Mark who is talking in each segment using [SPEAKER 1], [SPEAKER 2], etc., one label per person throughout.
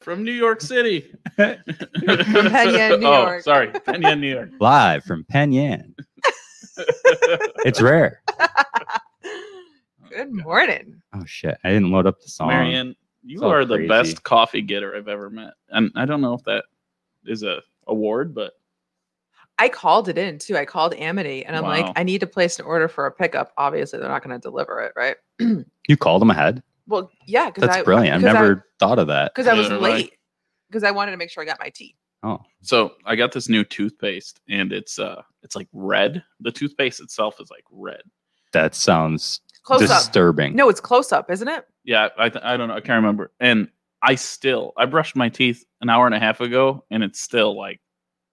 [SPEAKER 1] from New York City.
[SPEAKER 2] Penyan, New
[SPEAKER 1] oh,
[SPEAKER 2] York.
[SPEAKER 1] sorry, Penyan, New York.
[SPEAKER 3] Live from Penyan. It's rare.
[SPEAKER 2] Good morning.
[SPEAKER 3] Oh shit! I didn't load up the song.
[SPEAKER 1] Marianne, you
[SPEAKER 3] It's all
[SPEAKER 1] are the
[SPEAKER 3] crazy.
[SPEAKER 1] best coffee getter I've ever met, and I don't know if that is a award, but
[SPEAKER 2] I called it in too. I called Amity and I'm
[SPEAKER 1] Wow.
[SPEAKER 2] like, I need to place an order for a pickup. Obviously, they're not going to deliver it, right?
[SPEAKER 3] You called them ahead.
[SPEAKER 2] Well, yeah, because
[SPEAKER 3] That's
[SPEAKER 2] I
[SPEAKER 3] brilliant. I've
[SPEAKER 2] because I-
[SPEAKER 3] never thought of that.
[SPEAKER 2] because I was
[SPEAKER 1] Yeah, right.
[SPEAKER 2] late because I wanted to make sure I got my tea.
[SPEAKER 3] Oh,
[SPEAKER 1] so I got this new toothpaste, and it's uh, it's like red. The toothpaste itself is like red.
[SPEAKER 3] that sounds
[SPEAKER 2] Close up.
[SPEAKER 3] disturbing.
[SPEAKER 2] No, it's close up, isn't it?
[SPEAKER 1] Yeah, I th- I don't know, I can't remember. And I still I brushed my teeth an hour and a half ago, and it's still like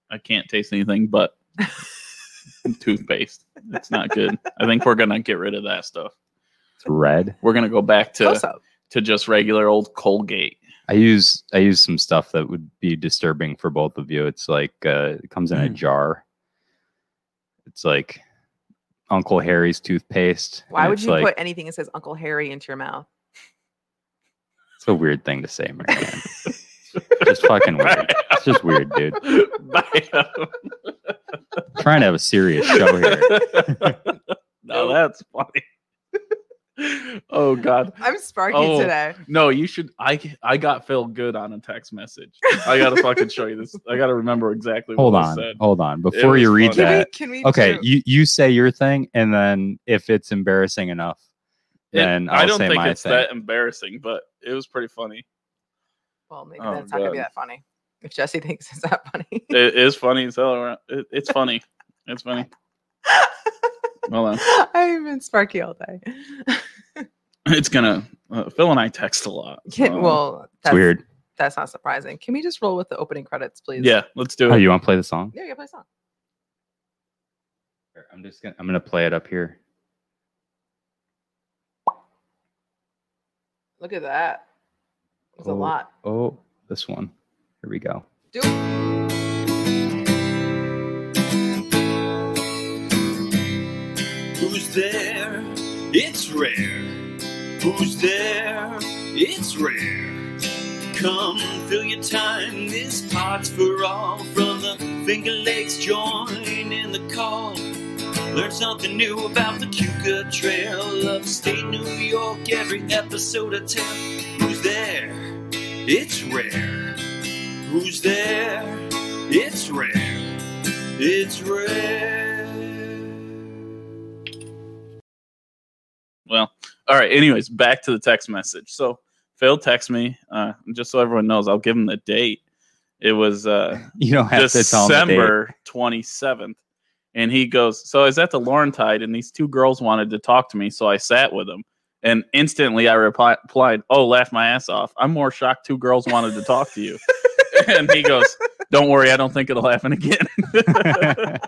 [SPEAKER 1] I can't taste anything but toothpaste. It's not good. I think we're gonna get rid of that stuff.
[SPEAKER 3] It's red.
[SPEAKER 1] We're gonna go back to
[SPEAKER 2] close up.
[SPEAKER 1] to just regular old Colgate.
[SPEAKER 3] I use I use some stuff that would be disturbing for both of you. It's like uh, it comes in a
[SPEAKER 1] Mm.
[SPEAKER 3] jar. It's like Uncle Harry's toothpaste. and
[SPEAKER 2] Why would
[SPEAKER 3] it's
[SPEAKER 2] you
[SPEAKER 3] like,
[SPEAKER 2] put anything that says Uncle Harry into your mouth?
[SPEAKER 3] It's a weird thing to say, Marianne. just fucking weird. It's just weird, dude. trying to have a serious show here.
[SPEAKER 1] no, that's funny. Oh God!
[SPEAKER 2] I'm sparky
[SPEAKER 1] Oh.
[SPEAKER 2] today.
[SPEAKER 1] No, you should. I I got Phil good on a text message. I gotta fucking show you this. I gotta remember exactly.
[SPEAKER 3] Hold
[SPEAKER 1] what was
[SPEAKER 3] on,
[SPEAKER 1] said.
[SPEAKER 3] hold on. Before you
[SPEAKER 1] was funny.
[SPEAKER 3] read
[SPEAKER 2] Can we?
[SPEAKER 3] that,
[SPEAKER 2] Can we?
[SPEAKER 3] okay,
[SPEAKER 2] do-
[SPEAKER 3] you you say your thing, and then if it's embarrassing enough, then
[SPEAKER 1] And
[SPEAKER 3] I'll
[SPEAKER 1] I don't
[SPEAKER 3] say
[SPEAKER 1] think
[SPEAKER 3] my
[SPEAKER 1] it's
[SPEAKER 3] thing.
[SPEAKER 1] that embarrassing, but it was pretty funny.
[SPEAKER 2] well, maybe
[SPEAKER 1] Oh,
[SPEAKER 2] that's not gonna be
[SPEAKER 1] God.
[SPEAKER 2] that funny. If Jesse thinks it's that funny,
[SPEAKER 1] It is funny as hell. around- It, it's funny. It's funny. Hold on.
[SPEAKER 2] I've been sparky all day.
[SPEAKER 1] It's gonna. Uh, Phil and I text a lot.
[SPEAKER 2] Can-
[SPEAKER 1] Um,
[SPEAKER 2] well,
[SPEAKER 3] It's
[SPEAKER 2] that's
[SPEAKER 3] weird.
[SPEAKER 2] That's not surprising. Can we just roll with the opening credits, please?
[SPEAKER 1] yeah, let's do
[SPEAKER 3] Oh,
[SPEAKER 1] it.
[SPEAKER 3] you want to play the song?
[SPEAKER 2] Yeah, you play a song.
[SPEAKER 3] Here, I'm just gonna I'm gonna play it up here.
[SPEAKER 2] Look at that. It's a
[SPEAKER 3] Oh.
[SPEAKER 2] lot.
[SPEAKER 3] Oh, this one. Here we go.
[SPEAKER 2] Do
[SPEAKER 4] Who's there? It's rare. Who's there? It's rare. Come fill your time. This pot's for all. From the Finger Lakes, join in the call. Learn something new about the Cuca Trail of state New York. Every episode I tell. Who's there? It's rare. Who's there? It's rare. It's rare.
[SPEAKER 1] Well, all right. Anyways, back to the text message. So Phil texts me. Uh, just so everyone knows, I'll give him the date. It was. Uh,
[SPEAKER 3] You don't have to tell me.
[SPEAKER 1] December twenty seventh. And he goes, So I was at the Laurentide and these two girls wanted to talk to me, so I sat with them. And instantly I repli- replied, Oh, laugh my ass off. I'm more shocked two girls wanted to talk to you. and he goes, Don't worry, I don't think it'll happen again. and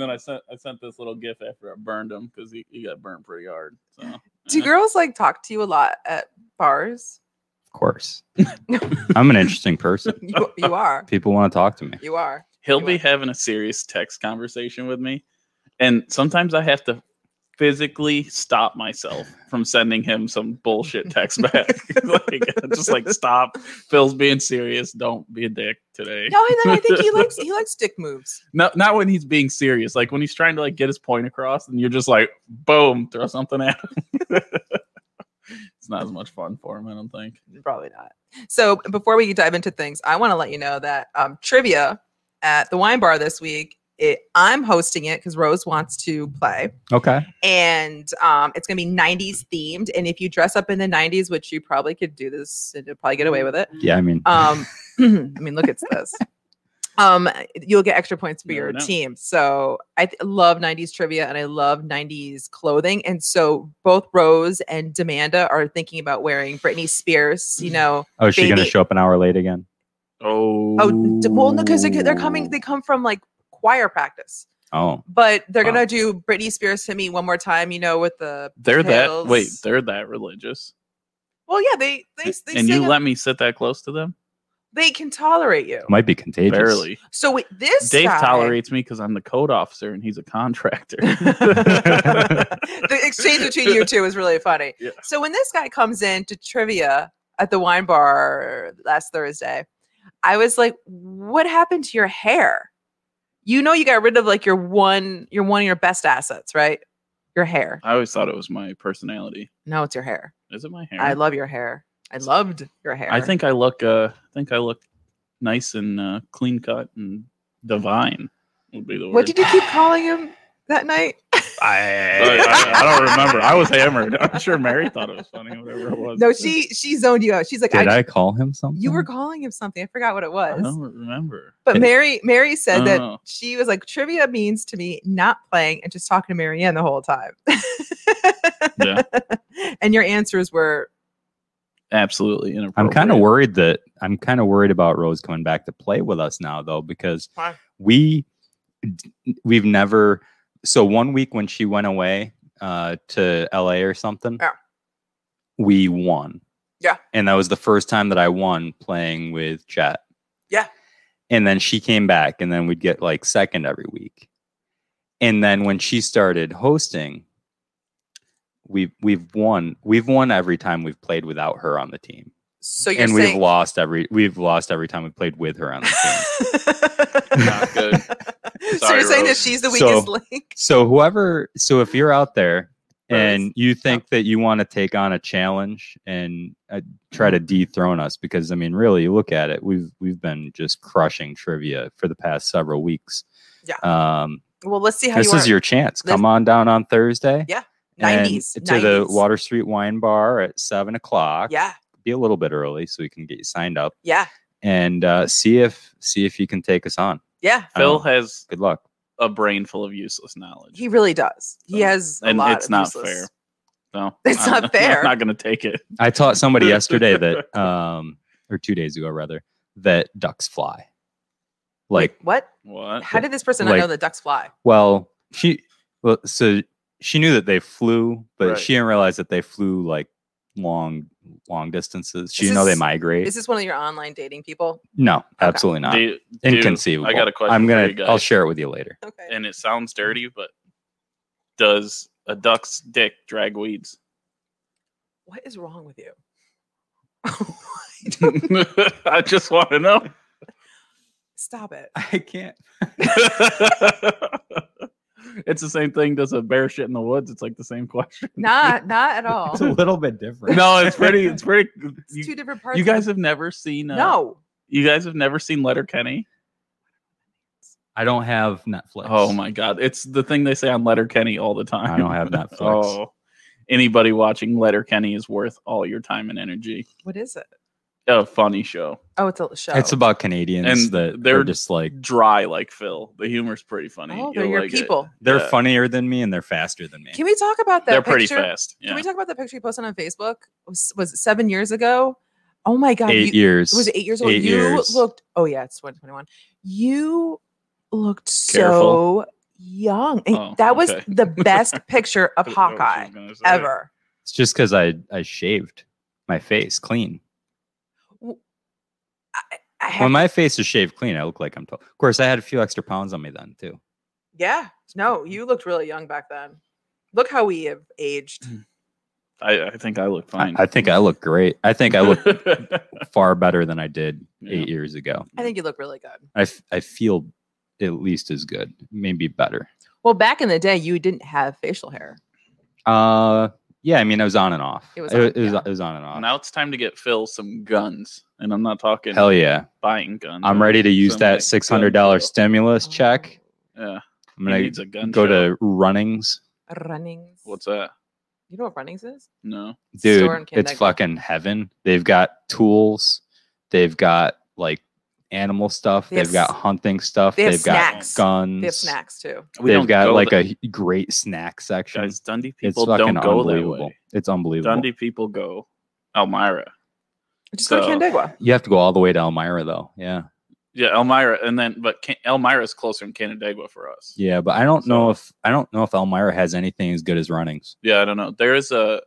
[SPEAKER 1] then I sent I sent this little gif after I burned him because he, he got burned pretty hard. So
[SPEAKER 2] do girls like talk to you a lot at bars?
[SPEAKER 3] Of course. I'm an interesting person.
[SPEAKER 2] You, you are.
[SPEAKER 3] People want to talk to me.
[SPEAKER 2] You are.
[SPEAKER 1] he'll
[SPEAKER 2] You
[SPEAKER 1] be
[SPEAKER 2] are.
[SPEAKER 1] having a serious text conversation with me and sometimes i have to physically stop myself from sending him some bullshit text back like just like stop phil's being serious don't be a dick today
[SPEAKER 2] No, and then I think he likes he likes dick moves.
[SPEAKER 1] no, not when he's being serious like when he's trying to like get his point across and you're just like boom throw something at him it's not as much fun for him i don't think
[SPEAKER 2] Probably not. So before we dive into things, I want to let you know that um, trivia at the wine bar this week. It, I'm hosting it because Rose wants to play,
[SPEAKER 3] Okay.
[SPEAKER 2] and um, it's going to be 90s themed. And if you dress up in the 90s, which you probably could do this and you'd probably get away with it,
[SPEAKER 3] Yeah, I mean
[SPEAKER 2] Um, I mean, look at this. Um, you'll get extra points for
[SPEAKER 1] Never
[SPEAKER 2] your
[SPEAKER 1] know.
[SPEAKER 2] team. So I th- love '90s trivia and I love '90s clothing. And so both Rose and Demanda are thinking about wearing Britney Spears.
[SPEAKER 1] Mm.
[SPEAKER 2] You know,
[SPEAKER 3] Oh, is she gonna
[SPEAKER 2] baby-
[SPEAKER 3] show up an hour late again?
[SPEAKER 1] oh
[SPEAKER 2] oh, d- well, because they're coming. They come from like choir practice,
[SPEAKER 3] Oh.
[SPEAKER 2] but they're
[SPEAKER 3] Wow.
[SPEAKER 2] gonna do Britney Spears to me one more time. You know, with the
[SPEAKER 1] they're that
[SPEAKER 2] Pills.
[SPEAKER 1] wait they're that religious
[SPEAKER 2] well, yeah, they they they uh,
[SPEAKER 1] and
[SPEAKER 2] sing
[SPEAKER 1] you
[SPEAKER 2] a-
[SPEAKER 1] let me sit that close to them
[SPEAKER 2] they can tolerate you.
[SPEAKER 3] It might be contagious.
[SPEAKER 1] barely
[SPEAKER 2] So with this
[SPEAKER 1] Dave
[SPEAKER 2] guy-
[SPEAKER 1] tolerates me because I'm the code officer and he's a contractor.
[SPEAKER 2] the exchange between you two is really funny.
[SPEAKER 1] Yeah.
[SPEAKER 2] So when this guy comes in to trivia at the wine bar last Thursday, I was like, "What happened to your hair? You know, you got rid of like your one, your one of your best assets, right? Your hair.
[SPEAKER 1] I always thought it was my personality.
[SPEAKER 2] No, it's your hair.
[SPEAKER 1] Is it my hair?
[SPEAKER 2] I love your hair. I loved your hair.
[SPEAKER 1] I think I look. Uh, I think I look nice and uh, clean cut and divine. Would be the word.
[SPEAKER 2] What did you keep calling him that night?
[SPEAKER 1] I, I, I don't remember. I was hammered. I'm sure Mary thought it was funny, whatever it was.
[SPEAKER 2] No, she she zoned you out. She's like,
[SPEAKER 3] Did
[SPEAKER 2] I,
[SPEAKER 3] I call him something?
[SPEAKER 2] you were calling him something. I forgot what it
[SPEAKER 1] I
[SPEAKER 2] was.
[SPEAKER 1] don't remember.
[SPEAKER 2] But
[SPEAKER 3] It-
[SPEAKER 2] Mary Mary said that
[SPEAKER 1] Oh.
[SPEAKER 2] she was like trivia means to me not playing and just talking to Marianne the whole time.
[SPEAKER 1] Yeah.
[SPEAKER 2] And your answers were
[SPEAKER 1] Absolutely inappropriate.
[SPEAKER 3] I'm kind of worried that I'm kind of worried about Rose coming back to play with us now though because
[SPEAKER 2] Why?
[SPEAKER 3] we d- we've never so one week when she went away uh to LA or something
[SPEAKER 2] Yeah.
[SPEAKER 3] we won.
[SPEAKER 2] Yeah.
[SPEAKER 3] And that was the first time that I won playing with Chet.
[SPEAKER 2] Yeah.
[SPEAKER 3] And then she came back and then we'd get like second every week. And then when she started hosting we've we've won we've won every time we've played without her on the team
[SPEAKER 2] so you're
[SPEAKER 3] and we've
[SPEAKER 2] saying
[SPEAKER 3] lost every we've lost every time we played with her on the team.
[SPEAKER 1] Not good.
[SPEAKER 2] so
[SPEAKER 1] Sorry,
[SPEAKER 2] you're saying that
[SPEAKER 1] Rose.
[SPEAKER 2] she's the
[SPEAKER 3] So-
[SPEAKER 2] weakest link.
[SPEAKER 3] so whoever, so if you're out there and
[SPEAKER 2] Rose.
[SPEAKER 3] you think that you want to take on a challenge and uh, try to dethrone us, because I mean, really, you look at it, we've we've been just crushing trivia for the past several weeks.
[SPEAKER 2] Yeah.
[SPEAKER 3] Um,
[SPEAKER 2] Well, let's see how
[SPEAKER 3] this
[SPEAKER 2] you
[SPEAKER 3] is
[SPEAKER 2] are.
[SPEAKER 3] your chance.
[SPEAKER 2] This-
[SPEAKER 3] Come on down on Thursday.
[SPEAKER 2] Yeah,
[SPEAKER 3] and
[SPEAKER 2] 90s,
[SPEAKER 3] to
[SPEAKER 2] 90s.
[SPEAKER 3] the Water Street Wine Bar at seven o'clock.
[SPEAKER 2] yeah,
[SPEAKER 3] Be a little bit early so we can get you signed up
[SPEAKER 2] yeah,
[SPEAKER 3] and uh, see if see if you can take us on.
[SPEAKER 2] yeah.
[SPEAKER 1] Phil
[SPEAKER 3] Um,
[SPEAKER 1] has
[SPEAKER 3] Good luck.
[SPEAKER 1] a brain full of useless knowledge.
[SPEAKER 2] He really does. He
[SPEAKER 1] So-
[SPEAKER 2] has a
[SPEAKER 1] and
[SPEAKER 2] lot
[SPEAKER 1] it's
[SPEAKER 2] of
[SPEAKER 1] not
[SPEAKER 2] useless-
[SPEAKER 1] fair. No,
[SPEAKER 2] It's
[SPEAKER 1] I'm-
[SPEAKER 2] not fair.
[SPEAKER 1] I'm not going to take it.
[SPEAKER 3] I taught somebody yesterday that, um, or two days ago rather, that ducks fly. Like,
[SPEAKER 2] What?
[SPEAKER 1] What?
[SPEAKER 2] How did this person
[SPEAKER 3] Like-
[SPEAKER 2] not know that ducks fly?
[SPEAKER 3] well, she, well, so she knew that they flew, but
[SPEAKER 1] Right.
[SPEAKER 3] she didn't realize that they flew like long, long distances. She
[SPEAKER 2] Is
[SPEAKER 3] didn't know they
[SPEAKER 2] this-
[SPEAKER 3] migrate.
[SPEAKER 2] Is this one of your online dating people?
[SPEAKER 3] no, absolutely not.
[SPEAKER 1] Do you- do you-
[SPEAKER 3] Inconceivable.
[SPEAKER 1] I got a question
[SPEAKER 3] I'm
[SPEAKER 1] for
[SPEAKER 3] gonna.
[SPEAKER 1] you guys.
[SPEAKER 3] I'll share it with you later.
[SPEAKER 2] Okay.
[SPEAKER 1] and it sounds dirty, but does a duck's dick drag weeds?
[SPEAKER 2] what is wrong with you?
[SPEAKER 1] I just want to know.
[SPEAKER 2] Stop it.
[SPEAKER 3] I can't.
[SPEAKER 1] it's the same thing. Does a bear shit in the woods? It's like the same question.
[SPEAKER 2] Not not at all.
[SPEAKER 3] It's a little bit different.
[SPEAKER 1] no, it's pretty. It's pretty.
[SPEAKER 2] It's two
[SPEAKER 1] You,
[SPEAKER 2] different parts.
[SPEAKER 1] you
[SPEAKER 2] of
[SPEAKER 1] guys
[SPEAKER 2] the-
[SPEAKER 1] have never seen. Uh,
[SPEAKER 2] no.
[SPEAKER 1] you guys have never seen Letter Kenny.
[SPEAKER 3] I don't have Netflix.
[SPEAKER 1] Oh my god, it's the thing they say on Letter Kenny all the time.
[SPEAKER 3] I don't have Netflix.
[SPEAKER 1] Oh, anybody watching Letter Kenny is worth all your time and energy.
[SPEAKER 2] What is it?
[SPEAKER 1] A funny show.
[SPEAKER 2] Oh, it's a show.
[SPEAKER 3] It's about Canadians
[SPEAKER 1] And
[SPEAKER 3] that they're
[SPEAKER 1] they're-
[SPEAKER 3] just like
[SPEAKER 1] Dry like Phil. The humor's pretty funny.
[SPEAKER 2] Oh, they're
[SPEAKER 1] You'll
[SPEAKER 2] your
[SPEAKER 1] like it.
[SPEAKER 2] people.
[SPEAKER 3] they're
[SPEAKER 1] yeah.
[SPEAKER 3] funnier than me and they're faster than me.
[SPEAKER 2] Can we talk about that?
[SPEAKER 1] They're pretty
[SPEAKER 2] picture?
[SPEAKER 1] fast. Yeah.
[SPEAKER 2] Can we talk about the picture you posted on Facebook? Was, was it seven years ago? Oh my god!
[SPEAKER 3] Eight
[SPEAKER 2] you,
[SPEAKER 3] years.
[SPEAKER 2] It was eight years old.
[SPEAKER 3] Eight
[SPEAKER 2] you
[SPEAKER 3] years.
[SPEAKER 2] looked. Oh yeah, it's twenty twenty one. You looked
[SPEAKER 1] Careful.
[SPEAKER 2] so young. And
[SPEAKER 1] Oh,
[SPEAKER 2] that was
[SPEAKER 1] okay.
[SPEAKER 2] the best picture of
[SPEAKER 1] I don't know what she
[SPEAKER 2] Hawkeye
[SPEAKER 1] was gonna say.
[SPEAKER 2] ever.
[SPEAKER 3] It's just because I I shaved my face clean.
[SPEAKER 2] I had-
[SPEAKER 3] When my face is shaved clean, I look like I'm twelve. Of course, I had a few extra pounds on me then too.
[SPEAKER 2] yeah. No, you looked really young back then. Look how we have aged.
[SPEAKER 1] I, I think I look
[SPEAKER 3] I,
[SPEAKER 1] fine.
[SPEAKER 3] I think I look great. I think I look
[SPEAKER 1] look.
[SPEAKER 3] far better than I did
[SPEAKER 1] Yeah.
[SPEAKER 3] eight years ago.
[SPEAKER 2] I think you look really good.
[SPEAKER 3] I, f- I feel at least as good, maybe better.
[SPEAKER 2] Well, back in the day, you didn't have facial hair.
[SPEAKER 3] Uh, yeah. I mean, I was on and off.
[SPEAKER 2] It
[SPEAKER 3] It
[SPEAKER 2] was
[SPEAKER 3] was
[SPEAKER 2] on,
[SPEAKER 3] it, was,
[SPEAKER 2] yeah.
[SPEAKER 3] it was on and off.
[SPEAKER 1] now it's time to get Phil some guns, and I'm not talking
[SPEAKER 3] Hell yeah!
[SPEAKER 1] buying guns.
[SPEAKER 3] I'm
[SPEAKER 1] or
[SPEAKER 3] ready to use
[SPEAKER 1] some,
[SPEAKER 3] that
[SPEAKER 1] like,
[SPEAKER 3] six hundred dollar
[SPEAKER 1] gun
[SPEAKER 3] stimulus check.
[SPEAKER 1] deal. Yeah, he
[SPEAKER 3] I'm gonna
[SPEAKER 1] needs a gun.
[SPEAKER 3] go
[SPEAKER 1] show.
[SPEAKER 3] to Runnings,
[SPEAKER 2] Oh, Runnings.
[SPEAKER 1] what's that?
[SPEAKER 2] you know what runnings is?
[SPEAKER 1] No,
[SPEAKER 2] Store
[SPEAKER 3] dude.
[SPEAKER 2] in
[SPEAKER 3] It's
[SPEAKER 2] Canandaigua.
[SPEAKER 3] fucking heaven. They've got tools. They've got like animal stuff.
[SPEAKER 2] They
[SPEAKER 3] They
[SPEAKER 2] have
[SPEAKER 3] have got
[SPEAKER 2] s-
[SPEAKER 3] hunting stuff.
[SPEAKER 2] they have
[SPEAKER 3] They have,
[SPEAKER 2] snacks. They
[SPEAKER 3] got guns.
[SPEAKER 2] They have snacks too.
[SPEAKER 1] We
[SPEAKER 3] They've
[SPEAKER 1] don't
[SPEAKER 3] got
[SPEAKER 1] go
[SPEAKER 3] like
[SPEAKER 1] there.
[SPEAKER 3] a great snack section.
[SPEAKER 1] guys. Dundee
[SPEAKER 3] it's
[SPEAKER 1] people
[SPEAKER 3] fucking
[SPEAKER 1] don't go that
[SPEAKER 3] unbelievable.
[SPEAKER 1] way.
[SPEAKER 3] It's unbelievable.
[SPEAKER 1] Dundee people go Elmira.
[SPEAKER 2] Just go to
[SPEAKER 1] So-
[SPEAKER 2] Canandaigua.
[SPEAKER 3] You have to go all the way to Elmira though. Yeah,
[SPEAKER 1] Yeah, Elmira, and then but Can- Elmira's closer in Canandaigua for us.
[SPEAKER 3] yeah. But I don't know
[SPEAKER 1] So-
[SPEAKER 3] if I don't know if Elmira has anything as good as Runnings.
[SPEAKER 1] Yeah, I don't know. There is a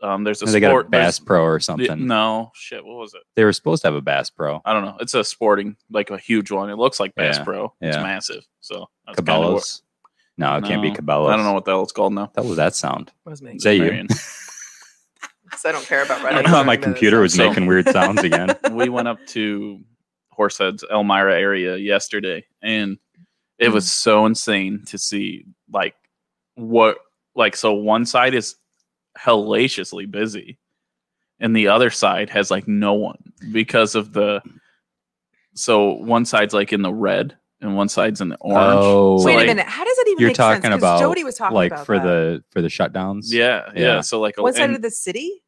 [SPEAKER 1] um, there's a
[SPEAKER 3] they got a
[SPEAKER 1] sport
[SPEAKER 3] Bass
[SPEAKER 1] there's-
[SPEAKER 3] Pro or
[SPEAKER 1] yeah,
[SPEAKER 3] something.
[SPEAKER 1] No shit, what was it?
[SPEAKER 3] They were supposed to have a Bass Pro.
[SPEAKER 1] I don't know. It's a sporting like a huge one. It looks like Bass
[SPEAKER 3] Yeah,
[SPEAKER 1] Pro. It's
[SPEAKER 3] yeah.
[SPEAKER 1] massive. So that's kinda what-
[SPEAKER 3] Cabela's. No, it can't be
[SPEAKER 1] No,
[SPEAKER 3] Cabela's.
[SPEAKER 1] I don't know what the hell it's called now.
[SPEAKER 3] That was that sound.
[SPEAKER 2] What was me?
[SPEAKER 3] Is that you?
[SPEAKER 1] Marion.
[SPEAKER 2] because I don't care about
[SPEAKER 3] I
[SPEAKER 2] running.
[SPEAKER 3] don't know how my computer was
[SPEAKER 1] So-
[SPEAKER 3] making weird sounds again.
[SPEAKER 1] we went up to Horseheads, Elmira area yesterday, and it
[SPEAKER 3] Mm.
[SPEAKER 1] was so insane to see like what like so one side is hellaciously busy, and the other side has like no one because of the. So one side's like in the red, and one side's in the orange.
[SPEAKER 3] Oh,
[SPEAKER 1] So,
[SPEAKER 2] Wait
[SPEAKER 1] like,
[SPEAKER 2] a minute. How does that even?
[SPEAKER 3] you're
[SPEAKER 2] make sense?
[SPEAKER 3] talking
[SPEAKER 2] 'Cause
[SPEAKER 3] about,
[SPEAKER 2] Jody was talking
[SPEAKER 3] like
[SPEAKER 2] about
[SPEAKER 3] for
[SPEAKER 2] that.
[SPEAKER 3] the for the shutdowns.
[SPEAKER 1] Yeah, yeah,
[SPEAKER 3] Yeah.
[SPEAKER 1] So like oh,
[SPEAKER 2] one side
[SPEAKER 1] and-
[SPEAKER 2] of the city.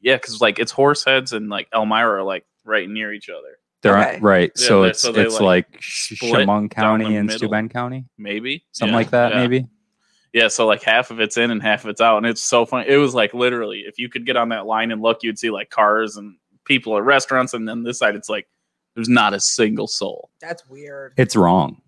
[SPEAKER 1] yeah, because like it's Horseheads and like Elmira are like right near each other.
[SPEAKER 3] They're on-
[SPEAKER 2] Okay.
[SPEAKER 3] right.
[SPEAKER 1] Yeah,
[SPEAKER 3] so
[SPEAKER 1] they-
[SPEAKER 3] it's
[SPEAKER 1] so they,
[SPEAKER 3] it's
[SPEAKER 1] like,
[SPEAKER 3] like, Sh-
[SPEAKER 1] split
[SPEAKER 3] Chemung
[SPEAKER 1] down the
[SPEAKER 3] County and
[SPEAKER 1] middle.
[SPEAKER 3] Steuben County,
[SPEAKER 1] Maybe
[SPEAKER 3] something
[SPEAKER 1] Yeah,
[SPEAKER 3] like that,
[SPEAKER 1] yeah.
[SPEAKER 3] maybe.
[SPEAKER 1] Yeah, so like half of it's in and half of it's out, and it's so funny. It was like literally, if you could get on that line and look, you'd see like cars and people at restaurants, and then this side, it's like there's not a single soul.
[SPEAKER 2] That's weird.
[SPEAKER 3] It's wrong.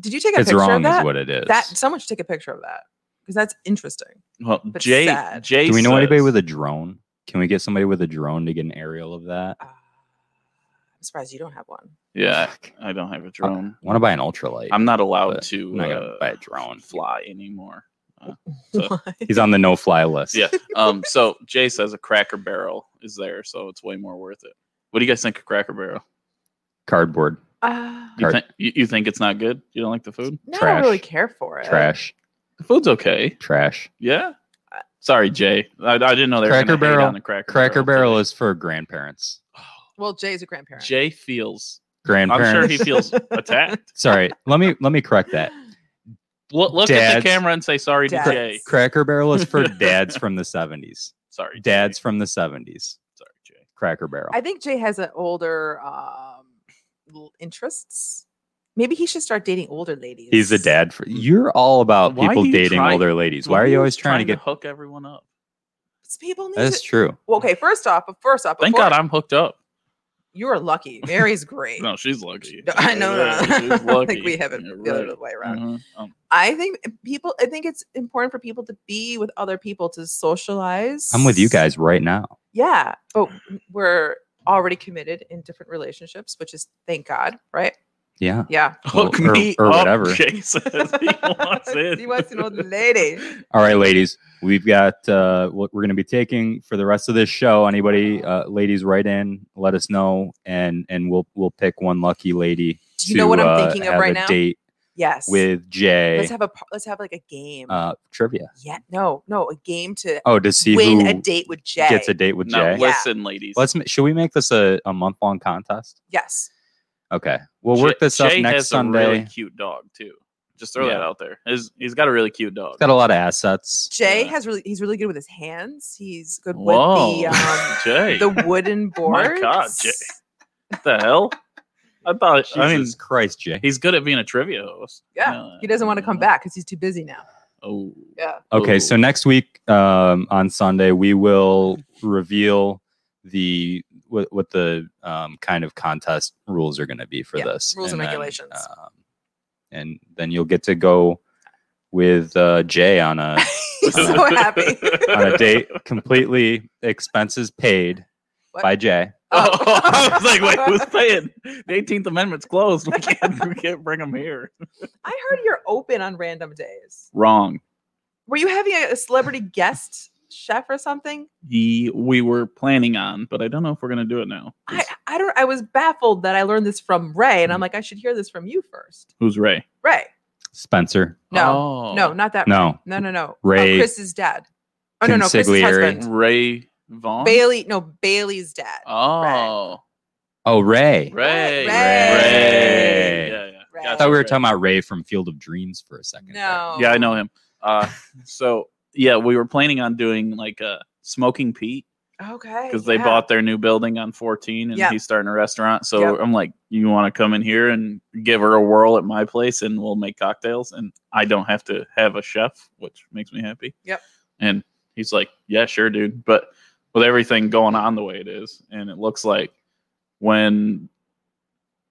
[SPEAKER 2] Did you take a
[SPEAKER 3] It's
[SPEAKER 2] picture of
[SPEAKER 3] wrong is
[SPEAKER 2] that?
[SPEAKER 3] what it is.
[SPEAKER 2] That someone should take a picture of that because that's interesting.
[SPEAKER 1] Well,
[SPEAKER 2] But
[SPEAKER 1] Jay,
[SPEAKER 2] sad.
[SPEAKER 1] Jay,
[SPEAKER 3] Do we know
[SPEAKER 1] says-
[SPEAKER 3] anybody with a drone? Can we get somebody with a drone to get an aerial of that?
[SPEAKER 2] Uh, I'm surprised you don't have one.
[SPEAKER 1] Yeah, I don't have a Uh, drone.
[SPEAKER 3] want to buy an ultralight.
[SPEAKER 1] I'm not allowed
[SPEAKER 3] But
[SPEAKER 1] to
[SPEAKER 3] I'm not gonna
[SPEAKER 1] uh,
[SPEAKER 3] buy a drone.
[SPEAKER 1] fly anymore. So-
[SPEAKER 2] Why?
[SPEAKER 3] He's on the no-fly list.
[SPEAKER 1] Yeah. Um. so Jay says a Cracker Barrel is there, so it's way more worth it. What do you guys think of Cracker Barrel?
[SPEAKER 3] cardboard
[SPEAKER 2] Uh,
[SPEAKER 1] You,
[SPEAKER 3] Card-
[SPEAKER 1] think you, you think it's not good? You don't like the food?
[SPEAKER 2] no, I
[SPEAKER 3] Trash.
[SPEAKER 2] don't really care for it.
[SPEAKER 3] trash,
[SPEAKER 1] The food's okay.
[SPEAKER 3] trash.
[SPEAKER 1] Yeah. Sorry, Jay. I, I didn't know they were
[SPEAKER 3] Cracker
[SPEAKER 1] gonna hate
[SPEAKER 3] Barrel-
[SPEAKER 1] on the Cracker,
[SPEAKER 3] Cracker Barrel
[SPEAKER 1] today.
[SPEAKER 3] is for grandparents.
[SPEAKER 2] Well, Jay's a grandparent.
[SPEAKER 1] Jay feels.
[SPEAKER 3] Grandparents.
[SPEAKER 1] I'm sure he feels attacked.
[SPEAKER 3] Sorry, let me let me correct that.
[SPEAKER 1] Look, look at the
[SPEAKER 3] Dads.
[SPEAKER 1] camera and say sorry
[SPEAKER 2] Dads.
[SPEAKER 1] to Jay.
[SPEAKER 3] Cracker Barrel is for dads from the 70s.
[SPEAKER 1] Sorry, Jay.
[SPEAKER 3] Dads from the 70s.
[SPEAKER 1] Sorry, Jay.
[SPEAKER 3] Cracker Barrel.
[SPEAKER 2] I think Jay has an older um, l- interests. Maybe he should start dating older ladies.
[SPEAKER 3] He's a dad for you're all about
[SPEAKER 1] Why
[SPEAKER 3] people
[SPEAKER 1] do you
[SPEAKER 3] dating
[SPEAKER 1] try-
[SPEAKER 3] older ladies. Why are you always trying, to get
[SPEAKER 1] hook everyone up?
[SPEAKER 2] It's People need
[SPEAKER 3] That's
[SPEAKER 2] to-
[SPEAKER 3] true.
[SPEAKER 2] well, okay, first off, first off,
[SPEAKER 1] Thank
[SPEAKER 2] before-
[SPEAKER 1] God I'm hooked up.
[SPEAKER 2] you are lucky. Mary's great.
[SPEAKER 1] No, she's lucky.
[SPEAKER 2] No, I know.
[SPEAKER 1] Yeah,
[SPEAKER 2] no, no.
[SPEAKER 1] she's lucky.
[SPEAKER 2] I think we have it
[SPEAKER 1] Yeah,
[SPEAKER 2] the
[SPEAKER 1] right.
[SPEAKER 2] other way around.
[SPEAKER 3] Mm-hmm.
[SPEAKER 1] Mhm. Um,
[SPEAKER 2] I think people. I think it's important for people to be with other people to socialize.
[SPEAKER 3] I'm with you guys right now.
[SPEAKER 2] Yeah, but we're already committed in different relationships, which is thank God, right?
[SPEAKER 3] Yeah.
[SPEAKER 2] Yeah.
[SPEAKER 1] hook
[SPEAKER 3] Or-
[SPEAKER 1] me
[SPEAKER 3] or
[SPEAKER 1] up,
[SPEAKER 3] whatever.
[SPEAKER 1] Jay says he wants it.
[SPEAKER 2] he wants an old lady.
[SPEAKER 3] All right, ladies. We've got uh what we're gonna be taking for the rest of this show. Anybody uh ladies write in, let us know, and and we'll we'll pick one lucky lady.
[SPEAKER 2] Do you know what
[SPEAKER 3] to,
[SPEAKER 2] I'm
[SPEAKER 3] uh,
[SPEAKER 2] thinking of
[SPEAKER 3] have
[SPEAKER 2] right
[SPEAKER 3] a
[SPEAKER 2] now?
[SPEAKER 3] Date
[SPEAKER 2] Yes.
[SPEAKER 3] with Jay.
[SPEAKER 2] let's have a par- let's have like a game.
[SPEAKER 3] Uh trivia.
[SPEAKER 2] yeah. No. No. A game to
[SPEAKER 3] Oh, to see
[SPEAKER 2] win
[SPEAKER 3] who
[SPEAKER 2] a date with Jay.
[SPEAKER 3] gets a date with
[SPEAKER 1] Now
[SPEAKER 3] Jay.
[SPEAKER 2] Yeah.
[SPEAKER 1] listen, ladies.
[SPEAKER 3] Let's ma- should we make this a, a month long contest?
[SPEAKER 2] yes.
[SPEAKER 3] Okay, we'll work
[SPEAKER 1] Jay-
[SPEAKER 3] this up
[SPEAKER 1] Jay
[SPEAKER 3] next
[SPEAKER 1] has
[SPEAKER 3] Sunday.
[SPEAKER 1] A really cute dog too. Just throw
[SPEAKER 3] Yeah.
[SPEAKER 1] that out there. His, he's got a really cute dog.
[SPEAKER 3] It's got a lot of assets.
[SPEAKER 2] Jay
[SPEAKER 1] Yeah.
[SPEAKER 2] has really he's really good with his hands. He's good
[SPEAKER 1] Whoa,
[SPEAKER 2] with the um
[SPEAKER 1] Jay,
[SPEAKER 2] the wooden boards.
[SPEAKER 1] My God, Jay. what the hell? I thought.
[SPEAKER 3] Jesus
[SPEAKER 1] I mean,
[SPEAKER 3] Christ, Jay.
[SPEAKER 1] he's good at being a trivia host.
[SPEAKER 2] Yeah. he doesn't want to come
[SPEAKER 1] uh,
[SPEAKER 2] back because he's too busy now.
[SPEAKER 1] Oh,
[SPEAKER 2] Yeah.
[SPEAKER 3] Okay, so
[SPEAKER 1] Ooh.
[SPEAKER 3] next week um, on Sunday we will reveal the what, what the um, kind of contest rules are going to be for
[SPEAKER 2] Yeah,
[SPEAKER 3] this
[SPEAKER 2] rules and
[SPEAKER 3] then,
[SPEAKER 2] regulations.
[SPEAKER 3] um, and then you'll get to go with uh, Jay on a
[SPEAKER 2] he's so happy.
[SPEAKER 3] on a date completely expenses paid
[SPEAKER 2] What?
[SPEAKER 3] by Jay.
[SPEAKER 1] Oh, I was like, wait, who's paying? The 18th Amendment's closed. We can't, we can't bring him here.
[SPEAKER 2] I heard you're open on random days.
[SPEAKER 1] Wrong.
[SPEAKER 2] Were you having a, a celebrity guest chef or something?
[SPEAKER 1] Ye, we were planning on, but I don't know if we're gonna do it now.
[SPEAKER 2] I, I don't I was baffled that I learned this from Ray
[SPEAKER 3] Mm.
[SPEAKER 2] and I'm like I should hear this from you first.
[SPEAKER 1] Who's Ray?
[SPEAKER 2] Ray.
[SPEAKER 3] Spencer,
[SPEAKER 2] No.
[SPEAKER 1] Oh.
[SPEAKER 2] No, not that
[SPEAKER 3] no,
[SPEAKER 2] No, no, no.
[SPEAKER 3] Ray
[SPEAKER 2] oh, Chris's dad. Oh no, no, Chris's
[SPEAKER 3] Consigliere.
[SPEAKER 2] husband.
[SPEAKER 1] Ray Vaughn.
[SPEAKER 2] Bailey, no, Bailey's dad.
[SPEAKER 1] Oh,
[SPEAKER 3] oh Ray.
[SPEAKER 1] Ray.
[SPEAKER 2] Ray.
[SPEAKER 3] Ray.
[SPEAKER 1] Yeah, yeah.
[SPEAKER 2] Ray.
[SPEAKER 1] Gotcha,
[SPEAKER 3] I thought we were
[SPEAKER 1] Ray.
[SPEAKER 3] talking about Ray from Field of Dreams for a second. there.
[SPEAKER 2] No.
[SPEAKER 1] Yeah, I know him. Uh, so yeah, we were planning on doing like a smoking Pete
[SPEAKER 2] Okay.
[SPEAKER 1] because they
[SPEAKER 2] yeah.
[SPEAKER 1] bought their new building on 14, and
[SPEAKER 2] Yep.
[SPEAKER 1] he's starting a restaurant. So
[SPEAKER 2] Yep.
[SPEAKER 1] I'm like, you want to come in here and give her a whirl at my place, and we'll make cocktails, and I don't have to have a chef, which makes me happy.
[SPEAKER 2] Yep.
[SPEAKER 1] And he's like, yeah, sure, dude, but with everything going on the way it is, and it looks like when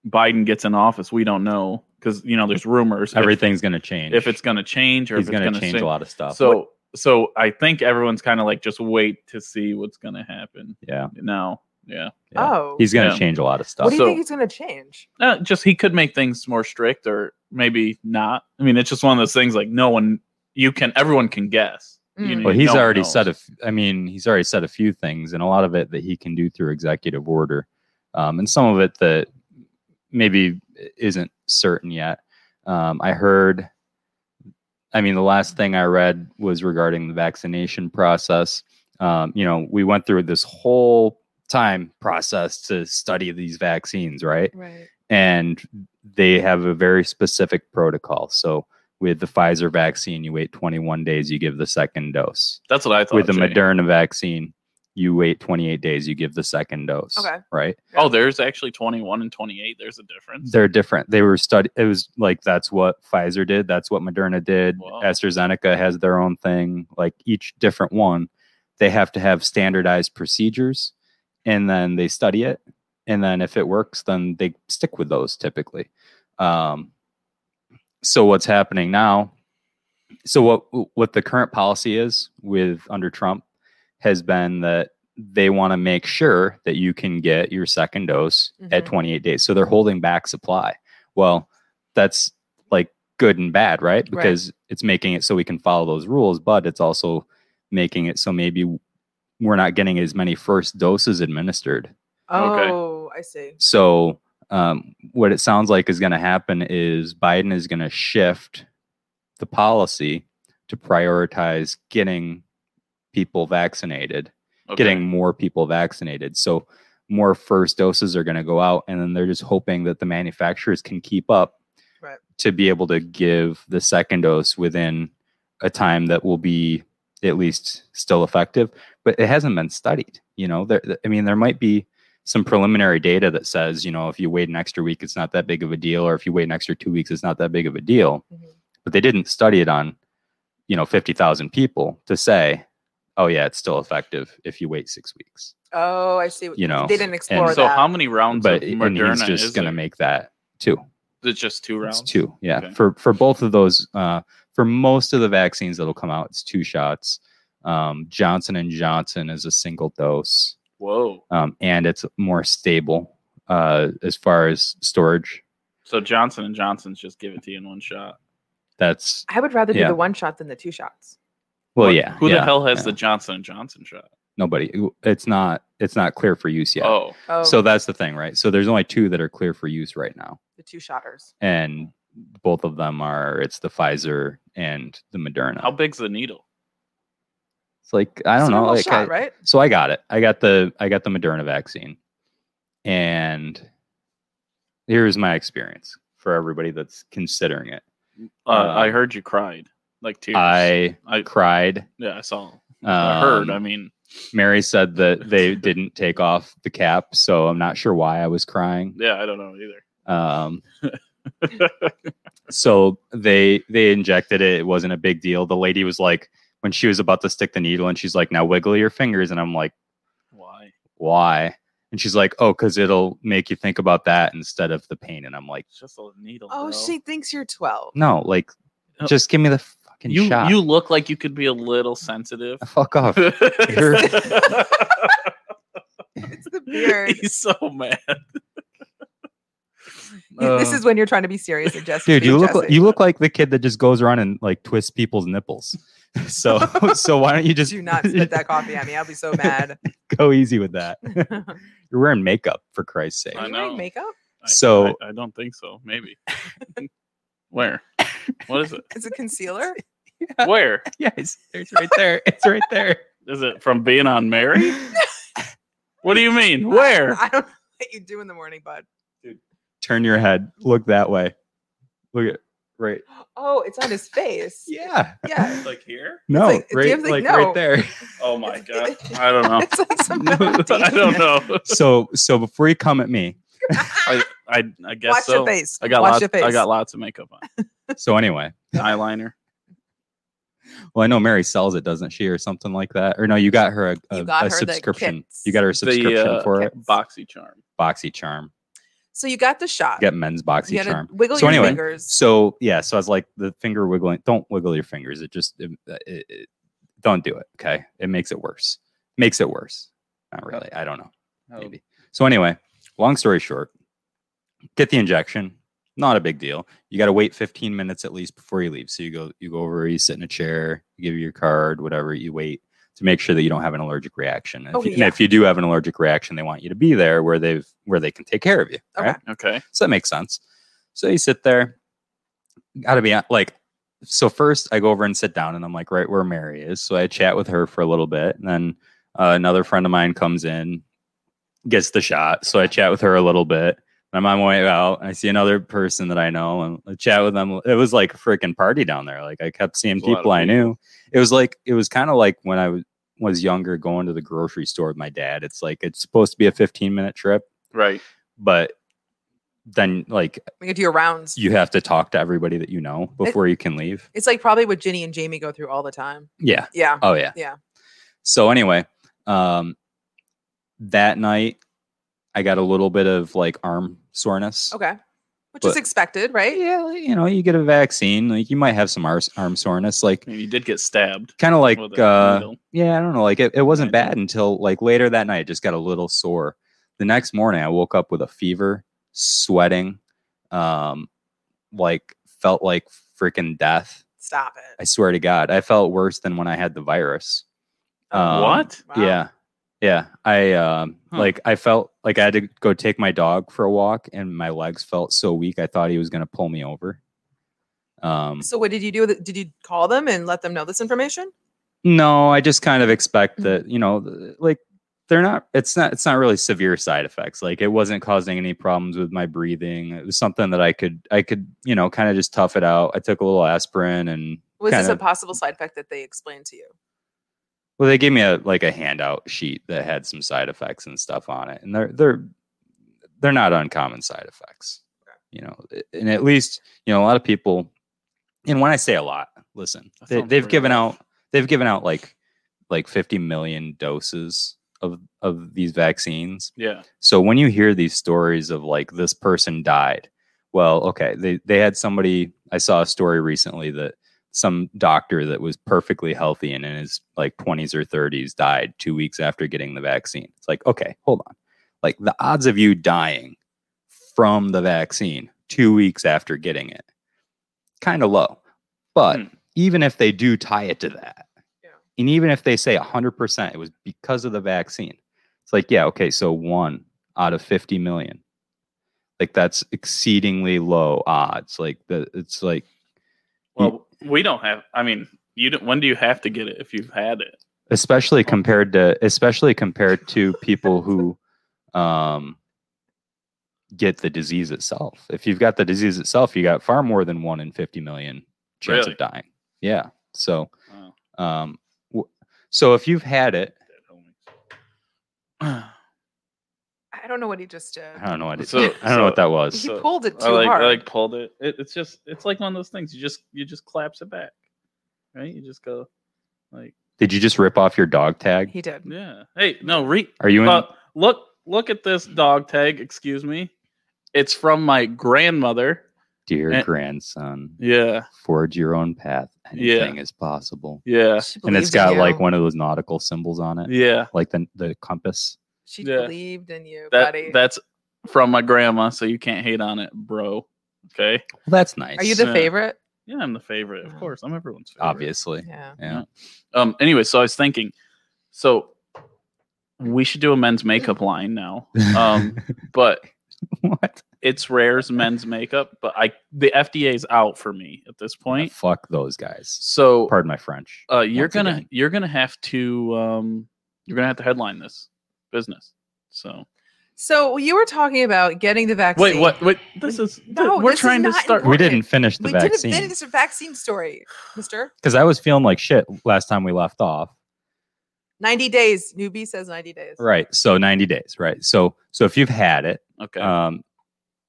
[SPEAKER 1] Biden gets in office, we don't know because you know there's rumors if-
[SPEAKER 3] Everything's gonna change.
[SPEAKER 1] if it's going to change or if
[SPEAKER 3] he's
[SPEAKER 1] it's
[SPEAKER 3] gonna,
[SPEAKER 1] going to
[SPEAKER 3] change a lot of stuff.
[SPEAKER 1] So, so I think everyone's kind of like just wait to see what's going to happen
[SPEAKER 3] yeah,
[SPEAKER 1] now. Yeah,
[SPEAKER 3] yeah.
[SPEAKER 2] Oh.
[SPEAKER 3] he's gonna
[SPEAKER 1] Yeah.
[SPEAKER 3] change a lot of
[SPEAKER 2] what
[SPEAKER 3] stuff.
[SPEAKER 2] do you
[SPEAKER 1] so-
[SPEAKER 2] think he's gonna change?
[SPEAKER 1] Uh, just he could make things more strict or maybe not. I mean, it's just one of those things like no one you can everyone can guess. You
[SPEAKER 2] Mm.
[SPEAKER 1] know,
[SPEAKER 3] Well, he's
[SPEAKER 1] don't
[SPEAKER 3] already
[SPEAKER 1] know.
[SPEAKER 3] said a. F- I mean, he's already said a few things, and a lot of it that he can do through executive order, um, and some of it that maybe isn't certain yet. Um, I heard. I mean, the last thing I read was regarding the vaccination process. Um, you know, we went through this whole time process to study these vaccines, right?
[SPEAKER 2] Right.
[SPEAKER 3] and they have a very specific protocol. So with the Pfizer vaccine, you wait 21 days, you give the second dose.
[SPEAKER 1] That's what I thought.
[SPEAKER 3] with the
[SPEAKER 1] Jay.
[SPEAKER 3] Moderna vaccine, you wait 28 days, you give the second dose.
[SPEAKER 2] Okay.
[SPEAKER 3] Right?
[SPEAKER 1] Oh, there's actually 21 and 28. There's a difference.
[SPEAKER 3] They're different. They were study. It was like that's what Pfizer did. That's what Moderna did.
[SPEAKER 1] Wow.
[SPEAKER 3] AstraZeneca has their own thing. Like each different one, they have to have standardized procedures, and then they study it, and then if it works, then they stick with those typically. Um, so what's happening now? So what what the current policy is with under Trump has been that they want to make sure that you can get your second dose at
[SPEAKER 2] Mhm.
[SPEAKER 3] 28 days. So they're holding back supply. Well, that's like good and bad, right? Because it's making it so we can follow those rules, but it's also making it so maybe we're not getting as many first doses administered
[SPEAKER 1] Okay.
[SPEAKER 2] Oh, I see.
[SPEAKER 3] so um, what it sounds like is going to happen is Biden is going to shift the policy to prioritize getting people vaccinated,
[SPEAKER 1] Okay.
[SPEAKER 3] getting more people vaccinated. So more first doses are going to go out, and then they're just hoping that the manufacturers can keep up
[SPEAKER 2] Right.
[SPEAKER 3] to be able to give the second dose within a time that will be at least still effective. But it hasn't been studied. You know, there, I mean, there might be some preliminary data that says, you know, if you wait an extra week, it's not that big of a deal, or if you wait an extra two weeks, it's not that big of a deal.
[SPEAKER 2] Mhm.
[SPEAKER 3] But they didn't study it on, you know, 50,000 people to say, oh, yeah, it's still effective if you wait six weeks.
[SPEAKER 2] Oh, I see. what-
[SPEAKER 3] You know,
[SPEAKER 2] they didn't explore
[SPEAKER 1] so
[SPEAKER 2] that.
[SPEAKER 1] how many rounds of
[SPEAKER 3] But and he's
[SPEAKER 1] Moderna
[SPEAKER 3] just
[SPEAKER 1] is
[SPEAKER 3] going
[SPEAKER 1] there?
[SPEAKER 3] to make that two.
[SPEAKER 1] It's just two rounds.
[SPEAKER 3] It's two. Yeah.
[SPEAKER 1] Okay.
[SPEAKER 3] For for both of those, uh, for most of the vaccines that'll come out, it's two shots. Um, Johnson and Johnson is a single dose,
[SPEAKER 1] Whoa.
[SPEAKER 3] um, and it's more stable uh, as far as storage.
[SPEAKER 1] So Johnson and Johnson's just give it to you in one shot.
[SPEAKER 3] That's
[SPEAKER 2] I would rather do
[SPEAKER 3] Yeah.
[SPEAKER 2] the one shot than the two shots.
[SPEAKER 3] well,
[SPEAKER 1] What-
[SPEAKER 3] yeah.
[SPEAKER 1] Who
[SPEAKER 3] yeah,
[SPEAKER 1] the hell has
[SPEAKER 3] yeah.
[SPEAKER 1] the Johnson and Johnson shot?
[SPEAKER 3] nobody? It's not. It's not clear for use yet.
[SPEAKER 1] Oh,
[SPEAKER 2] Oh,
[SPEAKER 3] So that's the thing, right? So there's only two that are clear for use right now,
[SPEAKER 2] the two shotters.
[SPEAKER 3] and both of them are. It's the Pfizer and the Moderna.
[SPEAKER 1] how big's the needle?
[SPEAKER 3] It's like I don't know. Like I,
[SPEAKER 2] shot, right?
[SPEAKER 3] so I got it. I got the I got the Moderna vaccine, and here's my experience for everybody that's considering it.
[SPEAKER 1] Uh,
[SPEAKER 3] Uh,
[SPEAKER 1] I heard you cried like tears.
[SPEAKER 3] I
[SPEAKER 1] I
[SPEAKER 3] cried.
[SPEAKER 1] yeah, I saw. I heard. I
[SPEAKER 3] Um,
[SPEAKER 1] mean,
[SPEAKER 3] Mary said that they didn't take off the cap, so I'm not sure why I was crying.
[SPEAKER 1] yeah, I don't know either.
[SPEAKER 3] Um, so they they injected it. It wasn't a big deal. The lady was like, when she was about to stick the needle, and she's like, "Now wiggle your fingers," and I'm like,
[SPEAKER 1] Why?
[SPEAKER 3] "Why?" And she's like, "Oh, because it'll make you think about that instead of the pain." And I'm like,
[SPEAKER 1] It's just a needle.
[SPEAKER 2] Oh,
[SPEAKER 1] bro.
[SPEAKER 2] she thinks you're 12.
[SPEAKER 3] "No, like,
[SPEAKER 1] Oh.
[SPEAKER 3] just give me the fucking
[SPEAKER 1] You
[SPEAKER 3] shot.
[SPEAKER 1] you look like you could be a little sensitive.
[SPEAKER 3] fuck off." You're-
[SPEAKER 2] It's the beard.
[SPEAKER 1] He's so mad.
[SPEAKER 2] You- this
[SPEAKER 3] Uh,
[SPEAKER 2] is when you're trying to be serious and just
[SPEAKER 3] Dude,
[SPEAKER 2] being
[SPEAKER 3] you look like,
[SPEAKER 2] Jesse.
[SPEAKER 3] you look like the kid that just goes around and like twists people's nipples. So so why don't you just
[SPEAKER 2] Do not spit that coffee at me. I'll be so mad.
[SPEAKER 3] go easy with that?
[SPEAKER 2] Are
[SPEAKER 3] You're wearing makeup for Christ's sake.
[SPEAKER 1] I
[SPEAKER 2] you
[SPEAKER 1] know.
[SPEAKER 2] wearing makeup?
[SPEAKER 1] I-
[SPEAKER 3] So-
[SPEAKER 1] I, I don't think so. Maybe. Where? What is it?
[SPEAKER 2] Is it concealer?
[SPEAKER 1] Where
[SPEAKER 3] Yes, it's right there. It's right there.
[SPEAKER 1] is it from being on Mary? What do you mean? Where?
[SPEAKER 2] I don't know what you do in the morning, bud.
[SPEAKER 3] Turn your head. Look that way. Look at right.
[SPEAKER 2] Oh, it's on his face.
[SPEAKER 3] Yeah.
[SPEAKER 2] Yeah.
[SPEAKER 1] Like here?
[SPEAKER 3] No,
[SPEAKER 2] like- do you
[SPEAKER 3] right,
[SPEAKER 2] have, like,
[SPEAKER 3] like
[SPEAKER 2] no.
[SPEAKER 3] right there.
[SPEAKER 1] Oh my god! I don't know.
[SPEAKER 2] It's on some
[SPEAKER 3] No,
[SPEAKER 2] kind of
[SPEAKER 1] I don't
[SPEAKER 2] demon.
[SPEAKER 1] know.
[SPEAKER 3] So so before you come at me.
[SPEAKER 1] I I, I guess
[SPEAKER 2] Watch
[SPEAKER 1] so.
[SPEAKER 2] your face.
[SPEAKER 1] I got
[SPEAKER 2] Watch
[SPEAKER 1] lots.
[SPEAKER 2] your face.
[SPEAKER 1] I got lots of makeup on.
[SPEAKER 3] So anyway,
[SPEAKER 1] Eyeliner.
[SPEAKER 3] well I know Mary sells it, doesn't she, or something like that? Or no, you got her a, a,
[SPEAKER 2] You got
[SPEAKER 3] a
[SPEAKER 2] her the
[SPEAKER 3] subscription.
[SPEAKER 2] kits.
[SPEAKER 3] You got her a subscription
[SPEAKER 1] uh,
[SPEAKER 3] for it.
[SPEAKER 2] kits.
[SPEAKER 1] Boxy charm.
[SPEAKER 3] Boxy charm.
[SPEAKER 2] So you got the shot.
[SPEAKER 3] Get men's boxy
[SPEAKER 2] Uh, You gotta
[SPEAKER 3] charm.
[SPEAKER 2] wiggle
[SPEAKER 3] So
[SPEAKER 2] your
[SPEAKER 3] anyway,
[SPEAKER 2] fingers.
[SPEAKER 3] So yeah, so I was like the finger wiggling. Don't wiggle your fingers. It just it, it, it- don't do it. Okay, it makes it worse. Makes it worse. Not really.
[SPEAKER 1] Oh,
[SPEAKER 2] Oh.
[SPEAKER 3] I don't know. Maybe. So anyway, long story short, get the injection. Not a big deal. You got to wait 15 minutes at least before you leave. So you go, you go over, you sit in a chair, you give you your card, whatever. You wait to make sure that you don't have an allergic reaction. And,
[SPEAKER 2] Oh,
[SPEAKER 3] if, you,
[SPEAKER 2] yeah.
[SPEAKER 3] and if you do have an allergic reaction, they want you to be there where they've where they can take care of you.
[SPEAKER 2] Okay.
[SPEAKER 3] right?
[SPEAKER 1] Okay.
[SPEAKER 3] So that makes sense. So you sit there. Got to be hon- like, so first I go over and sit down, and I'm like right where Mary is. So I chat with her for a little bit, and then uh, another friend of mine comes in, gets the shot. So I chat with her a little bit. and I'm on my way out, and I see another person that I know, and I chat with them. It was like a freaking party down there. Like I kept seeing
[SPEAKER 1] There's a lot of
[SPEAKER 3] people I
[SPEAKER 1] people.
[SPEAKER 3] knew. It was like it was kind of like when I was was younger, going to the grocery store with my dad. It's like it's supposed to be a 15 minute trip,
[SPEAKER 1] Right.
[SPEAKER 3] but then like
[SPEAKER 2] We could do your rounds.
[SPEAKER 3] you have to talk to everybody that you know before you can leave.
[SPEAKER 2] It's like probably what Ginny and Jamie go through all the time.
[SPEAKER 3] Yeah.
[SPEAKER 2] Yeah.
[SPEAKER 3] Oh yeah.
[SPEAKER 2] Yeah.
[SPEAKER 3] So anyway, um that night I got a little bit of like arm soreness.
[SPEAKER 2] Okay. Which is
[SPEAKER 3] But-
[SPEAKER 2] expected, right?
[SPEAKER 3] Yeah, like, you know, you get a vaccine, like you might have some ar- arm soreness, like
[SPEAKER 1] And you did get stabbed.
[SPEAKER 3] kind of like
[SPEAKER 1] with a
[SPEAKER 3] uh
[SPEAKER 1] needle.
[SPEAKER 3] yeah, I don't know, like it, it wasn't
[SPEAKER 1] Right.
[SPEAKER 3] bad until like later that night, it just got a little sore. The next morning I woke up with a fever, sweating, um like felt like freaking death.
[SPEAKER 2] Stop it.
[SPEAKER 3] I swear to God, I felt worse than when I had the virus. Um,
[SPEAKER 1] what?
[SPEAKER 2] Wow.
[SPEAKER 3] Yeah, yeah. I um,
[SPEAKER 1] Huh.
[SPEAKER 3] like I felt like I had to go take my dog for a walk, and my legs felt so weak. I thought he was going to pull me over. Um,
[SPEAKER 2] So what did you do? With it? Did you call them and let them know this information?
[SPEAKER 3] no, I just kind of expect
[SPEAKER 2] Mhm.
[SPEAKER 3] that you know, th- like they're not. It's not. It's not really severe side effects. Like it wasn't causing any problems with my breathing. It was something that I could, I could, you know, kind of just tough it out. I took a little aspirin and
[SPEAKER 2] Was this
[SPEAKER 3] kinda-
[SPEAKER 2] a possible side effect that they explained to you?
[SPEAKER 3] Well, they gave me a like a handout sheet that had some side effects and stuff on it, and they're they're they're not uncommon side effects, you know. And at least you know a lot of people. And when I say a lot, listen,
[SPEAKER 1] That
[SPEAKER 3] they,
[SPEAKER 1] sounds
[SPEAKER 3] they've
[SPEAKER 1] pretty
[SPEAKER 3] given
[SPEAKER 1] rough.
[SPEAKER 3] out they've given out like like fifty million doses of of these vaccines,
[SPEAKER 1] Yeah.
[SPEAKER 3] so when you hear these stories of like this person died, well, okay, they they had somebody. I saw a story recently that some doctor that was perfectly healthy and in his like 20s or 30s died 2 weeks after getting the vaccine. It's like, okay, hold on. Like the odds of you dying from the vaccine 2 weeks after getting it kind of low. But
[SPEAKER 1] Hmm.
[SPEAKER 3] even if they do tie it to that.
[SPEAKER 2] Yeah.
[SPEAKER 3] And even if they say 100% it was because of the vaccine. It's like, yeah, okay, so one out of 50 million. Like that's exceedingly low odds. Like the it's like
[SPEAKER 1] Well, we don't have. I mean, you don't. When do you have to get it if you've had it?
[SPEAKER 3] especially compared to especially compared to people who um get the disease itself. If you've got the disease itself, you got far more than one in 50 million chance
[SPEAKER 1] Really?
[SPEAKER 3] of dying. Yeah. So
[SPEAKER 1] Wow.
[SPEAKER 3] um w- so if you've had it,
[SPEAKER 2] I don't know what he just did.
[SPEAKER 3] I don't know what it,
[SPEAKER 1] So-
[SPEAKER 3] I don't know what
[SPEAKER 1] so-
[SPEAKER 3] that was.
[SPEAKER 2] He pulled it
[SPEAKER 1] I
[SPEAKER 2] too
[SPEAKER 1] like,
[SPEAKER 2] hard.
[SPEAKER 1] I like pulled it. it. It's just. It's like one of those things. You just. You just collapse it back. Right. You just go. Like.
[SPEAKER 3] Did you just rip off your dog tag?
[SPEAKER 2] He did.
[SPEAKER 1] Yeah. Hey. No. Re.
[SPEAKER 3] Are you in?
[SPEAKER 1] Uh, look. Look at this dog tag. Excuse me. It's from my grandmother.
[SPEAKER 3] Dear
[SPEAKER 1] eh.
[SPEAKER 3] grandson,
[SPEAKER 1] Yeah.
[SPEAKER 3] forge your own path.
[SPEAKER 1] Yeah.
[SPEAKER 3] Anything is possible.
[SPEAKER 1] Yeah.
[SPEAKER 2] She
[SPEAKER 3] And it's
[SPEAKER 2] believed in
[SPEAKER 3] got like
[SPEAKER 2] you.
[SPEAKER 3] one of those nautical symbols on it,
[SPEAKER 1] Yeah.
[SPEAKER 3] like the the compass.
[SPEAKER 2] She
[SPEAKER 1] Yeah.
[SPEAKER 2] believed in you,
[SPEAKER 1] That.
[SPEAKER 2] buddy.
[SPEAKER 1] That's from my grandma. So you can't hate on it, bro. Okay.
[SPEAKER 3] Well, that's nice.
[SPEAKER 2] Are you the
[SPEAKER 1] Yeah.
[SPEAKER 2] favorite?
[SPEAKER 1] Yeah, I'm the favorite. Of
[SPEAKER 2] Mhm.
[SPEAKER 1] course, I'm everyone's favorite.
[SPEAKER 3] obviously?
[SPEAKER 2] Yeah.
[SPEAKER 3] Yeah.
[SPEAKER 1] Um. Anyway, so I was thinking, so we should do a men's makeup line now. Um. but
[SPEAKER 3] what?
[SPEAKER 1] it's rare's men's makeup, but I the FDA's out for me at this point.
[SPEAKER 3] Fuck those guys.
[SPEAKER 1] So
[SPEAKER 3] Pardon my French.
[SPEAKER 1] uh, you're
[SPEAKER 3] once
[SPEAKER 1] gonna
[SPEAKER 3] again.
[SPEAKER 1] you're gonna have to um you're gonna have to headline this business. So
[SPEAKER 2] So you were talking about getting the vaccine.
[SPEAKER 1] wait, what? Wait, this is
[SPEAKER 2] No,
[SPEAKER 1] we're
[SPEAKER 2] this is
[SPEAKER 1] trying to
[SPEAKER 2] not
[SPEAKER 1] start.
[SPEAKER 3] We
[SPEAKER 2] important.
[SPEAKER 3] didn't finish the
[SPEAKER 2] We
[SPEAKER 3] vaccine
[SPEAKER 2] didn't finish the vaccine story, Mister.
[SPEAKER 3] because I was feeling like shit last time we left off.
[SPEAKER 2] Ninety days. Newbie says ninety days.
[SPEAKER 3] Right. So ninety days. Right. So so if you've had it,
[SPEAKER 1] Okay,
[SPEAKER 3] um,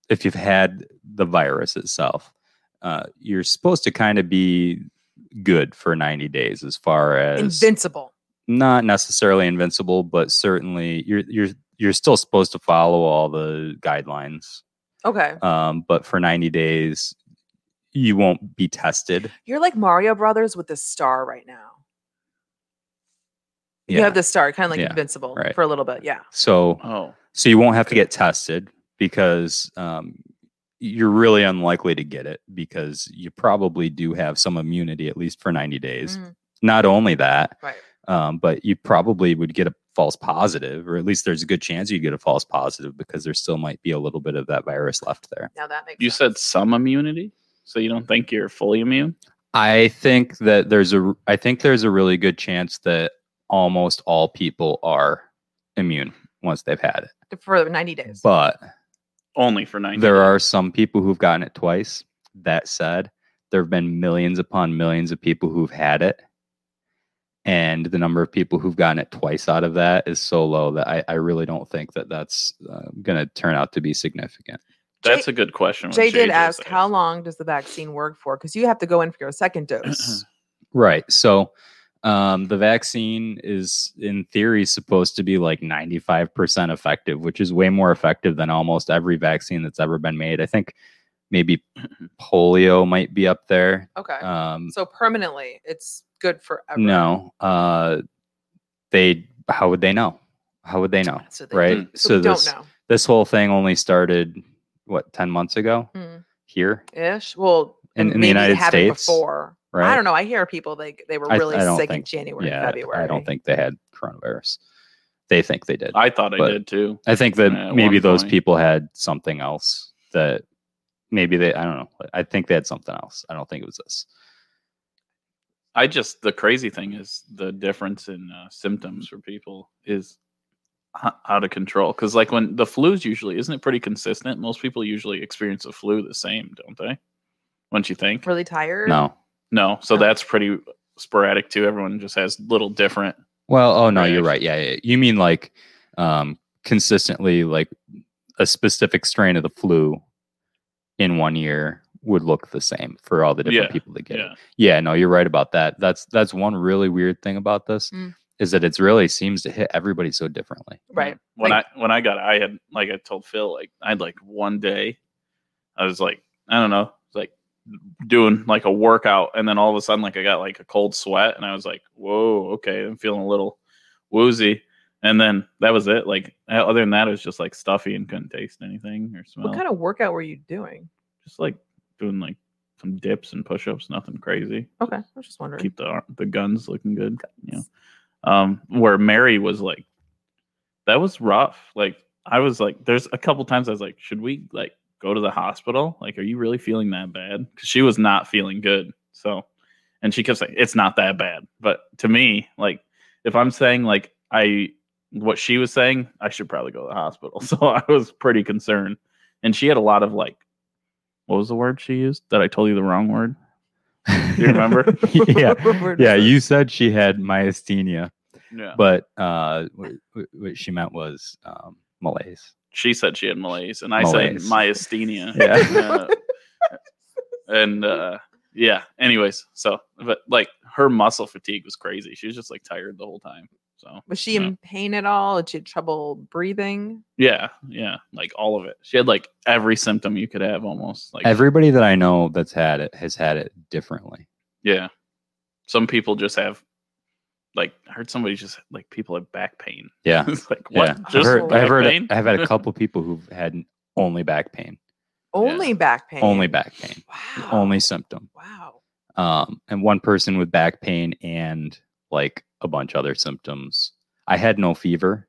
[SPEAKER 3] if you've had the virus itself, uh, you're supposed to kind of be good for 90 days as far as
[SPEAKER 2] Invincible.
[SPEAKER 3] not necessarily invincible, but certainly you're you're you're still supposed to follow all the guidelines.
[SPEAKER 2] Okay.
[SPEAKER 3] Um, but for 90 days, you won't be tested.
[SPEAKER 2] You're like Mario Brothers with the star right now. You
[SPEAKER 3] Yeah.
[SPEAKER 2] have the star, kind of like
[SPEAKER 3] Yeah,
[SPEAKER 2] Invincible
[SPEAKER 3] right.
[SPEAKER 2] for a little bit. Yeah.
[SPEAKER 3] so
[SPEAKER 1] oh
[SPEAKER 3] so you won't have to get tested because um, you're really unlikely to get it because you probably do have some immunity at least for 90 days.
[SPEAKER 2] Mm,
[SPEAKER 3] Not only that,
[SPEAKER 2] right.
[SPEAKER 3] um, but you probably would get a false positive, or at least there's a good chance you'd get a false positive because there still might be a little bit of that virus left there.
[SPEAKER 2] Now that makes
[SPEAKER 1] You said
[SPEAKER 2] sense.
[SPEAKER 1] some immunity, so you don't think you're fully immune.
[SPEAKER 3] I think that there's a I think there's a really good chance that almost all people are immune once they've had it.
[SPEAKER 2] for 90 days.
[SPEAKER 3] But
[SPEAKER 1] Only for ninety.
[SPEAKER 3] there are some people who've gotten it twice. That said, there have been millions upon millions of people who've had it. And the number of people who've gotten it twice out of that is so low that I, I really don't think that that's uh, going to turn out to be significant.
[SPEAKER 1] That's
[SPEAKER 2] Jay-
[SPEAKER 1] a good question. when
[SPEAKER 2] Jay did
[SPEAKER 1] JJ
[SPEAKER 2] ask,
[SPEAKER 1] says.
[SPEAKER 2] how long does the vaccine work for? Because you have to go in for your second dose.
[SPEAKER 3] Right. So um, the vaccine is, in theory, supposed to be like 95% effective, which is way more effective than almost every vaccine that's ever been made. I think maybe polio might be up there.
[SPEAKER 2] okay.
[SPEAKER 3] Um,
[SPEAKER 2] so permanently, it's good forever.
[SPEAKER 3] no, uh, they. How would they know? How would they know?
[SPEAKER 2] So they
[SPEAKER 3] Right.
[SPEAKER 2] So, we
[SPEAKER 3] this
[SPEAKER 2] don't know.
[SPEAKER 3] this whole thing only started what ten months ago
[SPEAKER 2] Mm,
[SPEAKER 3] here,
[SPEAKER 2] ish. Well,
[SPEAKER 3] In-
[SPEAKER 2] and
[SPEAKER 3] in
[SPEAKER 2] maybe
[SPEAKER 3] the United
[SPEAKER 2] it happened
[SPEAKER 3] States,
[SPEAKER 2] Before.
[SPEAKER 3] right?
[SPEAKER 2] I don't know. I hear people they they were
[SPEAKER 3] I-
[SPEAKER 2] really
[SPEAKER 3] I don't
[SPEAKER 2] sick in
[SPEAKER 3] think-
[SPEAKER 2] January,
[SPEAKER 3] Yeah,
[SPEAKER 2] February.
[SPEAKER 3] I don't think they had coronavirus. They think they did.
[SPEAKER 1] I thought I
[SPEAKER 3] But-
[SPEAKER 1] did too.
[SPEAKER 3] I think that
[SPEAKER 1] Yeah, at
[SPEAKER 3] maybe
[SPEAKER 1] one
[SPEAKER 3] those
[SPEAKER 1] point.
[SPEAKER 3] people had something else that maybe they I don't know. I think they had something else. I don't think it was this.
[SPEAKER 1] I just the crazy thing is the difference in uh, symptoms for people is h- out of control. Because like when the flu's usually isn't it pretty consistent? Most people usually experience the flu the same, don't they? Once you think
[SPEAKER 2] Really tired.
[SPEAKER 3] No.
[SPEAKER 1] no, so
[SPEAKER 2] No.
[SPEAKER 1] that's pretty sporadic too. Everyone just has little different.
[SPEAKER 3] Well, oh no, you're
[SPEAKER 1] Right.
[SPEAKER 3] right. Yeah, yeah. You mean like um consistently like a specific strain of the flu in one year would look the same for all the different
[SPEAKER 1] Yeah,
[SPEAKER 3] people that get it.
[SPEAKER 1] Yeah,
[SPEAKER 3] Yeah, no, you're right about that. That's that's one really weird thing about this
[SPEAKER 2] Mm.
[SPEAKER 3] is that it's really seems to hit everybody so differently.
[SPEAKER 2] Right.
[SPEAKER 1] When
[SPEAKER 2] Like-
[SPEAKER 1] I when I got, it, I had like I told Phil, like I had like one day, I was like, I don't know, like doing like a workout, and then all of a sudden, like I got like a cold sweat, and I was like, whoa, okay, I'm feeling a little woozy, and then that was it. Like o- other than that, it was just like stuffy and couldn't taste anything or smell.
[SPEAKER 2] What kind of workout were you doing?
[SPEAKER 1] just like doing like some dips and push-ups, nothing crazy
[SPEAKER 2] Okay, I was just wondering.
[SPEAKER 1] keep the ar- the guns looking good. You know, um, where Mary was like, that was rough. Like I was like, there's a couple times I was like, should we like go to the hospital? Like, are you really feeling that bad? Because she was not feeling good. So, and she kept saying it's not that bad. But to me, like, if I'm saying like I what she was saying, I should probably go to the hospital. So I was pretty concerned, and she had a lot of like. What was the word she used? That I told you the wrong word. Do you remember?
[SPEAKER 3] yeah.
[SPEAKER 2] We're
[SPEAKER 3] Yeah,
[SPEAKER 2] just-
[SPEAKER 3] you said she had myasthenia.
[SPEAKER 1] Yeah.
[SPEAKER 3] but uh, w- w- what she meant was um, malaise.
[SPEAKER 1] she said she had malaise, and I
[SPEAKER 3] Malaise.
[SPEAKER 1] said myasthenia.
[SPEAKER 3] Yeah.
[SPEAKER 1] Uh, and uh, yeah. Anyways, so but like her muscle fatigue was crazy. She was just like tired the whole time. So
[SPEAKER 2] Was she in pain at all? Did she have trouble breathing?
[SPEAKER 1] yeah, yeah, like all of it. She had like every symptom you could have almost. Like
[SPEAKER 3] Everybody that I know that's had it has had it differently.
[SPEAKER 1] yeah. Some people just have like I heard somebody just like people have back pain.
[SPEAKER 3] Yeah,
[SPEAKER 1] it's like what?
[SPEAKER 3] yeah. I've
[SPEAKER 1] Just
[SPEAKER 3] heard,
[SPEAKER 1] back
[SPEAKER 3] I've heard,
[SPEAKER 1] pain?
[SPEAKER 3] I've had a couple people who've had only back pain,
[SPEAKER 2] Only back pain.
[SPEAKER 3] only back pain,
[SPEAKER 2] Wow.
[SPEAKER 3] only symptom.
[SPEAKER 2] Wow.
[SPEAKER 3] Um, and one person with back pain and like a bunch other symptoms. I had no fever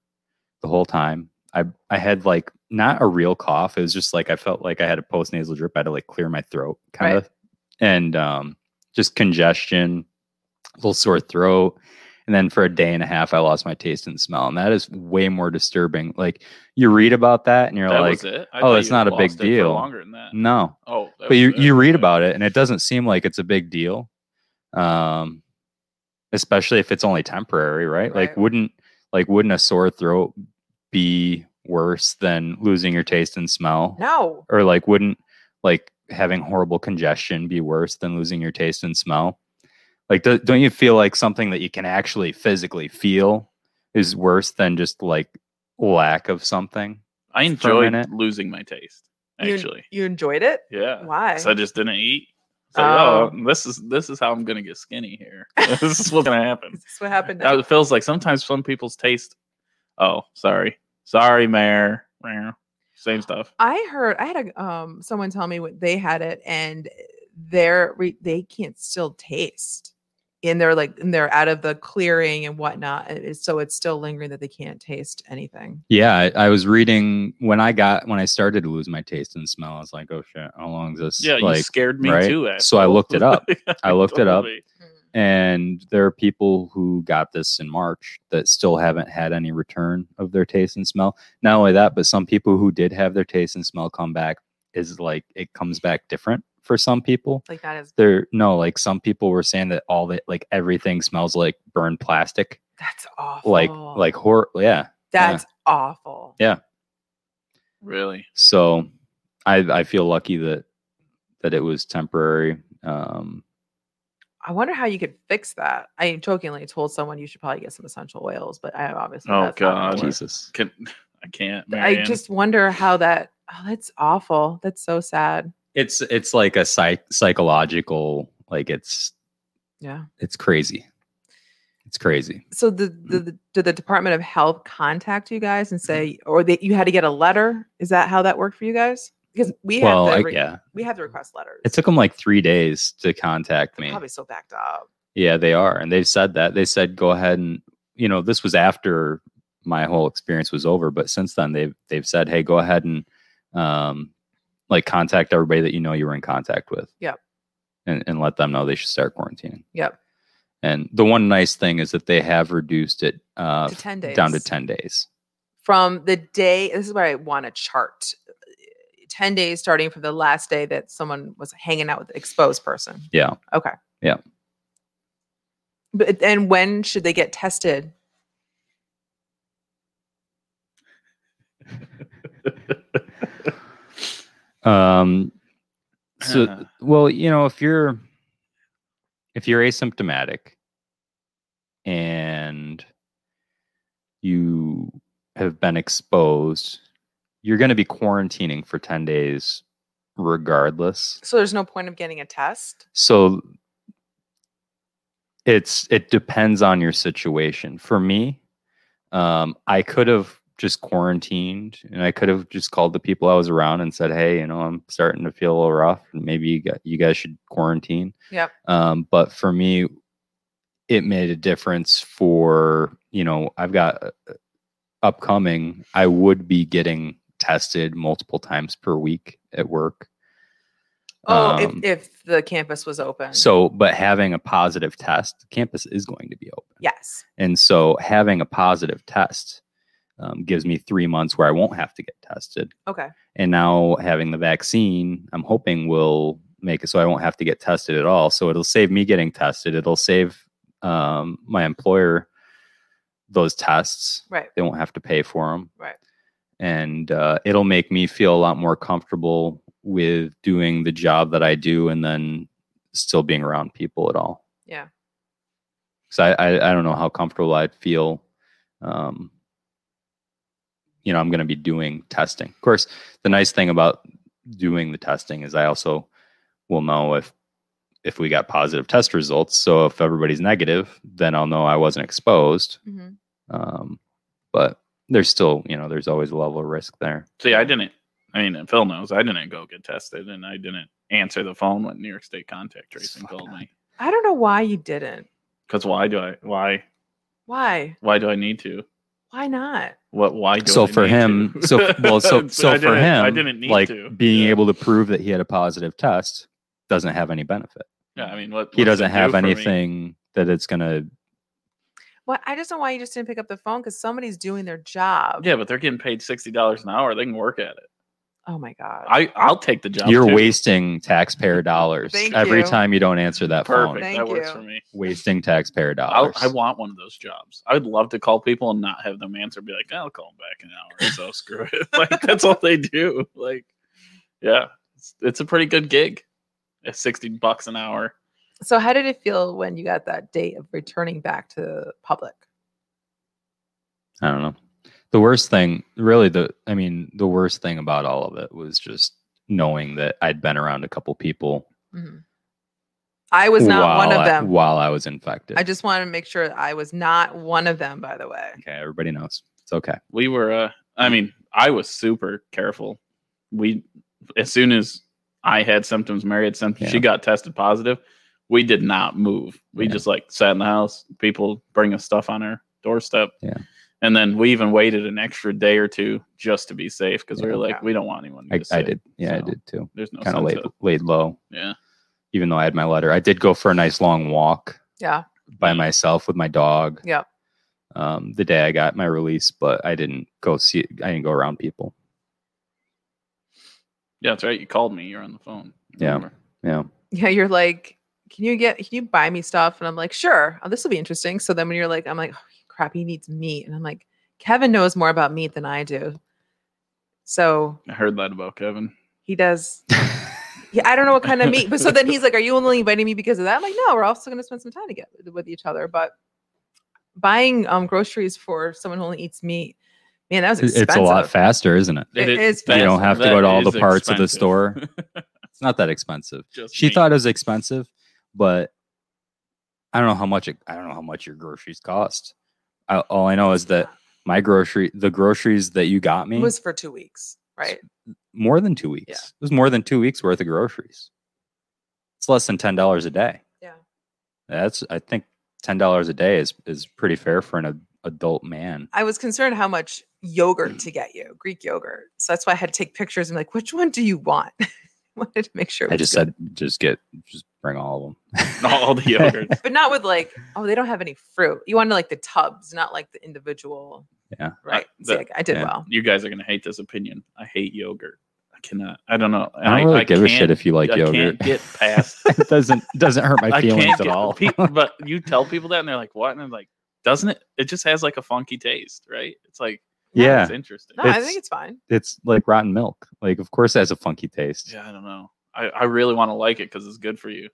[SPEAKER 3] the whole time. I I had like not a real cough. It was just like I felt like I had a post nasal drip. I had to like clear my throat, kind of, and um, just congestion, a little sore throat, and then for a day and a half, I lost my taste and smell, and that is way more disturbing. Like you read about that, and you're
[SPEAKER 1] That
[SPEAKER 3] like,
[SPEAKER 1] was it. I
[SPEAKER 3] oh,
[SPEAKER 1] thought
[SPEAKER 3] it's
[SPEAKER 1] you
[SPEAKER 3] not a big
[SPEAKER 1] lost it for
[SPEAKER 3] deal.
[SPEAKER 1] Longer than that.
[SPEAKER 3] no,
[SPEAKER 1] Oh, that
[SPEAKER 3] but
[SPEAKER 1] was
[SPEAKER 3] you,
[SPEAKER 1] it.
[SPEAKER 3] you read
[SPEAKER 1] Yeah.
[SPEAKER 3] about it and it doesn't seem like it's a big deal um especially if it's only temporary right, like
[SPEAKER 2] Right.
[SPEAKER 3] wouldn't like wouldn't a sore throat be worse than losing your taste and smell
[SPEAKER 2] No.
[SPEAKER 3] or like wouldn't like having horrible congestion be worse than losing your taste and smell like do, don't you feel like something that you can actually physically feel is worse than just like lack of something
[SPEAKER 1] I
[SPEAKER 3] for a
[SPEAKER 1] enjoyed
[SPEAKER 3] minute.
[SPEAKER 1] losing my taste.
[SPEAKER 2] You-
[SPEAKER 1] Actually,
[SPEAKER 2] You, enjoyed it?
[SPEAKER 1] yeah.
[SPEAKER 2] Why?
[SPEAKER 1] So I just didn't eat. So
[SPEAKER 2] Oh.
[SPEAKER 1] oh. this is this is how I'm gonna get skinny here. this is what's gonna happen.
[SPEAKER 2] Is this what happened?
[SPEAKER 1] Now, it feels like sometimes some people's taste. Oh, sorry, sorry, Mayor. Meow. Same stuff.
[SPEAKER 2] I heard I had a um someone tell me what they had it and they're re- they can't still taste and they're like and they're out of the clearing and whatnot and it's- so it's still lingering that they can't taste anything.
[SPEAKER 3] Yeah, I, I was reading when I got when I started to lose my taste and smell. I was like, oh shit, how long is this?
[SPEAKER 1] Yeah, you
[SPEAKER 3] like,
[SPEAKER 1] scared me
[SPEAKER 3] right?
[SPEAKER 1] too.
[SPEAKER 3] So I looked it up.
[SPEAKER 1] asshole.
[SPEAKER 3] I looked it up.
[SPEAKER 1] Totally.
[SPEAKER 2] Mm.
[SPEAKER 3] and there are people who got this in March that still haven't had any return of their taste and smell. Not only that, but some people who did have their taste and smell come back is like it comes back different for some people.
[SPEAKER 2] Like that is
[SPEAKER 3] There, no, like some people were saying that all that like everything smells like burned plastic,
[SPEAKER 2] that's awful.
[SPEAKER 3] like
[SPEAKER 1] Oh.
[SPEAKER 3] like hor yeah.
[SPEAKER 2] that's awful.
[SPEAKER 3] Yeah.
[SPEAKER 1] Really?
[SPEAKER 3] So I I feel lucky that that it was temporary. Um
[SPEAKER 2] I wonder how you could fix that. I jokingly told someone you should probably get some essential oils, but I obviously
[SPEAKER 1] Oh,
[SPEAKER 2] that's not gonna
[SPEAKER 1] God.
[SPEAKER 2] work.
[SPEAKER 3] Jesus.
[SPEAKER 1] Can I can't.
[SPEAKER 2] I
[SPEAKER 1] Marianne.
[SPEAKER 2] just wonder how that oh that's awful. That's so sad.
[SPEAKER 3] It's it's like a psych psychological like it's
[SPEAKER 2] Yeah.
[SPEAKER 3] it's crazy. It's crazy.
[SPEAKER 2] so the, the,
[SPEAKER 3] Mm-hmm.
[SPEAKER 2] the did the Department of Health contact you guys and say, or that you had to get a letter? Is that how that worked for you guys? Because we
[SPEAKER 3] well,
[SPEAKER 2] have
[SPEAKER 3] I,
[SPEAKER 2] to re-
[SPEAKER 3] yeah,
[SPEAKER 2] we have to request letters.
[SPEAKER 3] it took them like three days to contact
[SPEAKER 2] They're
[SPEAKER 3] me.
[SPEAKER 2] probably so backed up.
[SPEAKER 3] Yeah, they are, and they've said that they said go ahead and you know this was after my whole experience was over, but since then they've they've said hey go ahead and um like contact everybody that you know you were in contact with.
[SPEAKER 2] Yep.
[SPEAKER 3] And and let them know they should start quarantining.
[SPEAKER 2] Yep,
[SPEAKER 3] And the one nice thing is that they have reduced it uh,
[SPEAKER 2] to ten days
[SPEAKER 3] down to 10 days.
[SPEAKER 2] from the day. This is where I want a chart. uh, Ten days starting from the last day that someone was hanging out with the exposed person.
[SPEAKER 3] Yeah.
[SPEAKER 2] Okay.
[SPEAKER 3] Yeah.
[SPEAKER 2] But and when should they get tested?
[SPEAKER 3] Um, so, well, you know, if you're if you're asymptomatic and you have been exposed, you're going to be quarantining for 10 days regardless.
[SPEAKER 2] So there's no point of getting a test.
[SPEAKER 3] so it's it depends on your situation for me um i could have just quarantined and i could have just called the people i was around and said hey you know i'm starting to feel a little rough and maybe you, got, you guys should quarantine
[SPEAKER 2] Yep.
[SPEAKER 3] um but for me it made a difference for you know i've got uh, uh, upcoming i would be getting tested multiple times per week at work
[SPEAKER 2] Oh,
[SPEAKER 3] Um,
[SPEAKER 2] if, if the campus was open.
[SPEAKER 3] so, but having a positive test, campus is going to be open.
[SPEAKER 2] yes.
[SPEAKER 3] And so, having a positive test um, gives me three months where I won't have to get tested.
[SPEAKER 2] Okay.
[SPEAKER 3] And now, having the vaccine, I'm hoping will make it so I won't have to get tested at all. So, it'll save me getting tested. It'll save um, my employer those tests.
[SPEAKER 2] Right.
[SPEAKER 3] They won't have to pay for them.
[SPEAKER 2] Right.
[SPEAKER 3] And uh, it'll make me feel a lot more comfortable with doing the job that I do and then still being around people at all.
[SPEAKER 2] Yeah.
[SPEAKER 3] So I, I, I don't know how comfortable I'd feel. Um, you know, I'm going to be doing testing. Of course, the nice thing about doing the testing is I also will know if if we got positive test results. So if everybody's negative, then I'll know I wasn't exposed.
[SPEAKER 1] Mm-hmm.
[SPEAKER 2] hmm
[SPEAKER 3] Um, but there's still, you know, there's always a level of risk there.
[SPEAKER 1] See, I didn't. I mean, and Phil knows I didn't go get tested, and I didn't answer the phone when New York State contact tracing
[SPEAKER 3] Fuck
[SPEAKER 1] called me.
[SPEAKER 2] I don't know why you didn't.
[SPEAKER 1] Because why do I? Why?
[SPEAKER 2] Why?
[SPEAKER 1] Why do I need to?
[SPEAKER 2] Why not?
[SPEAKER 1] What? Why? Do
[SPEAKER 3] so
[SPEAKER 1] I
[SPEAKER 3] for
[SPEAKER 1] need
[SPEAKER 3] him,
[SPEAKER 1] to?
[SPEAKER 3] so well, so
[SPEAKER 1] But
[SPEAKER 3] so
[SPEAKER 1] I
[SPEAKER 3] for
[SPEAKER 1] didn't-
[SPEAKER 3] him,
[SPEAKER 1] I didn't need
[SPEAKER 3] like
[SPEAKER 1] to.
[SPEAKER 3] being
[SPEAKER 1] Yeah.
[SPEAKER 3] able to prove that he had a positive test doesn't have any benefit.
[SPEAKER 1] Yeah, I mean, what what's
[SPEAKER 3] He
[SPEAKER 1] it
[SPEAKER 3] doesn't
[SPEAKER 1] do
[SPEAKER 3] have
[SPEAKER 1] for me?
[SPEAKER 3] anything that it's gonna.
[SPEAKER 2] Well, I just don't know why you just didn't pick up the phone because somebody's doing their job.
[SPEAKER 1] Yeah, but they're getting paid sixty dollars an hour. They can work at it.
[SPEAKER 2] Oh my god.
[SPEAKER 1] I I'll take the job.
[SPEAKER 3] You're
[SPEAKER 1] too.
[SPEAKER 3] wasting taxpayer dollars
[SPEAKER 2] Thank
[SPEAKER 3] every
[SPEAKER 2] you.
[SPEAKER 3] time you don't answer that
[SPEAKER 1] perfect.
[SPEAKER 3] phone.
[SPEAKER 2] Thank
[SPEAKER 1] that works
[SPEAKER 2] you.
[SPEAKER 1] for me.
[SPEAKER 3] Wasting taxpayer
[SPEAKER 1] I'll,
[SPEAKER 3] dollars.
[SPEAKER 1] I want one of those jobs. I would love to call people and not have them answer. Be like, I'll call them back in an hour. So screw it. Like that's all they do. Like, yeah, it's, it's a pretty good gig. At sixty bucks an hour.
[SPEAKER 2] so how did it feel when you got that date of returning back to public?
[SPEAKER 3] I don't know. The worst thing, really, the I mean, the worst thing about all of it was just knowing that I'd been around a couple people.
[SPEAKER 2] Mhm. I was not one
[SPEAKER 3] while
[SPEAKER 2] of
[SPEAKER 3] I-
[SPEAKER 2] them.
[SPEAKER 3] while I was infected.
[SPEAKER 2] I just wanted to make sure I was not one of them, by the way.
[SPEAKER 3] okay. Everybody knows it's okay.
[SPEAKER 1] We were. Uh, I mean, I was super careful. We as soon as I had symptoms, Mary had symptoms. She
[SPEAKER 3] Yeah.
[SPEAKER 1] got tested positive. We did not move. We
[SPEAKER 3] Yeah.
[SPEAKER 1] just like sat in the house. People bring us stuff on our doorstep.
[SPEAKER 3] Yeah.
[SPEAKER 1] And then we even waited an extra day or two just to be safe because we
[SPEAKER 3] Yeah.
[SPEAKER 1] were like, we don't want anyone. To
[SPEAKER 3] I,
[SPEAKER 1] get
[SPEAKER 3] I
[SPEAKER 1] sick.
[SPEAKER 3] did. Yeah,
[SPEAKER 1] so.
[SPEAKER 3] I did too.
[SPEAKER 1] There's no
[SPEAKER 3] Kind of
[SPEAKER 1] sense
[SPEAKER 3] laid, laid low,
[SPEAKER 1] Yeah.
[SPEAKER 3] even though I had my letter. I did go for a nice long walk
[SPEAKER 2] Yeah.
[SPEAKER 3] by
[SPEAKER 1] Mm.
[SPEAKER 3] myself with my dog
[SPEAKER 2] Yep.
[SPEAKER 3] um, the day I got my release, but I didn't go see. I didn't go around people.
[SPEAKER 1] Yeah, that's right. You called me. You're on the phone. I
[SPEAKER 3] Yeah.
[SPEAKER 1] remember.
[SPEAKER 3] Yeah,
[SPEAKER 2] Yeah. You're like, can you get, can you buy me stuff? And I'm like, sure. Oh, this will be interesting. So then when you're like, I'm like, oh, crap, he needs meat. And I'm like, Kevin knows more about meat than I do. So
[SPEAKER 1] I heard that about Kevin.
[SPEAKER 2] he does. Yeah, I don't know what kind of meat. But so then he's like, "Are you only inviting me because of that?" I'm like, "No, we're also going to spend some time together with each other." But buying um, groceries for someone who only eats meat, man, that was
[SPEAKER 3] It-
[SPEAKER 2] expensive.
[SPEAKER 3] it's a lot faster, isn't it?
[SPEAKER 2] It is
[SPEAKER 3] You don't
[SPEAKER 1] fast.
[SPEAKER 3] have to
[SPEAKER 1] That
[SPEAKER 3] go to all the
[SPEAKER 1] is
[SPEAKER 3] parts of the
[SPEAKER 1] expensive.
[SPEAKER 3] store. It's not that expensive.
[SPEAKER 1] Just
[SPEAKER 3] She
[SPEAKER 1] me.
[SPEAKER 3] thought it was expensive, but I don't know how much. It, I don't know how much your groceries cost. I, all I know is that my grocery, the groceries that you got me,
[SPEAKER 2] It was for two weeks, right?
[SPEAKER 3] more than two weeks. It was more than two weeks worth of groceries. It's less than ten dollars a day.
[SPEAKER 2] Yeah.
[SPEAKER 3] that's. I think ten dollars a day is is pretty fair for an ad- adult man.
[SPEAKER 2] I was concerned how much
[SPEAKER 1] Mm.
[SPEAKER 2] yogurt to get you, Greek yogurt. So that's why I had to take pictures and like, which one do you want? Wanted to make sure. it
[SPEAKER 3] I
[SPEAKER 2] was
[SPEAKER 3] just
[SPEAKER 2] good.
[SPEAKER 3] said, just get, just bring all of them.
[SPEAKER 1] all the yogurts.
[SPEAKER 2] but not with like, oh, they don't have any fruit. You wanted like the tubs, not like the individual.
[SPEAKER 3] Yeah.
[SPEAKER 2] Right.
[SPEAKER 1] I-
[SPEAKER 2] See,
[SPEAKER 1] uh, the-
[SPEAKER 2] I, I did
[SPEAKER 3] yeah.
[SPEAKER 2] well.
[SPEAKER 1] you guys are gonna hate this opinion. I hate yogurt. I cannot. I don't know.
[SPEAKER 3] I don't really give a shit
[SPEAKER 1] can't-
[SPEAKER 3] if you like
[SPEAKER 1] I can't
[SPEAKER 3] yogurt.
[SPEAKER 1] get past.
[SPEAKER 3] it doesn't doesn't hurt my
[SPEAKER 1] I
[SPEAKER 3] feelings
[SPEAKER 1] can't
[SPEAKER 3] at
[SPEAKER 1] get,
[SPEAKER 3] all.
[SPEAKER 1] pe- but you tell people that, and they're like, "What?" And I'm like, "Doesn't it? It just has like a funky taste, right?" It's like,
[SPEAKER 3] yeah,
[SPEAKER 1] it's interesting.
[SPEAKER 2] No, I
[SPEAKER 3] It's-
[SPEAKER 2] think it's fine.
[SPEAKER 3] it's like rotten milk. Like, of course, it has a funky taste.
[SPEAKER 1] Yeah, I don't know. I, I really want to like it because it's good for you.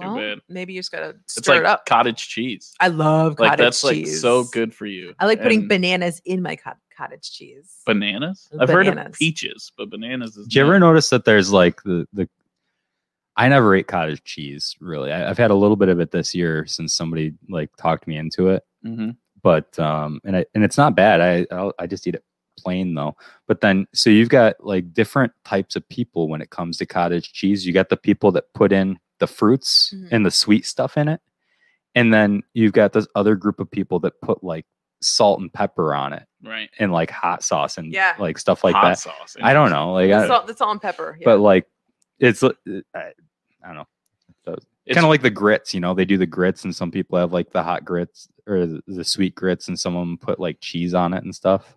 [SPEAKER 1] Too
[SPEAKER 2] Well,
[SPEAKER 1] bad.
[SPEAKER 2] maybe you just gotta
[SPEAKER 1] It's
[SPEAKER 2] stir
[SPEAKER 1] like
[SPEAKER 2] it up.
[SPEAKER 1] cottage cheese.
[SPEAKER 2] I love cottage
[SPEAKER 1] Like that's
[SPEAKER 2] cheese.
[SPEAKER 1] like so good for you.
[SPEAKER 2] I like putting
[SPEAKER 1] And
[SPEAKER 2] bananas in my cot- cottage cheese.
[SPEAKER 1] bananas. I've heard of
[SPEAKER 2] Bananas.
[SPEAKER 1] peaches, but bananas is.
[SPEAKER 3] Did you ever
[SPEAKER 1] not-
[SPEAKER 3] notice that there's like the the I never ate cottage cheese really. I, I've had a little bit of it this year since somebody like talked me into it.
[SPEAKER 1] Mhm.
[SPEAKER 3] But um and I, and it's not bad. I I'll, I just eat it plain though. But then so you've got like different types of people when it comes to cottage cheese. You got the people that put in the fruits
[SPEAKER 2] Mhm.
[SPEAKER 3] and the sweet stuff in it. And then you've got this other group of people that put like salt and pepper on it
[SPEAKER 1] Right.
[SPEAKER 3] and like hot sauce and
[SPEAKER 2] Yeah.
[SPEAKER 3] like stuff like
[SPEAKER 1] Hot
[SPEAKER 3] that.
[SPEAKER 1] sauce.
[SPEAKER 3] I don't know. Like I,
[SPEAKER 2] The salt, the salt and pepper. Yeah.
[SPEAKER 3] but like it's uh, I, I don't know
[SPEAKER 1] It's
[SPEAKER 3] kind of like the grits you know they do the grits and some people have like the hot grits or the, the sweet grits and some of them put like cheese on it and stuff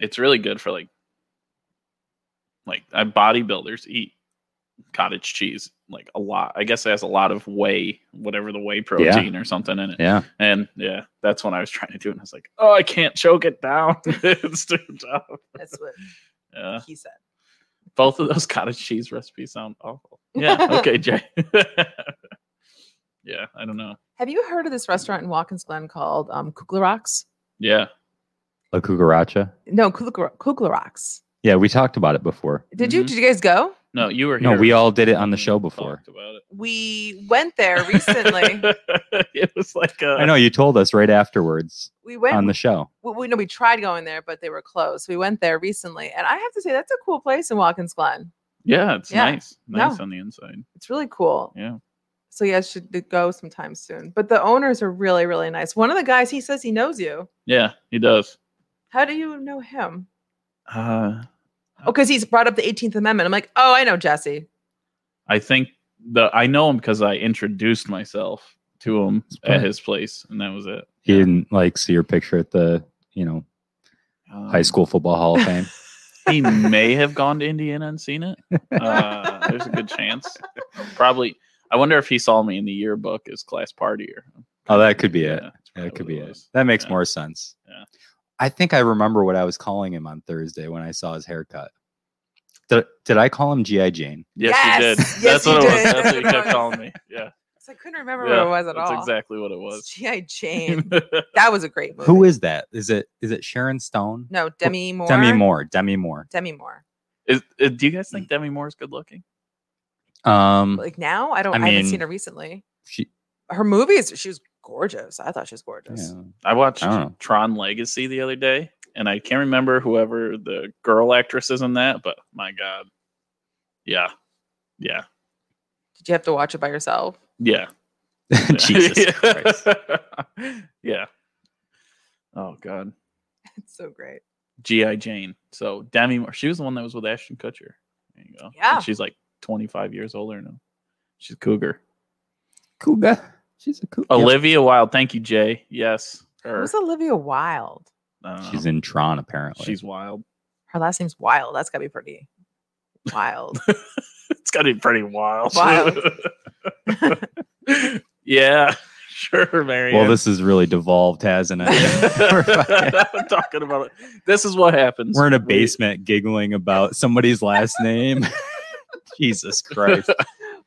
[SPEAKER 1] it's really good for like like uh, bodybuilders eat cottage cheese like a lot i guess it has a lot of whey whatever the whey protein or something in it
[SPEAKER 3] yeah
[SPEAKER 1] and yeah that's when i was trying to do it and i was like oh i can't choke it down it's too tough
[SPEAKER 2] That's what
[SPEAKER 1] yeah
[SPEAKER 2] he said.
[SPEAKER 1] both of those cottage cheese recipes sound awful yeah okay jay yeah i don't know
[SPEAKER 2] Have you heard of this restaurant in Watkins Glen called um, Kugler Rocks?
[SPEAKER 1] yeah
[SPEAKER 3] la cucaracha
[SPEAKER 2] No, Kugler, Kugler Rocks.
[SPEAKER 3] yeah we talked about it before
[SPEAKER 2] Did you?
[SPEAKER 1] Mhm.
[SPEAKER 2] Did you guys go?
[SPEAKER 1] no you were
[SPEAKER 3] no
[SPEAKER 1] here
[SPEAKER 3] we all did it on the show
[SPEAKER 1] We
[SPEAKER 3] before
[SPEAKER 1] talked about it.
[SPEAKER 2] We went there recently.
[SPEAKER 1] it was like a,
[SPEAKER 3] i know you told us right afterwards
[SPEAKER 2] we went.
[SPEAKER 3] on the show
[SPEAKER 2] we, we, no, we tried going there, but they were closed. We went there recently, and I have to say that's a cool place in Watkins Glen.
[SPEAKER 1] yeah it's
[SPEAKER 2] Yeah.
[SPEAKER 1] nice nice
[SPEAKER 2] No.
[SPEAKER 1] on the inside
[SPEAKER 2] It's really cool.
[SPEAKER 1] Yeah.
[SPEAKER 2] So you guys should d- go sometime soon. But the owners are really, really nice. One of the guys, he says he knows you.
[SPEAKER 1] yeah he does
[SPEAKER 2] How do you know him?
[SPEAKER 1] Uh,
[SPEAKER 2] Oh, because he's brought up the 18th Amendment. I'm like, oh, I know Jesse.
[SPEAKER 1] I think the I know him because I introduced myself to him at
[SPEAKER 3] probably-
[SPEAKER 1] his place, and that was it.
[SPEAKER 3] you didn't like see your picture at the you know
[SPEAKER 1] Um,
[SPEAKER 3] high school football hall of fame
[SPEAKER 1] he may have gone to Indiana and seen it. Uh, there's a good chance. Probably. I wonder if he saw me in the yearbook as class partier.
[SPEAKER 3] Oh, that could be it.
[SPEAKER 1] that's probably
[SPEAKER 3] That could
[SPEAKER 1] what
[SPEAKER 3] be it.
[SPEAKER 1] was.
[SPEAKER 3] That makes
[SPEAKER 1] Yeah.
[SPEAKER 3] more sense.
[SPEAKER 1] Yeah.
[SPEAKER 3] I think I remember what I was calling him on Thursday when I saw his haircut. Did, did I call him G.I. Jane?
[SPEAKER 1] Yes, he did.
[SPEAKER 2] Yes! Yes,
[SPEAKER 1] that's
[SPEAKER 2] you
[SPEAKER 1] what it was.
[SPEAKER 2] did.
[SPEAKER 1] That's what he
[SPEAKER 2] That's what
[SPEAKER 1] kept
[SPEAKER 2] it
[SPEAKER 1] calling me. Yeah,
[SPEAKER 2] So I couldn't remember
[SPEAKER 1] Yeah,
[SPEAKER 2] what it was at
[SPEAKER 1] that's
[SPEAKER 2] all.
[SPEAKER 1] exactly what it
[SPEAKER 2] It's
[SPEAKER 1] was.
[SPEAKER 2] G.I. Jane. that was a great movie.
[SPEAKER 3] Who is that? Is it is it Sharon Stone?
[SPEAKER 2] No, Demi Moore.
[SPEAKER 3] Demi Moore. Demi Moore.
[SPEAKER 2] Demi Moore.
[SPEAKER 1] Is, uh, do you guys think Demi Moore's good looking?
[SPEAKER 3] Um,
[SPEAKER 2] Like now, I don't. I,
[SPEAKER 3] I
[SPEAKER 2] haven't
[SPEAKER 3] mean,
[SPEAKER 2] seen her recently.
[SPEAKER 3] she,
[SPEAKER 2] Her movies, she was gorgeous. I thought she was gorgeous.
[SPEAKER 3] yeah.
[SPEAKER 1] I watched
[SPEAKER 3] Oh. I don't know.
[SPEAKER 1] Tron Legacy the other day, and I can't remember whoever the girl actress is in that, but my god, yeah, yeah,
[SPEAKER 2] Did you have to watch it by yourself?
[SPEAKER 1] yeah,
[SPEAKER 3] Jesus Christ.
[SPEAKER 1] yeah. Oh god,
[SPEAKER 2] It's so great.
[SPEAKER 1] GI Jane. So Demi Moore, she was the one that was with Ashton Kutcher. There you go. And
[SPEAKER 2] Yeah.
[SPEAKER 1] she's like 25 years older now. She's a cougar.
[SPEAKER 3] Cougar. She's a cougar.
[SPEAKER 1] Olivia Wilde. Thank you, Jay. Yes. Her.
[SPEAKER 2] Who's Olivia Wilde?
[SPEAKER 1] I don't
[SPEAKER 3] She's
[SPEAKER 1] know.
[SPEAKER 3] in Tron, apparently.
[SPEAKER 1] She's wild.
[SPEAKER 2] Her last name's Wild. That's got to be pretty wild.
[SPEAKER 1] It's gotta be pretty wild.
[SPEAKER 2] Wild.
[SPEAKER 1] yeah. Sure, Mary.
[SPEAKER 3] well, this is really devolved, hasn't it?
[SPEAKER 1] talking about it. This is what happens.
[SPEAKER 3] We're in a
[SPEAKER 1] We-
[SPEAKER 3] basement giggling about somebody's last name. Jesus Christ.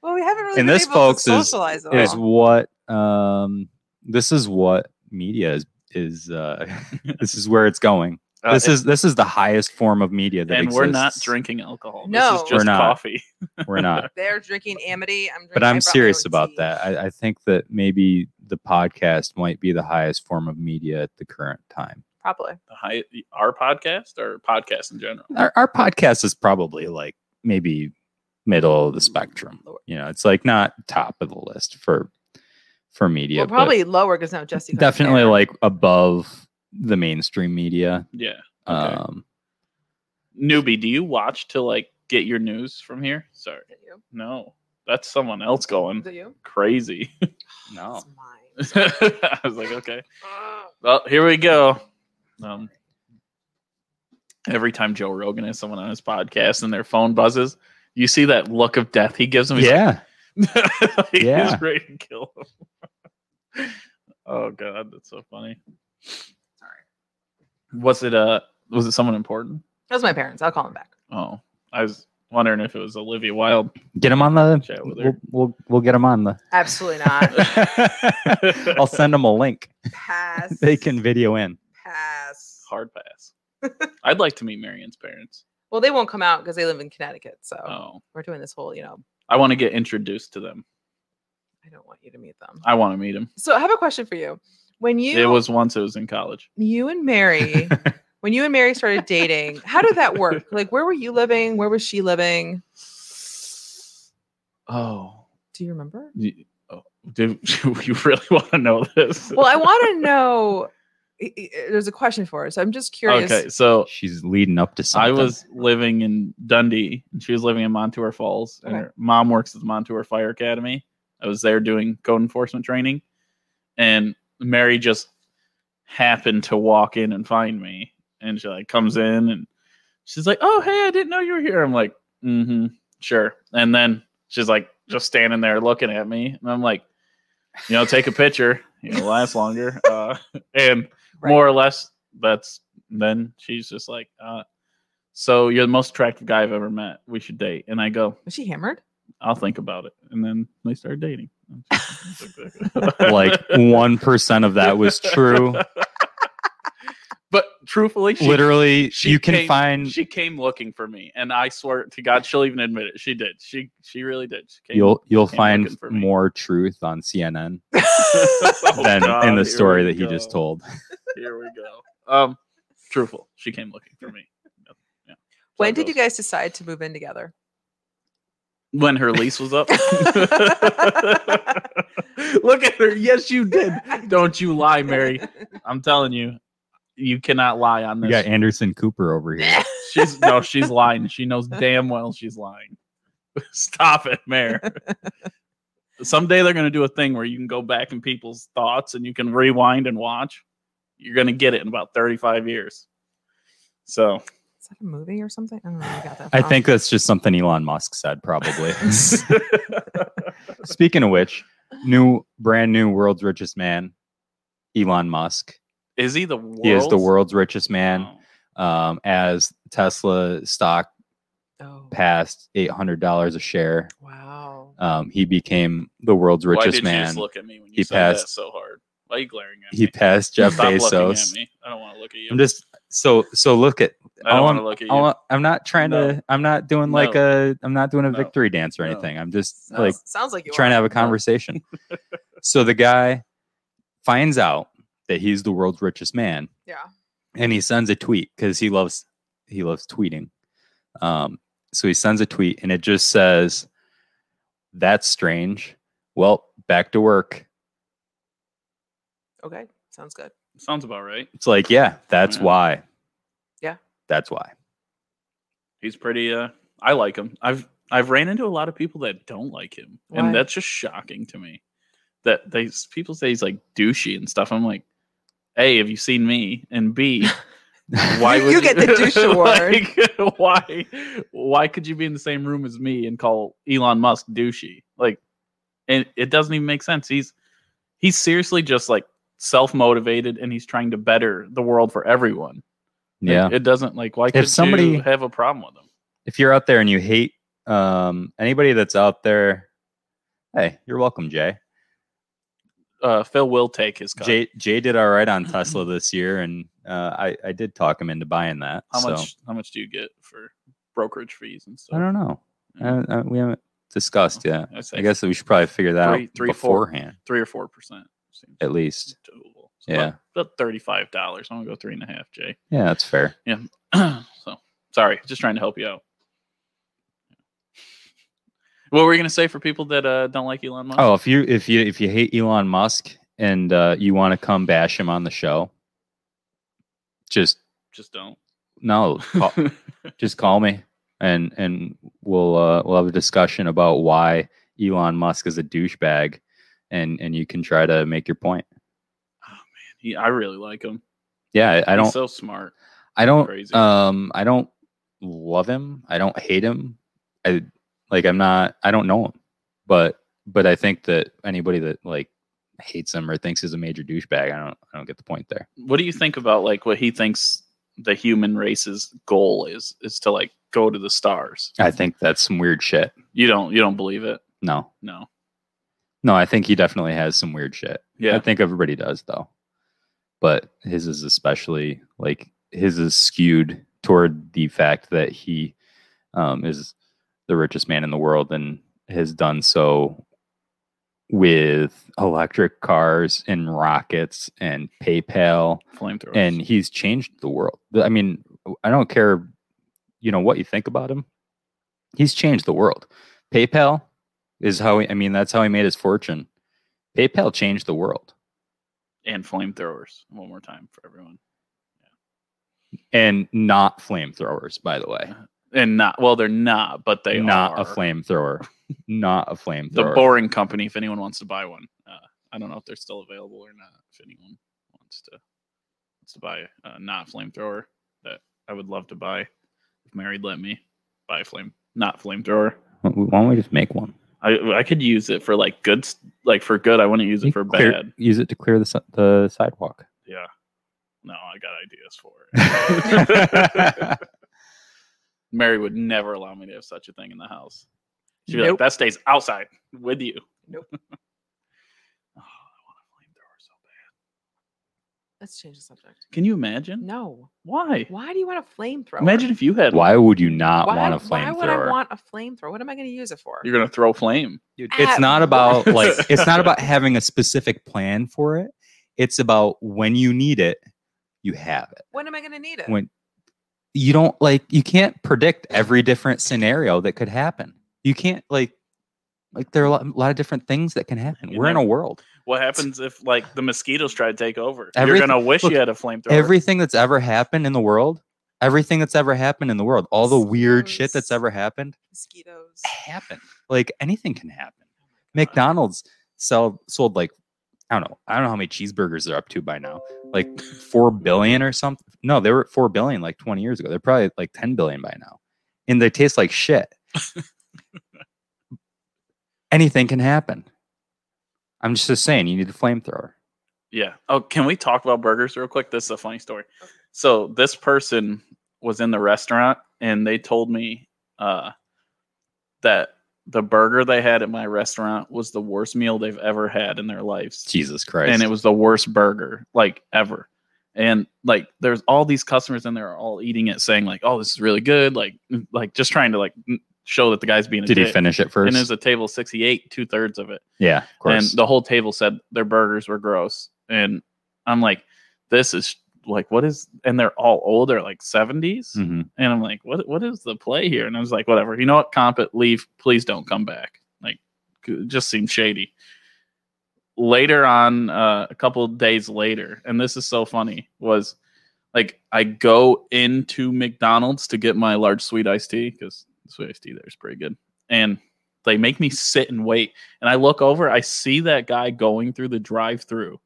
[SPEAKER 2] well, we haven't really
[SPEAKER 3] And
[SPEAKER 2] been
[SPEAKER 3] this,
[SPEAKER 2] able
[SPEAKER 3] folks,
[SPEAKER 2] to
[SPEAKER 3] is-
[SPEAKER 2] socialize at
[SPEAKER 3] Is
[SPEAKER 2] all.
[SPEAKER 3] what um this is what media is is uh this is where it's going.
[SPEAKER 1] Uh,
[SPEAKER 3] this is this is the highest form of media that
[SPEAKER 1] and we're not
[SPEAKER 3] exists.
[SPEAKER 1] drinking alcohol.
[SPEAKER 2] No.
[SPEAKER 1] this is
[SPEAKER 3] We're
[SPEAKER 1] just
[SPEAKER 3] not.
[SPEAKER 1] coffee.
[SPEAKER 3] We're not.
[SPEAKER 2] They're drinking Amity. I'm drinking.
[SPEAKER 3] but
[SPEAKER 2] I
[SPEAKER 3] I'm
[SPEAKER 2] brought my
[SPEAKER 3] serious
[SPEAKER 2] own
[SPEAKER 3] about
[SPEAKER 2] tea.
[SPEAKER 3] that. I, I think that maybe the podcast might be the highest form of media at the current time.
[SPEAKER 2] Probably.
[SPEAKER 1] The high, our podcast or podcast in general.
[SPEAKER 3] Our, our podcast is probably like maybe middle of the spectrum. You know, it's like not top of the list for for media.
[SPEAKER 2] well,
[SPEAKER 3] but
[SPEAKER 2] probably lower because now Jesse. Cook's
[SPEAKER 3] definitely
[SPEAKER 2] there.
[SPEAKER 3] like above the mainstream media.
[SPEAKER 1] Yeah. Okay.
[SPEAKER 3] Um,
[SPEAKER 1] newbie, do you watch to like get your news from here? Sorry,
[SPEAKER 2] Is it you?
[SPEAKER 1] no, that's someone else
[SPEAKER 3] Mm.
[SPEAKER 1] going
[SPEAKER 2] Is it you?
[SPEAKER 1] crazy.
[SPEAKER 3] no,
[SPEAKER 2] It's mine.
[SPEAKER 1] I was like, okay, well, here we go. Um, every time Joe Rogan has someone on his podcast and their phone buzzes, you see that look of death he gives them. He's
[SPEAKER 3] yeah,
[SPEAKER 1] like,
[SPEAKER 3] Yeah.
[SPEAKER 1] he's ready to kill him. oh god, that's so funny.
[SPEAKER 2] Sorry.
[SPEAKER 1] Was it uh was it someone important?
[SPEAKER 2] That was my parents. I'll call them back.
[SPEAKER 1] Oh, I was wondering if it was Olivia Wilde.
[SPEAKER 3] get him on the.
[SPEAKER 1] Chat with
[SPEAKER 3] We'll,
[SPEAKER 1] her.
[SPEAKER 3] we'll we'll get him on the.
[SPEAKER 2] Absolutely not.
[SPEAKER 3] I'll send them a link.
[SPEAKER 2] pass.
[SPEAKER 3] They can video in.
[SPEAKER 2] pass.
[SPEAKER 1] Hard pass. I'd like to meet Marion's parents.
[SPEAKER 2] Well, they won't come out because they live in Connecticut. So
[SPEAKER 1] Oh,
[SPEAKER 2] we're doing this whole, you know,
[SPEAKER 1] I want to get introduced to them.
[SPEAKER 2] I don't want you to meet them.
[SPEAKER 1] I want to meet them.
[SPEAKER 2] So I have a question for you. When you
[SPEAKER 1] It was once it was in college.
[SPEAKER 2] you and Mary, when you and Mary started dating, how did that work? Like, where were you living? Where was she living?
[SPEAKER 1] Oh,
[SPEAKER 2] Do you remember?
[SPEAKER 1] you, oh, do you really want to know this?
[SPEAKER 2] Well, I want to know. i- i- uh, There's a question for her, so I'm just curious.
[SPEAKER 1] Okay, so
[SPEAKER 3] She's leading up to something.
[SPEAKER 1] I was living in Dundee, and she was living in Montour Falls, and
[SPEAKER 2] Okay.
[SPEAKER 1] her mom works at the Montour Fire Academy. I was there doing code enforcement training, and Mary just happened to walk in and find me, and she like comes in and she's like, "Oh, hey, I didn't know you were here." I'm like, "Mm-hmm, sure." And then she's like, just standing there looking at me, and I'm like, "You know, take a picture. You know, last longer." Uh, and
[SPEAKER 2] Right.
[SPEAKER 1] more or less that's then she's just like uh so you're the most attractive guy i've ever met we should date and i go
[SPEAKER 2] Was she hammered?
[SPEAKER 1] i'll think about it and then we started dating
[SPEAKER 3] like one percent of that was true.
[SPEAKER 1] but truthfully she,
[SPEAKER 3] Literally,
[SPEAKER 1] she
[SPEAKER 3] you can
[SPEAKER 1] came-
[SPEAKER 3] find.
[SPEAKER 1] she came looking for me and i swear to god she'll even admit it she did she she really did she came
[SPEAKER 3] You'll you'll
[SPEAKER 1] came
[SPEAKER 3] find
[SPEAKER 1] looking for me.
[SPEAKER 3] more truth on CNN
[SPEAKER 1] Oh,
[SPEAKER 3] than in
[SPEAKER 1] God,
[SPEAKER 3] the
[SPEAKER 1] here
[SPEAKER 3] story
[SPEAKER 1] we
[SPEAKER 3] that he just
[SPEAKER 1] go.
[SPEAKER 3] told.
[SPEAKER 1] here we go um truthful she came looking for me Yep, yeah. So
[SPEAKER 2] when
[SPEAKER 1] it
[SPEAKER 2] did you
[SPEAKER 1] goes.
[SPEAKER 2] guys decide to move in together?
[SPEAKER 1] when her lease was up. Look at her. Yes, you did. Don't you lie, Mary. I'm telling you, you cannot lie on
[SPEAKER 3] You
[SPEAKER 1] this.
[SPEAKER 3] got Anderson Cooper over here.
[SPEAKER 1] She's no, she's lying. She knows damn well she's lying. Stop it, Mary. Someday they're gonna do a thing where you can go back in people's thoughts and you can rewind and watch. You're gonna get it in about 35 years. So
[SPEAKER 2] Is that a movie or something? I don't know. where I, got that
[SPEAKER 3] I
[SPEAKER 2] from.
[SPEAKER 3] think that's just something Elon Musk said, probably. Speaking of which, new brand new world's richest man, Elon Musk.
[SPEAKER 1] is he the Oh. world?
[SPEAKER 3] He is the world's richest man. Um, as Tesla stock
[SPEAKER 2] Oh,
[SPEAKER 3] passed eight hundred dollars a share,
[SPEAKER 2] wow.
[SPEAKER 3] um, he became the world's
[SPEAKER 1] Why
[SPEAKER 3] richest
[SPEAKER 1] did You
[SPEAKER 3] man.
[SPEAKER 1] just look at me when you
[SPEAKER 3] He
[SPEAKER 1] said that
[SPEAKER 3] passed-
[SPEAKER 1] so hard. Why are you glaring at
[SPEAKER 3] He
[SPEAKER 1] me?
[SPEAKER 3] passed Jeff
[SPEAKER 1] Stop looking at
[SPEAKER 3] Bezos.
[SPEAKER 1] me. I don't want to look at you.
[SPEAKER 3] I'm just so so. Look at
[SPEAKER 1] I don't
[SPEAKER 3] all
[SPEAKER 1] want
[SPEAKER 3] I'm-
[SPEAKER 1] to look at you.
[SPEAKER 3] I want- I'm not trying to. I'm not doing like a. I'm not doing a
[SPEAKER 1] No.
[SPEAKER 3] victory dance or
[SPEAKER 1] No.
[SPEAKER 3] anything. I'm just
[SPEAKER 2] Sounds
[SPEAKER 3] like
[SPEAKER 2] sounds like you
[SPEAKER 3] trying to
[SPEAKER 2] are.
[SPEAKER 3] have a conversation. so the guy finds out that he's the world's richest man,
[SPEAKER 2] yeah.
[SPEAKER 3] and he sends a tweet because he loves he loves tweeting. Um, so he sends a tweet and it just says, "That's strange." Well, back to work.
[SPEAKER 2] Okay, sounds good.
[SPEAKER 1] Sounds about right.
[SPEAKER 3] It's like, yeah, that's
[SPEAKER 1] Yeah.
[SPEAKER 3] why.
[SPEAKER 2] Yeah.
[SPEAKER 3] that's why.
[SPEAKER 1] He's pretty. Uh, I like him. I've I've ran into a lot of people that don't like him,
[SPEAKER 2] Why?
[SPEAKER 1] and that's just shocking to me. That they people say he's like douchey and stuff. I'm like, a, have you seen me? And b, why
[SPEAKER 2] You-
[SPEAKER 1] would
[SPEAKER 2] you get the douche
[SPEAKER 1] Like, why why could you be in the same room as me and call Elon Musk douchey? Like, and it doesn't even make sense. He's he's seriously just like self motivated, and he's trying to better the world for everyone. Like,
[SPEAKER 3] Yeah.
[SPEAKER 1] it doesn't like why could somebody
[SPEAKER 3] somebody-
[SPEAKER 1] you have a problem with him?
[SPEAKER 3] If you're out there and you hate um, anybody that's out there, hey, you're welcome, Jay.
[SPEAKER 1] Uh, Phil will take his cut.
[SPEAKER 3] Jay Jay did all right on Tesla this year, and uh, I I did talk him into buying that.
[SPEAKER 1] how
[SPEAKER 3] so-
[SPEAKER 1] much? How much do you get for brokerage fees and stuff?
[SPEAKER 3] I don't know.
[SPEAKER 1] Yeah.
[SPEAKER 3] Uh, uh, we haven't discussed yet.
[SPEAKER 1] I'd say
[SPEAKER 3] I guess that we should probably figure that
[SPEAKER 1] Three-
[SPEAKER 3] out
[SPEAKER 1] three, four.
[SPEAKER 3] beforehand,
[SPEAKER 1] three or four percent seems
[SPEAKER 3] at least.
[SPEAKER 1] doable. So
[SPEAKER 3] Yeah.
[SPEAKER 1] about, about thirty-five dollars. I'm gonna go three and a half, Jay.
[SPEAKER 3] Yeah, that's fair.
[SPEAKER 1] so sorry, just trying to help you out. What were you gonna say for people that uh, don't like Elon Musk?
[SPEAKER 3] Oh, if you if you if you hate Elon Musk and uh, you want to come bash him on the show, just
[SPEAKER 1] just don't.
[SPEAKER 3] no, call, just call me and and we'll uh, we'll have a discussion about why Elon Musk is a douchebag, and and you can try to make your point.
[SPEAKER 1] He- I really like him.
[SPEAKER 3] Yeah, I, I
[SPEAKER 1] He's
[SPEAKER 3] don't
[SPEAKER 1] so smart.
[SPEAKER 3] I don't
[SPEAKER 1] Crazy.
[SPEAKER 3] um I don't love him. I don't hate him. I like I'm not I don't know him. But but I think that anybody that like hates him or thinks he's a major douchebag, I don't I don't get the point there.
[SPEAKER 1] What do you think about like what he thinks the human race's goal is? Is to like go to the stars?
[SPEAKER 3] I think that's some weird shit.
[SPEAKER 1] You don't. You don't believe it?
[SPEAKER 3] No.
[SPEAKER 1] No.
[SPEAKER 3] No, I think he definitely has some weird shit. I
[SPEAKER 1] Yeah.
[SPEAKER 3] think everybody does though. But his is especially like his is skewed toward the fact that he um, is the richest man in the world and has done so with electric cars and rockets and PayPal
[SPEAKER 1] Flamethrowers.
[SPEAKER 3] and he's changed the world. Th- I mean, I don't care, you know, what you think about him. He's changed the world. PayPal is how he, I mean, that's how he made his fortune. PayPal changed the world.
[SPEAKER 1] and flamethrowers. One more time for everyone.
[SPEAKER 3] And not flamethrowers, by the way.
[SPEAKER 1] And not well, they're not, but they
[SPEAKER 3] not
[SPEAKER 1] are
[SPEAKER 3] a flamethrower. not a flamethrower.
[SPEAKER 1] The Boring Company. If anyone wants to buy one, uh, I don't know if they're still available or not. If anyone wants to wants to buy a not flamethrower, that I would love to buy. If married, let me buy a flame not flamethrower.
[SPEAKER 3] Why don't we just make one?
[SPEAKER 1] I I could use it for like good, s- like for good. I wouldn't use it for
[SPEAKER 3] Clear-
[SPEAKER 1] bad.
[SPEAKER 3] Use it to clear the, si- the sidewalk.
[SPEAKER 1] Yeah. No, I got ideas for it. Mary would never allow me to have such a thing in the house. She'd be like,
[SPEAKER 2] Nope.
[SPEAKER 1] that stays outside with you.
[SPEAKER 2] Nope.
[SPEAKER 1] oh, I want a flamethrower so bad.
[SPEAKER 2] Let's change the subject.
[SPEAKER 1] Can you imagine?
[SPEAKER 2] No.
[SPEAKER 1] Why?
[SPEAKER 2] Why do you want a flamethrower?
[SPEAKER 1] Mm. Imagine if you had one.
[SPEAKER 3] why would you not
[SPEAKER 2] why,
[SPEAKER 3] want a
[SPEAKER 2] why would I
[SPEAKER 3] flamethrower?
[SPEAKER 2] want a flamethrower? What am I going to use it for?
[SPEAKER 1] You're going to throw flame.
[SPEAKER 3] Dude,
[SPEAKER 2] At
[SPEAKER 3] it's not about
[SPEAKER 1] work.
[SPEAKER 3] like it's not about having a specific plan for it. It's about when you need it, you have it.
[SPEAKER 2] When am I going to need it?
[SPEAKER 3] When you don't like you can't predict every different scenario that could happen. You can't like like there are a lot, lot of different things that can happen.
[SPEAKER 1] You
[SPEAKER 3] We're in a
[SPEAKER 1] never-
[SPEAKER 3] world.
[SPEAKER 1] What happens if, like, the mosquitoes try to take over?
[SPEAKER 3] Everyth-
[SPEAKER 1] You're going to wish
[SPEAKER 3] look,
[SPEAKER 1] you had a flamethrower.
[SPEAKER 3] Everything that's ever happened in the world, everything that's ever happened in the world, all the weird shit that's
[SPEAKER 2] Scenarios.
[SPEAKER 3] ever happened
[SPEAKER 2] Mosquitoes.
[SPEAKER 3] happen. Like anything can happen.
[SPEAKER 1] Oh
[SPEAKER 3] McDonald's sell sold like I don't know. I don't know how many cheeseburgers they're up to by now. Like four billion or something. No, they were at four billion like 20 years ago. They're probably at, like 10 billion by now. And they taste like shit. anything can happen. I'm just, just saying you need a flamethrower.
[SPEAKER 1] Yeah. Oh, can we talk about burgers real quick? This is a funny story. So this person was in the restaurant and they told me uh, that the burger they had at my restaurant was the worst meal they've ever had in their lives.
[SPEAKER 3] Jesus Christ.
[SPEAKER 1] And it was the worst burger like ever. And like there's all these customers in there all eating it saying like, "Oh, this is really good." Like like just trying to like n- show that the guy's being a
[SPEAKER 3] Did he
[SPEAKER 1] dick.
[SPEAKER 3] finish it first?
[SPEAKER 1] And it was a table of 68, two thirds of it
[SPEAKER 3] yeah, of course.
[SPEAKER 1] and the whole table said their burgers were gross and i'm like this is like, what is? And they're all older, like 70s.
[SPEAKER 3] hmm
[SPEAKER 1] And I'm like, what what is the play here? And I was like, whatever. You know what? Comp it, leave. Please don't come back. Like, it just seems shady. Later on, uh, a couple of days later, and this is so funny, was like I go into McDonald's to get my large sweet iced tea because sweet iced tea there is pretty good. And they make me sit and wait. And I look over, I see that guy going through the drive through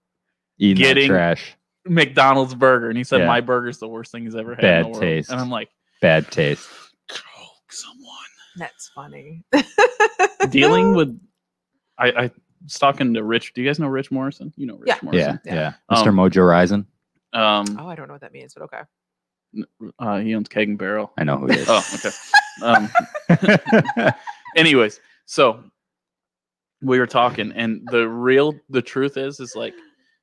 [SPEAKER 3] Eating that
[SPEAKER 1] Getting-
[SPEAKER 3] trash.
[SPEAKER 1] McDonald's burger. And he said,
[SPEAKER 3] Yeah.
[SPEAKER 1] My burger's the worst thing he's ever had.
[SPEAKER 3] Bad
[SPEAKER 1] in the world.
[SPEAKER 3] taste.
[SPEAKER 1] And I'm like,
[SPEAKER 3] Bad taste.
[SPEAKER 1] choke someone.
[SPEAKER 2] That's funny.
[SPEAKER 1] dealing with I, I was talking to Rich. Do you guys know Rich Morrison? You know Rich
[SPEAKER 2] Yeah.
[SPEAKER 1] Morrison.
[SPEAKER 3] Yeah,
[SPEAKER 2] Yeah.
[SPEAKER 3] yeah.
[SPEAKER 1] Um,
[SPEAKER 3] Mr. Mojo Rising.
[SPEAKER 1] Um
[SPEAKER 2] Oh, I don't know what that means, but okay. Oh.
[SPEAKER 1] uh, he owns Keg and Barrel.
[SPEAKER 3] I know who it is.
[SPEAKER 1] Oh, okay. Um anyways, so we were talking and the real the truth is is like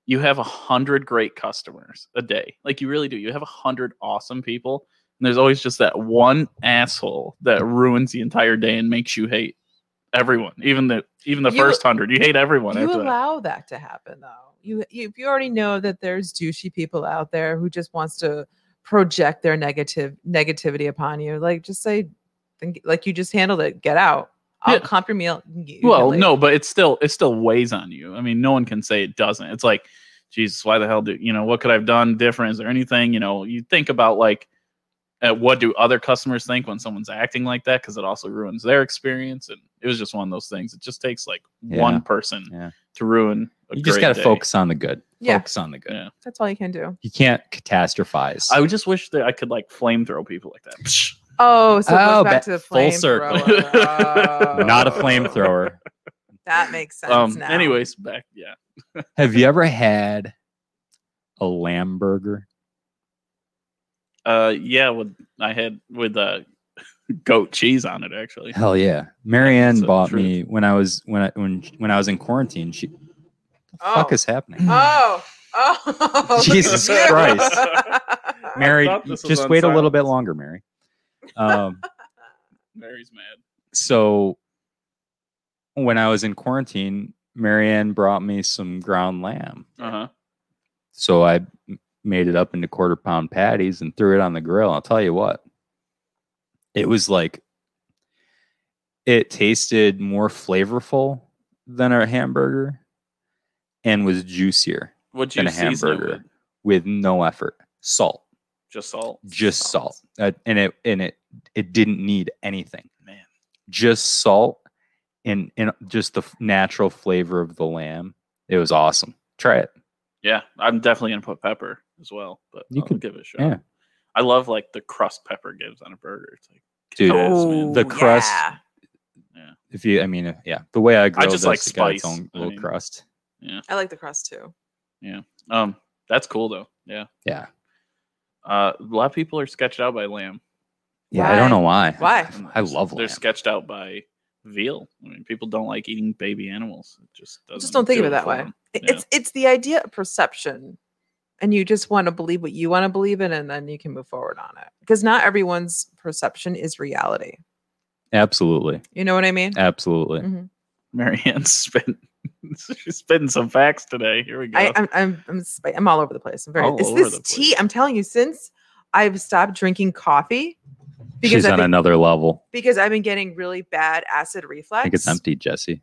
[SPEAKER 1] you have a hundred great customers a day. Like you really do. You have a hundred awesome people. And there's always just that one asshole that ruins the entire day and makes you hate everyone. Even the even the
[SPEAKER 2] You-
[SPEAKER 1] first hundred. You hate everyone
[SPEAKER 2] you
[SPEAKER 1] after that.
[SPEAKER 2] allow that. to happen though. You, you you already know that there's douchey people out there who just wants to project their negative negativity upon you. Like just say, think, like you just handled it. Get out. I'll
[SPEAKER 1] Yeah.
[SPEAKER 2] comp your meal. You can
[SPEAKER 1] Well,
[SPEAKER 2] leave.
[SPEAKER 1] no, but it still it still weighs on you. I mean, no one can say it doesn't. It's like, Jesus, why the hell do you know what could I've done different? Is there anything you know? You think about like, uh what do other customers think when someone's acting like that? Because it also ruins their experience. And it was just one of those things. It just takes like
[SPEAKER 3] Yeah.
[SPEAKER 1] one person
[SPEAKER 3] Yeah.
[SPEAKER 1] to ruin. A
[SPEAKER 3] you just
[SPEAKER 1] great
[SPEAKER 3] got to
[SPEAKER 1] day.
[SPEAKER 3] focus on the good.
[SPEAKER 2] Yeah.
[SPEAKER 3] Focus on the good.
[SPEAKER 1] Yeah.
[SPEAKER 2] That's all you can do.
[SPEAKER 3] You can't catastrophize.
[SPEAKER 1] I would just wish that I could like flamethrow people like that.
[SPEAKER 2] Oh, so it goes
[SPEAKER 3] Oh,
[SPEAKER 2] back
[SPEAKER 3] ba-
[SPEAKER 2] to the
[SPEAKER 3] full
[SPEAKER 2] flame
[SPEAKER 3] circle.
[SPEAKER 2] thrower.
[SPEAKER 3] Not a
[SPEAKER 2] Oh,
[SPEAKER 3] flamethrower.
[SPEAKER 2] That makes sense.
[SPEAKER 1] um.
[SPEAKER 2] now.
[SPEAKER 1] Anyways, back yeah.
[SPEAKER 3] Have you ever had a lamb burger?
[SPEAKER 1] Uh. Yeah. With I had with uh, goat cheese on it actually.
[SPEAKER 3] Hell yeah. Marianne
[SPEAKER 1] So
[SPEAKER 3] bought
[SPEAKER 1] true.
[SPEAKER 3] me when I was when I when when I was in quarantine. She the fuck
[SPEAKER 2] Oh.
[SPEAKER 3] is happening?
[SPEAKER 1] Ah,
[SPEAKER 2] Oh, oh, look at
[SPEAKER 3] Jesus
[SPEAKER 2] you.
[SPEAKER 3] Christ. Mary,
[SPEAKER 1] thought this was
[SPEAKER 3] just
[SPEAKER 1] on
[SPEAKER 3] wait a little bit
[SPEAKER 1] silence.
[SPEAKER 3] longer, Mary. Um
[SPEAKER 1] Mary's mad.
[SPEAKER 3] so when I was in quarantine, Marianne brought me some ground lamb.
[SPEAKER 1] Uh huh.
[SPEAKER 3] So I m- made it up into quarter pound patties and threw it on the grill. I'll tell you what, it was like it tasted more flavorful than a hamburger and was juicier
[SPEAKER 1] What'd you
[SPEAKER 3] than a
[SPEAKER 1] season it
[SPEAKER 3] hamburger
[SPEAKER 1] with?
[SPEAKER 3] with no effort. Salt,
[SPEAKER 1] Just salt.
[SPEAKER 3] just salt. Uh, and it and it it didn't need anything.
[SPEAKER 1] Man.
[SPEAKER 3] Just salt and and just the f- natural flavor of the lamb. It was awesome. Try it.
[SPEAKER 1] Yeah, I'm definitely gonna put pepper as well, but
[SPEAKER 3] You
[SPEAKER 1] I'll
[SPEAKER 3] could-
[SPEAKER 1] give it a shot.
[SPEAKER 3] yeah.
[SPEAKER 1] I love like the crust pepper gives on a burger. It's like
[SPEAKER 3] Dude,
[SPEAKER 1] kick-ass, man.
[SPEAKER 2] Oh,
[SPEAKER 3] The crust.
[SPEAKER 2] yeah.
[SPEAKER 3] if you, I mean, uh, yeah, the way I grill
[SPEAKER 1] just
[SPEAKER 3] this,
[SPEAKER 1] like
[SPEAKER 3] it's got its
[SPEAKER 1] spice.
[SPEAKER 3] own
[SPEAKER 1] I
[SPEAKER 3] little
[SPEAKER 1] mean-
[SPEAKER 3] crust.
[SPEAKER 2] I like the crust too.
[SPEAKER 1] um, that's cool though. Yeah,
[SPEAKER 3] Yeah,
[SPEAKER 1] uh, a lot of people are sketched out by lamb.
[SPEAKER 3] yeah. I don't know why.
[SPEAKER 2] Why?
[SPEAKER 3] I love
[SPEAKER 1] They're
[SPEAKER 3] lamb.
[SPEAKER 1] sketched out by veal. I mean, people don't like eating baby animals. It just doesn't
[SPEAKER 2] don't think
[SPEAKER 1] do
[SPEAKER 2] of it that
[SPEAKER 1] for
[SPEAKER 2] way.
[SPEAKER 1] them.
[SPEAKER 2] It-
[SPEAKER 1] Yeah.
[SPEAKER 2] It's it's the idea of perception, and you just want to believe what you want to believe in, and then you can move forward on it. Because not everyone's perception is reality.
[SPEAKER 3] Absolutely,
[SPEAKER 2] You know what I mean?
[SPEAKER 3] absolutely.
[SPEAKER 2] Mhm.
[SPEAKER 1] Marianne's spitting, she's spitting some facts today. Here we go.
[SPEAKER 2] I, I'm I'm I'm sp- I'm all over the place. I'm very.
[SPEAKER 1] All
[SPEAKER 2] it's
[SPEAKER 1] over
[SPEAKER 2] this
[SPEAKER 1] the
[SPEAKER 2] tea.
[SPEAKER 1] place.
[SPEAKER 2] I'm telling you, since I've stopped drinking coffee, because
[SPEAKER 3] She's
[SPEAKER 2] I've
[SPEAKER 3] on
[SPEAKER 2] been,
[SPEAKER 3] another level.
[SPEAKER 2] because I've been getting really bad acid reflux.
[SPEAKER 3] I think it's empty, Jesse.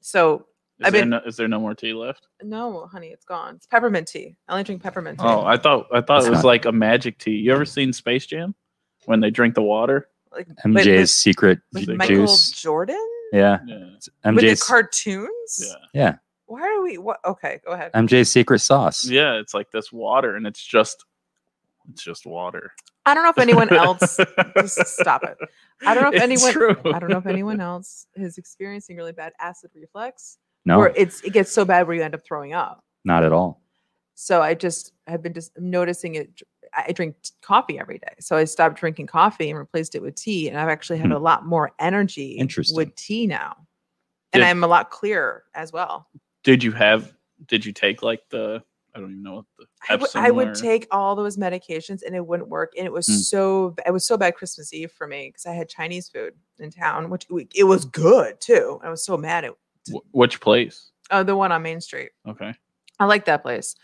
[SPEAKER 2] So
[SPEAKER 1] is,
[SPEAKER 2] I've
[SPEAKER 1] there
[SPEAKER 2] been-
[SPEAKER 1] no, is there no more tea left?
[SPEAKER 2] no, honey, it's gone. It's peppermint tea. I only drink peppermint tea.
[SPEAKER 1] Oh, I thought I thought
[SPEAKER 3] It's
[SPEAKER 1] it was
[SPEAKER 3] not-
[SPEAKER 1] like a magic tea. You ever seen Space Jam when they drink the water?
[SPEAKER 2] like but
[SPEAKER 3] MJ's secret
[SPEAKER 2] with,
[SPEAKER 3] ju-
[SPEAKER 2] with
[SPEAKER 1] the
[SPEAKER 2] Michael
[SPEAKER 3] juice.
[SPEAKER 2] Jordan
[SPEAKER 3] Yeah,
[SPEAKER 1] Yeah.
[SPEAKER 3] it's
[SPEAKER 2] with the
[SPEAKER 3] MJ's
[SPEAKER 2] cartoons.
[SPEAKER 1] Yeah. Uh,
[SPEAKER 2] Why are we? What? Okay, go ahead.
[SPEAKER 3] MJ's secret sauce.
[SPEAKER 1] Yeah, it's like this water and it's just it's just water.
[SPEAKER 2] I don't know if anyone else. just stop it. I don't know if
[SPEAKER 1] It's
[SPEAKER 2] anyone.
[SPEAKER 1] true.
[SPEAKER 2] I don't know if anyone else is experiencing really bad acid reflux,
[SPEAKER 3] No,
[SPEAKER 2] or it's it gets so bad where you end up throwing up.
[SPEAKER 3] not at all.
[SPEAKER 2] So I just have been just noticing it. I I drink t- coffee every day, so I stopped drinking coffee and replaced it with tea, and I've actually had
[SPEAKER 3] Hmm.
[SPEAKER 2] a lot more energy
[SPEAKER 3] Interesting.
[SPEAKER 2] with tea now, and
[SPEAKER 1] Did-
[SPEAKER 2] I'm a lot clearer as well.
[SPEAKER 1] Did you have did you take like the I don't even know what the
[SPEAKER 2] I would- I
[SPEAKER 1] Epsom or-
[SPEAKER 2] would take all those medications and it wouldn't work. And it was
[SPEAKER 3] Mm.
[SPEAKER 2] so b- it was so bad Christmas Eve for me because I had Chinese food in town, which we- it was good too. I was so mad at
[SPEAKER 1] Wh- which place?
[SPEAKER 2] uh, the one on Main Street.
[SPEAKER 1] Okay.
[SPEAKER 2] I like that place,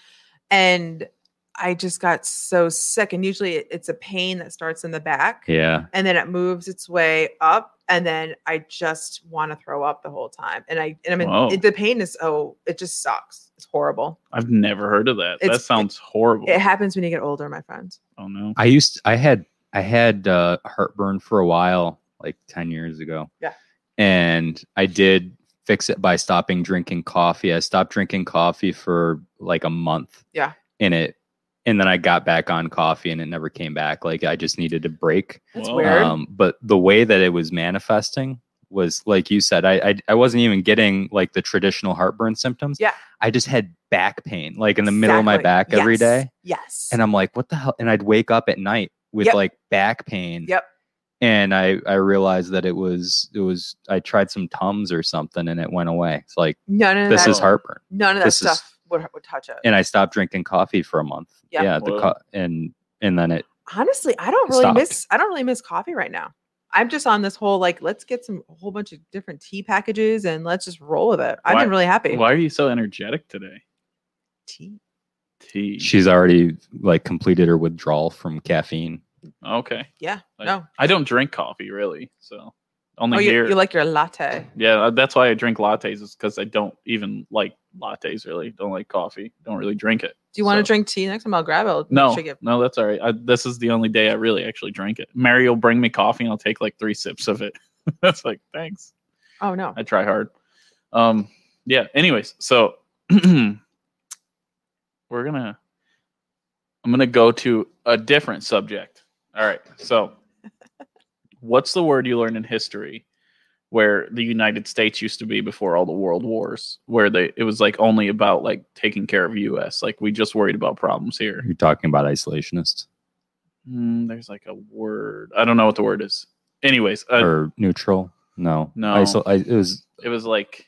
[SPEAKER 2] and I just got so sick. And usually it, it's a pain that starts in the back
[SPEAKER 3] Yeah.
[SPEAKER 2] and then it moves its way up. And then I just want to throw up the whole time. And I, and I mean,
[SPEAKER 1] Wow.
[SPEAKER 2] it, the pain is, oh, it just sucks. It's horrible.
[SPEAKER 1] I've never heard of that. that
[SPEAKER 2] It's-
[SPEAKER 1] sounds horrible.
[SPEAKER 2] It happens when you get older, my friend.
[SPEAKER 1] oh no.
[SPEAKER 3] I used I had I had uh, heartburn for a while, like ten years ago.
[SPEAKER 2] Yeah.
[SPEAKER 3] And I did fix it by stopping drinking coffee. I stopped drinking coffee for like a month.
[SPEAKER 2] Yeah.
[SPEAKER 3] And it and then I got back on coffee and it never came back. Like I just needed a break.
[SPEAKER 2] That's
[SPEAKER 1] Whoa.
[SPEAKER 2] weird.
[SPEAKER 3] Um, but the way that it was manifesting was like you said, I, I I wasn't even getting like the traditional heartburn symptoms.
[SPEAKER 2] Yeah.
[SPEAKER 3] I just had back pain, like in the middle of my back
[SPEAKER 2] Exactly.
[SPEAKER 3] every
[SPEAKER 2] Yes.
[SPEAKER 3] day.
[SPEAKER 2] Yes.
[SPEAKER 3] And um, I'm like, what the hell? And I'd wake up at night with
[SPEAKER 2] Yep.
[SPEAKER 3] like back pain.
[SPEAKER 2] Yep.
[SPEAKER 3] And I I realized that it was it was I tried some Tums or something and it went away. It's like
[SPEAKER 2] none of
[SPEAKER 3] this
[SPEAKER 2] that,
[SPEAKER 3] is heartburn.
[SPEAKER 2] none of that
[SPEAKER 3] this is-
[SPEAKER 2] stuff would, would touch it.
[SPEAKER 3] And I stopped drinking coffee for a month.
[SPEAKER 2] Yeah.
[SPEAKER 3] Yeah. The
[SPEAKER 1] Whoa.
[SPEAKER 3] co- and and then it
[SPEAKER 2] honestly, I don't really
[SPEAKER 3] Stopped.
[SPEAKER 2] miss I don't really miss coffee right now. I'm just on this whole like let's get some a whole bunch of different tea packages and let's just roll with it. I've
[SPEAKER 1] Why-
[SPEAKER 2] been really happy.
[SPEAKER 1] Why are you so energetic today?
[SPEAKER 2] Tea.
[SPEAKER 1] Tea.
[SPEAKER 3] she's already like completed her withdrawal from caffeine.
[SPEAKER 1] okay.
[SPEAKER 2] Yeah.
[SPEAKER 1] Like,
[SPEAKER 2] no.
[SPEAKER 1] I don't drink coffee really, so
[SPEAKER 2] Oh,
[SPEAKER 1] only
[SPEAKER 2] you,
[SPEAKER 1] here.
[SPEAKER 2] you like your latte.
[SPEAKER 1] yeah, uh, that's why I drink lattes is because I don't even like lattes really. Don't like coffee. Don't really drink it.
[SPEAKER 2] Do you want to
[SPEAKER 1] So-
[SPEAKER 2] drink tea next time? I'll grab it. I'll make
[SPEAKER 1] No,
[SPEAKER 2] sure you-
[SPEAKER 1] no, that's all right. I, this is the only day I really actually drink it. Mary will bring me coffee and I'll take like three sips of it. that's like thanks.
[SPEAKER 2] Oh no.
[SPEAKER 1] I try hard. Um, yeah. Anyways, so we're gonna. I'm gonna go to a different subject. All right. So, what's the word you learned in history, where the United States used to be before all the world wars, where they it was like only about like taking care of U.S. Like we just worried about problems here.
[SPEAKER 3] You're talking about isolationist
[SPEAKER 1] Mm, there's like a word. I don't know what the word is. Anyways, uh,
[SPEAKER 3] or neutral? No.
[SPEAKER 1] No.
[SPEAKER 3] Isol- I, it was
[SPEAKER 1] it was like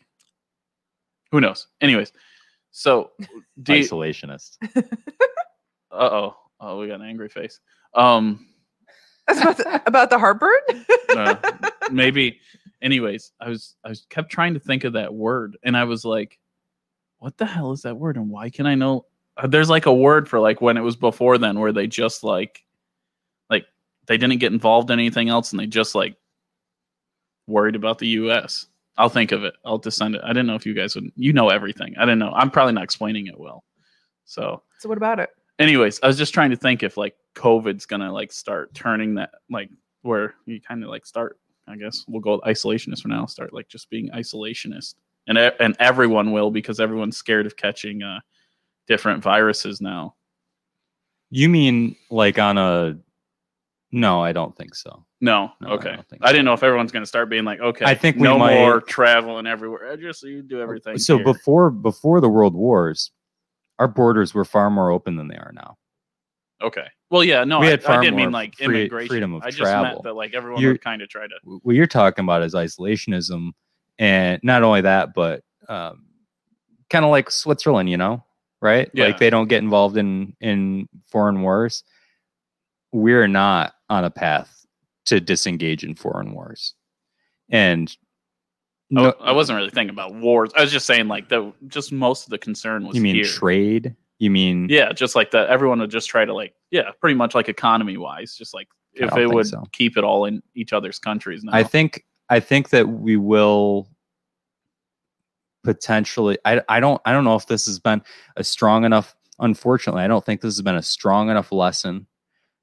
[SPEAKER 1] who knows anyways so do you,
[SPEAKER 3] isolationist.
[SPEAKER 1] uh-oh oh we got an angry face um
[SPEAKER 2] That's about the, about the heartburn?
[SPEAKER 1] uh, maybe anyways i was i was kept trying to think of that word and i was like what the hell is that word and why can i know uh, there's like a word for like when it was before then where they just like like they didn't get involved in anything else and they just like worried about the us i'll think of it i'll just send it i didn't know if you guys would you know everything i didn't know i'm probably not explaining it well so
[SPEAKER 2] so what about it?
[SPEAKER 1] anyways, I was just trying to think if like COVID's gonna like start turning that like where you kind of like start. I guess we'll go with isolationist for now. Start like just being isolationist, and e- and everyone will because everyone's scared of catching uh different viruses now.
[SPEAKER 3] You mean like on a? No, I don't think so.
[SPEAKER 1] No,
[SPEAKER 3] No, I
[SPEAKER 1] okay. I,
[SPEAKER 3] don't think
[SPEAKER 1] didn't know if everyone's gonna start being like, okay,
[SPEAKER 3] I think we
[SPEAKER 1] no
[SPEAKER 3] might-
[SPEAKER 1] more traveling everywhere. Uh, Just you do everything.
[SPEAKER 3] So
[SPEAKER 1] here.
[SPEAKER 3] before before the world wars, our borders were far more open than they are now.
[SPEAKER 1] okay. Well, yeah, no,
[SPEAKER 3] We
[SPEAKER 1] I,
[SPEAKER 3] had
[SPEAKER 1] I
[SPEAKER 3] far
[SPEAKER 1] didn't
[SPEAKER 3] more
[SPEAKER 1] mean like
[SPEAKER 3] free-
[SPEAKER 1] immigration.
[SPEAKER 3] freedom of
[SPEAKER 1] I just
[SPEAKER 3] travel.
[SPEAKER 1] meant that like everyone
[SPEAKER 3] You're-
[SPEAKER 1] would kind of try to.
[SPEAKER 3] What you're talking about is isolationism, and not only that, but um, kind of like Switzerland, you know, right?
[SPEAKER 1] Yeah.
[SPEAKER 3] Like they don't get involved in in foreign wars. We're not on a path to disengage in foreign wars, and
[SPEAKER 1] I
[SPEAKER 3] no-
[SPEAKER 1] w- I wasn't really thinking about wars. I was just saying like the just most of the concern was
[SPEAKER 3] you mean
[SPEAKER 1] here.
[SPEAKER 3] trade? You mean
[SPEAKER 1] yeah, just like that. Everyone would just try to like yeah, pretty much like economy wise, just like
[SPEAKER 3] I
[SPEAKER 1] if
[SPEAKER 3] don't
[SPEAKER 1] it
[SPEAKER 3] think
[SPEAKER 1] would
[SPEAKER 3] so.
[SPEAKER 1] keep it all in each other's countries. Now.
[SPEAKER 3] I think I think that we will potentially I I don't I don't know if this has been a strong enough unfortunately I don't think this has been a strong enough lesson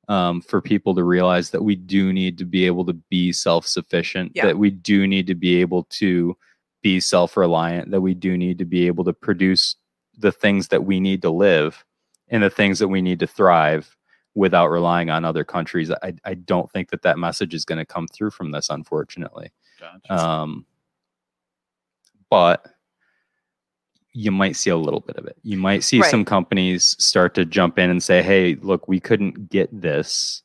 [SPEAKER 3] um, for people to realize that we do need to be able to be self-sufficient
[SPEAKER 2] Yeah.
[SPEAKER 3] that we do need to be able to be self-reliant that we do need to be able to produce the things that we need to live and the things that we need to thrive without relying on other countries. I, I don't think that that message is going to come through from this, unfortunately.
[SPEAKER 1] Gotcha.
[SPEAKER 3] Um, but you might see a little bit of it. You might see
[SPEAKER 2] Right.
[SPEAKER 3] some companies start to jump in and say, hey, look, we couldn't get this.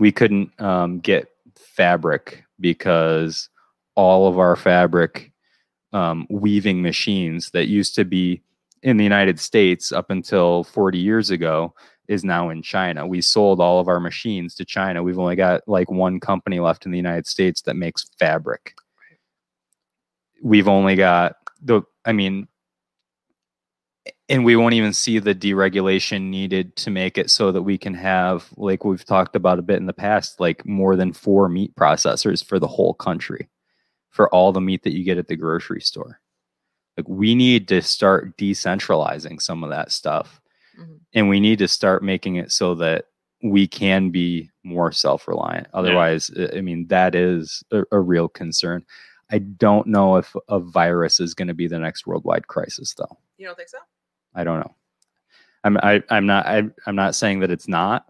[SPEAKER 3] We couldn't um, get fabric because all of our fabric um, weaving machines that used to be in the United States up until 40 years ago is now in China. We sold all of our machines to China. We've only got like one company left in the United States that makes fabric. We've only got the I mean and we won't even see the deregulation needed to make it so that we can have like we've talked about a bit in the past like more than four meat processors for the whole country for all the meat that you get at the grocery store like we need to start decentralizing some of that stuff
[SPEAKER 2] Mhm.
[SPEAKER 3] and we need to start making it so that we can be more self-reliant otherwise I- i mean that is a, a real concern i don't know if a virus is going to be the next worldwide crisis though
[SPEAKER 2] You don't think so?
[SPEAKER 3] I don't know. I'm I, I'm not I, I'm not saying that it's not.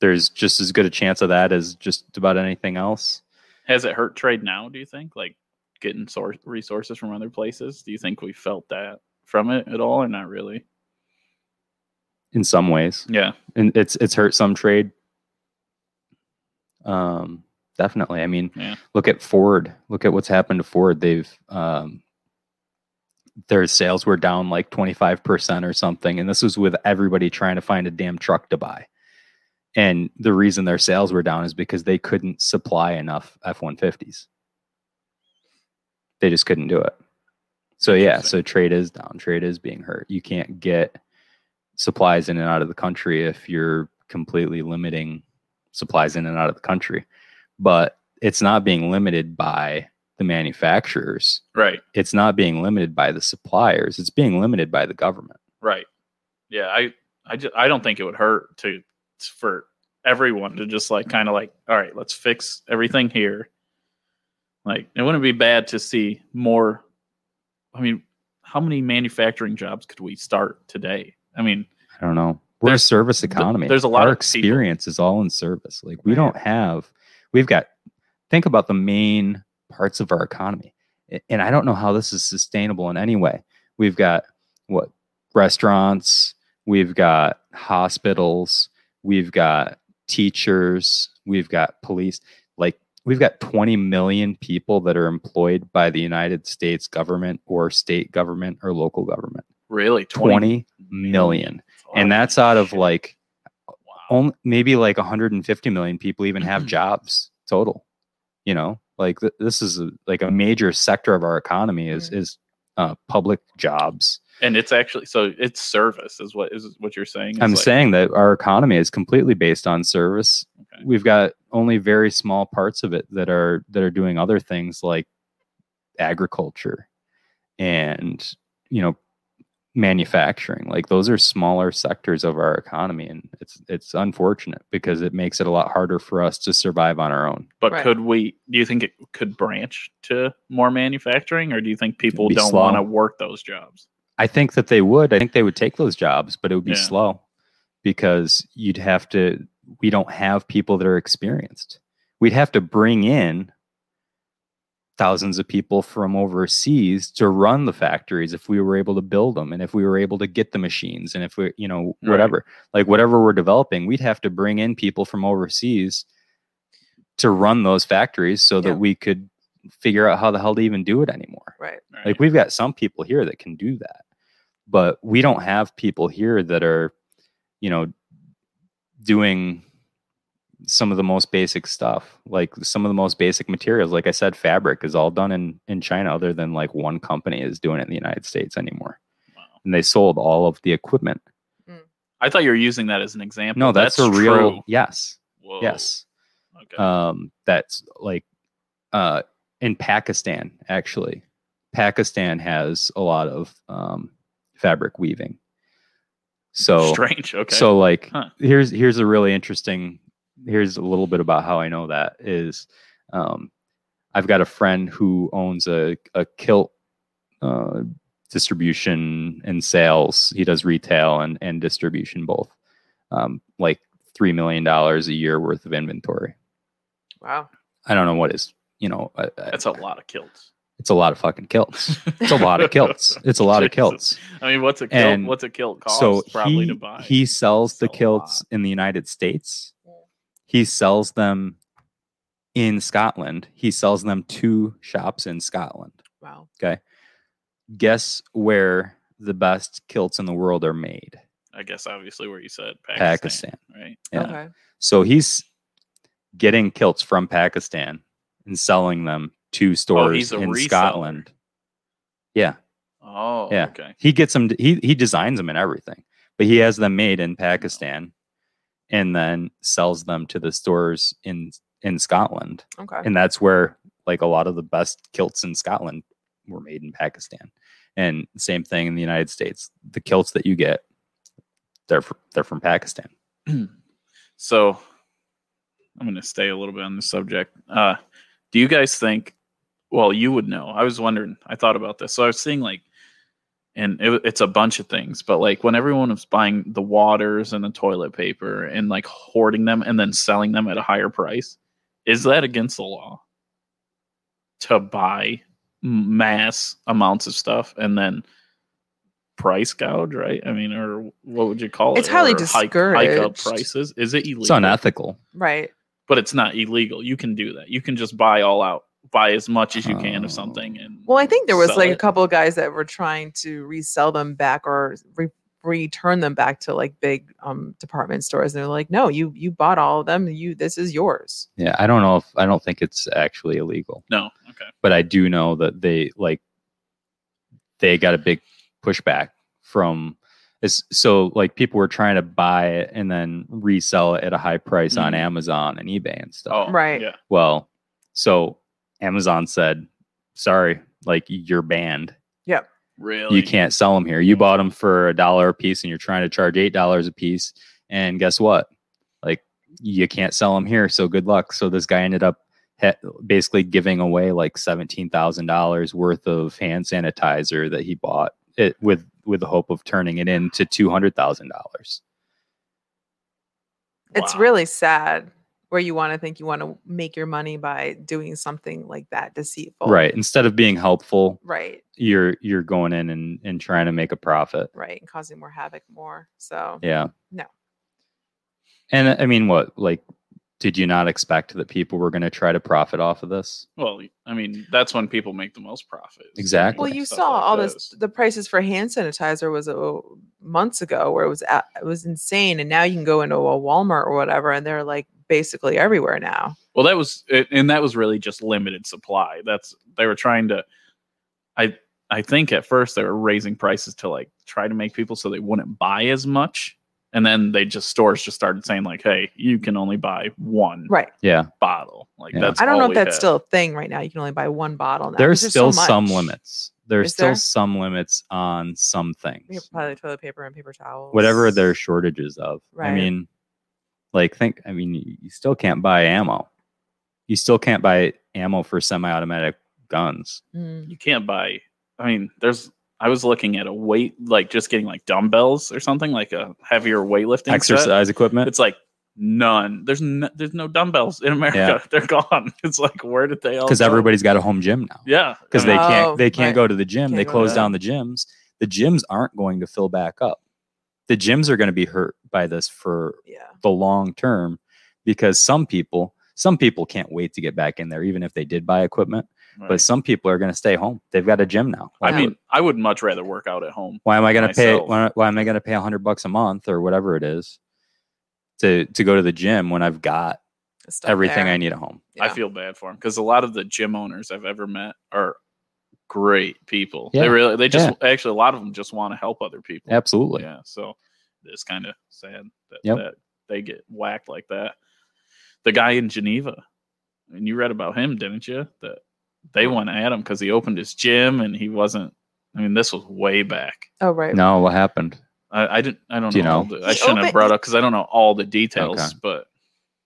[SPEAKER 3] There's just as good a chance of that as just about anything else.
[SPEAKER 1] Has it hurt trade now? Do you think like getting source resources from other places? Do you think we felt that from it at all, or not really?
[SPEAKER 3] In some ways,
[SPEAKER 1] Yeah,
[SPEAKER 3] and it's it's hurt some trade. Um, definitely. I mean,
[SPEAKER 1] Yeah.
[SPEAKER 3] look at Ford. Look at what's happened to Ford. They've um, their sales were down like twenty five percent or something, and this was with everybody trying to find a damn truck to buy. And the reason their sales were down is because they couldn't supply enough F one fifties. They just couldn't do it. So yeah,
[SPEAKER 1] Interesting.
[SPEAKER 3] so trade is down. Trade is being hurt. You can't get supplies in and out of the country if you're completely limiting supplies in and out of the country. But it's not being limited by the manufacturers,
[SPEAKER 1] right,
[SPEAKER 3] it's not being limited by the suppliers, it's being limited by the government.
[SPEAKER 1] right. Yeah, I I just I don't think it would hurt to for everyone to just like kind of like all right, let's fix everything here. Like it wouldn't be bad to see more. I mean, how many manufacturing jobs could we start today? I mean,
[SPEAKER 3] I don't know. We're
[SPEAKER 1] There's-
[SPEAKER 3] a service
[SPEAKER 1] th-
[SPEAKER 3] economy.
[SPEAKER 1] there's a lot
[SPEAKER 3] Our
[SPEAKER 1] of people-
[SPEAKER 3] experience is all in service. Like we
[SPEAKER 2] Right.
[SPEAKER 3] don't have we've got think about the main parts of our economy. A- And I don't know how this is sustainable in any way. We've got what restaurants, we've got hospitals, we've got teachers, we've got police. Like we've got 20 million people that are employed by the United States government or state government or local government.
[SPEAKER 1] really
[SPEAKER 3] 20 million and that's out of
[SPEAKER 1] Holy
[SPEAKER 3] like
[SPEAKER 1] shit. Wow.
[SPEAKER 3] only maybe like 150 million people even have jobs total you know like th- this is a, like a major sector of our economy is
[SPEAKER 2] Mm.
[SPEAKER 3] is uh, public jobs
[SPEAKER 1] and it's actually so it's service is what is what you're saying It's
[SPEAKER 3] i'm
[SPEAKER 1] like-
[SPEAKER 3] saying that our economy is completely based on service
[SPEAKER 1] Okay.
[SPEAKER 3] we've got only very small parts of it that are that are doing other things like agriculture and you know manufacturing like those are smaller sectors of our economy and it's it's unfortunate because it makes it a lot harder for us to survive on our own
[SPEAKER 1] but
[SPEAKER 2] Right.
[SPEAKER 1] could we do you think it could branch to more manufacturing or do you think people
[SPEAKER 3] be
[SPEAKER 1] don't
[SPEAKER 3] slow.
[SPEAKER 1] want to work those jobs
[SPEAKER 3] i think that they would i think they would take those jobs but it would be
[SPEAKER 1] Yeah.
[SPEAKER 3] slow because you'd have to we don't have people that are experienced we'd have to bring in thousands of people from overseas to run the factories if we were able to build them and if we were able to get the machines and if we you know
[SPEAKER 1] Right.
[SPEAKER 3] whatever like whatever we're developing we'd have to bring in people from overseas to run those factories so
[SPEAKER 2] Yeah.
[SPEAKER 3] that we could figure out how the hell to even do it anymore
[SPEAKER 2] Right.
[SPEAKER 3] like we've got some people here that can do that, but we don't have people here that are, you know, doing some of the most basic stuff, like some of the most basic materials. Like I said, fabric is all done in in China, other than like one company is doing it in the United States anymore,
[SPEAKER 1] Wow.
[SPEAKER 3] and they sold all of the equipment.
[SPEAKER 1] i thought you were using that as an example
[SPEAKER 3] No, that's, a real
[SPEAKER 1] true.
[SPEAKER 3] yes,
[SPEAKER 1] Whoa.
[SPEAKER 3] yes.
[SPEAKER 1] okay.
[SPEAKER 3] um, that's like uh, in Pakistan, actually. Pakistan has a lot of um, fabric weaving. So,
[SPEAKER 1] strange okay
[SPEAKER 3] so like,
[SPEAKER 1] Huh.
[SPEAKER 3] here's here's a really interesting. Here's a little bit about how I know that is. Um, I've got a friend who owns a a kilt uh, distribution and sales. He does retail and and distribution both. Um, like three million dollars a year worth of inventory.
[SPEAKER 2] Wow.
[SPEAKER 3] I don't know what is, you know, uh, uh,
[SPEAKER 1] that's a lot of kilts
[SPEAKER 3] it's a lot of fucking kilts. It's a lot of kilts. It's a lot of
[SPEAKER 1] Jesus.
[SPEAKER 3] kilts.
[SPEAKER 1] i mean what's a kilt
[SPEAKER 3] And
[SPEAKER 1] what's a kilt cost
[SPEAKER 3] So
[SPEAKER 1] probably
[SPEAKER 3] he,
[SPEAKER 1] to buy
[SPEAKER 3] he sells the
[SPEAKER 1] Sell a
[SPEAKER 3] kilts
[SPEAKER 1] lot.
[SPEAKER 3] in the United States.
[SPEAKER 2] Yeah.
[SPEAKER 3] He sells them in Scotland. He sells them to shops in Scotland.
[SPEAKER 2] Wow.
[SPEAKER 3] Guess where the best kilts in the world are made?
[SPEAKER 1] i guess obviously where you said pakistan,
[SPEAKER 3] Pakistan.
[SPEAKER 1] right
[SPEAKER 3] Yeah.
[SPEAKER 2] Okay.
[SPEAKER 3] So he's getting kilts from Pakistan and selling them to stores
[SPEAKER 1] Oh, he's a
[SPEAKER 3] in
[SPEAKER 1] reseller.
[SPEAKER 3] Scotland. Yeah.
[SPEAKER 1] Oh,
[SPEAKER 3] Yeah.
[SPEAKER 1] okay.
[SPEAKER 3] He gets them. He he designs them and everything, but he has them made in Pakistan, and then sells them to the stores in in Scotland,
[SPEAKER 2] Okay.
[SPEAKER 3] and that's where like a lot of the best kilts in Scotland were made in Pakistan, and same thing in the United States. The kilts that you get, they're fr- they're from Pakistan.
[SPEAKER 1] So I'm going to stay a little bit on the subject. Uh, do you guys think? Well, you would know. I was wondering. I thought about this. So I was seeing like, and it, it's a bunch of things, but like when everyone was buying the waters and the toilet paper and like hoarding them and then selling them at a higher price, is that against the law to buy m- mass amounts of stuff and then price gouge? Right? I mean, or what would you call it?
[SPEAKER 2] It's highly
[SPEAKER 1] Or hike- Hike up
[SPEAKER 2] discouraged.
[SPEAKER 1] prices. Is it illegal?
[SPEAKER 3] It's unethical.
[SPEAKER 2] right.
[SPEAKER 1] but it's not illegal. You can do that. You can just buy all out, buy as much as you can
[SPEAKER 3] Oh.
[SPEAKER 1] of something. And
[SPEAKER 2] Well, I think there was
[SPEAKER 1] sell
[SPEAKER 2] like a
[SPEAKER 1] it.
[SPEAKER 2] couple of guys that were trying to resell them back or re- return them back to like big um department stores, and they're like, "No, you you bought all of them. You this is yours."
[SPEAKER 3] Yeah, I don't know if I don't think it's actually illegal.
[SPEAKER 1] no, okay,
[SPEAKER 3] but I do know that they like they got a big pushback from it's so like people were trying to buy it and then resell it at a high price on
[SPEAKER 1] Mhm.
[SPEAKER 3] Amazon and eBay and stuff.
[SPEAKER 1] oh
[SPEAKER 2] Right.
[SPEAKER 1] yeah,
[SPEAKER 3] Well, so Amazon said, "Sorry, like you're banned.
[SPEAKER 1] really,
[SPEAKER 3] You can't sell them here. You bought them for a dollar a piece and you're trying to charge $8 a piece and guess what? Like you can't sell them here, so good luck." So this guy ended up ha- basically giving away like $17,000 worth of hand sanitizer that he bought it with with the hope of turning it into $200,000.
[SPEAKER 2] It's
[SPEAKER 1] Wow.
[SPEAKER 2] really sad where you want to think you want to make your money by doing something like that deceitful.
[SPEAKER 3] Right. Instead of being helpful,
[SPEAKER 2] Right.
[SPEAKER 3] you're you're going in and and trying to make a profit.
[SPEAKER 2] Right. And causing more havoc more. So
[SPEAKER 3] Yeah.
[SPEAKER 2] No.
[SPEAKER 3] And I mean, what? Like, did you not expect that people were going to try to profit off of this?
[SPEAKER 1] Well, I mean, that's when people make the most profit. is when
[SPEAKER 3] Exactly.
[SPEAKER 2] Well,
[SPEAKER 1] make
[SPEAKER 2] you
[SPEAKER 1] stuff
[SPEAKER 2] saw
[SPEAKER 1] like
[SPEAKER 2] all this. The prices for hand sanitizer was uh, months ago, where it was at, it was insane, and now you can go into a Walmart or whatever, and they're like basically everywhere now.
[SPEAKER 1] Well, that was it- and that was really just limited supply. That's they were trying to. I I think at first they were raising prices to like try to make people so they wouldn't buy as much, and then they just stores just started saying like, "Hey, you can only buy one
[SPEAKER 2] Right.
[SPEAKER 3] Yeah.
[SPEAKER 1] bottle." Like
[SPEAKER 3] Yeah.
[SPEAKER 1] that's
[SPEAKER 2] I don't
[SPEAKER 1] all
[SPEAKER 2] know if
[SPEAKER 1] we
[SPEAKER 2] that's
[SPEAKER 1] had.
[SPEAKER 2] still a thing right now. You can only buy one bottle now. 'cause
[SPEAKER 3] There's still
[SPEAKER 2] so
[SPEAKER 3] some
[SPEAKER 2] much.
[SPEAKER 3] limits. There's
[SPEAKER 2] Is
[SPEAKER 3] still
[SPEAKER 2] there?
[SPEAKER 3] some limits on some
[SPEAKER 2] We
[SPEAKER 3] things,
[SPEAKER 2] have probably toilet paper and paper towels.
[SPEAKER 3] whatever there are shortages of. I
[SPEAKER 2] Right.
[SPEAKER 3] mean, like, think, I mean, you- you still can't buy ammo. You still can't buy ammo for semi automatic guns.
[SPEAKER 2] Mm.
[SPEAKER 1] you can't buy i mean there's i was looking at a weight like just getting like dumbbells or something like a heavier weightlifting set.
[SPEAKER 3] Exercise equipment.
[SPEAKER 1] it's like none there's no, there's no dumbbells in america
[SPEAKER 3] Yeah.
[SPEAKER 1] they're gone it's like where did they all
[SPEAKER 3] Because
[SPEAKER 1] go?
[SPEAKER 3] everybody's got a home gym now.
[SPEAKER 1] yeah
[SPEAKER 3] because
[SPEAKER 1] I mean,
[SPEAKER 3] they
[SPEAKER 2] Oh,
[SPEAKER 3] can't they can't
[SPEAKER 2] right.
[SPEAKER 3] go to the gym.
[SPEAKER 2] Can't
[SPEAKER 3] they
[SPEAKER 2] go to
[SPEAKER 3] close
[SPEAKER 1] the-
[SPEAKER 3] down the gyms. The gyms aren't going to fill back up. The gyms are going to be hurt by this for
[SPEAKER 2] Yeah.
[SPEAKER 3] the long term because some people some people can't wait to get back in there even if they did buy equipment,
[SPEAKER 1] right.
[SPEAKER 3] but some people are going to stay home. They've got a gym now.
[SPEAKER 1] i
[SPEAKER 3] Like,
[SPEAKER 1] mean i would much rather work out at home
[SPEAKER 3] why am I going to pay
[SPEAKER 1] myself.
[SPEAKER 3] why, why am I going to pay 100 bucks a month or whatever it is to to go to the gym when I've got
[SPEAKER 2] it's stuff
[SPEAKER 3] everything
[SPEAKER 2] there.
[SPEAKER 3] I need at home?
[SPEAKER 1] i
[SPEAKER 2] Yeah.
[SPEAKER 1] feel bad for them because a lot of the gym owners i've ever met are great people
[SPEAKER 3] Yeah.
[SPEAKER 1] they really they just actually a lot of them just want to help other people
[SPEAKER 3] Absolutely.
[SPEAKER 1] Yeah, so it's kind of sad that,
[SPEAKER 3] Yep.
[SPEAKER 1] that they get whacked like that. The guy in Geneva, and you read about him, didn't you? That they went at him because he opened his gym and he wasn't. I mean, this was way back.
[SPEAKER 2] Oh right.
[SPEAKER 3] No, what happened?
[SPEAKER 1] I, I didn't. I don't
[SPEAKER 3] Do you
[SPEAKER 1] know. all
[SPEAKER 3] know?
[SPEAKER 1] the- I
[SPEAKER 2] He
[SPEAKER 1] shouldn't
[SPEAKER 2] opened-
[SPEAKER 1] have brought up because I don't know all the details.
[SPEAKER 3] Okay.
[SPEAKER 1] But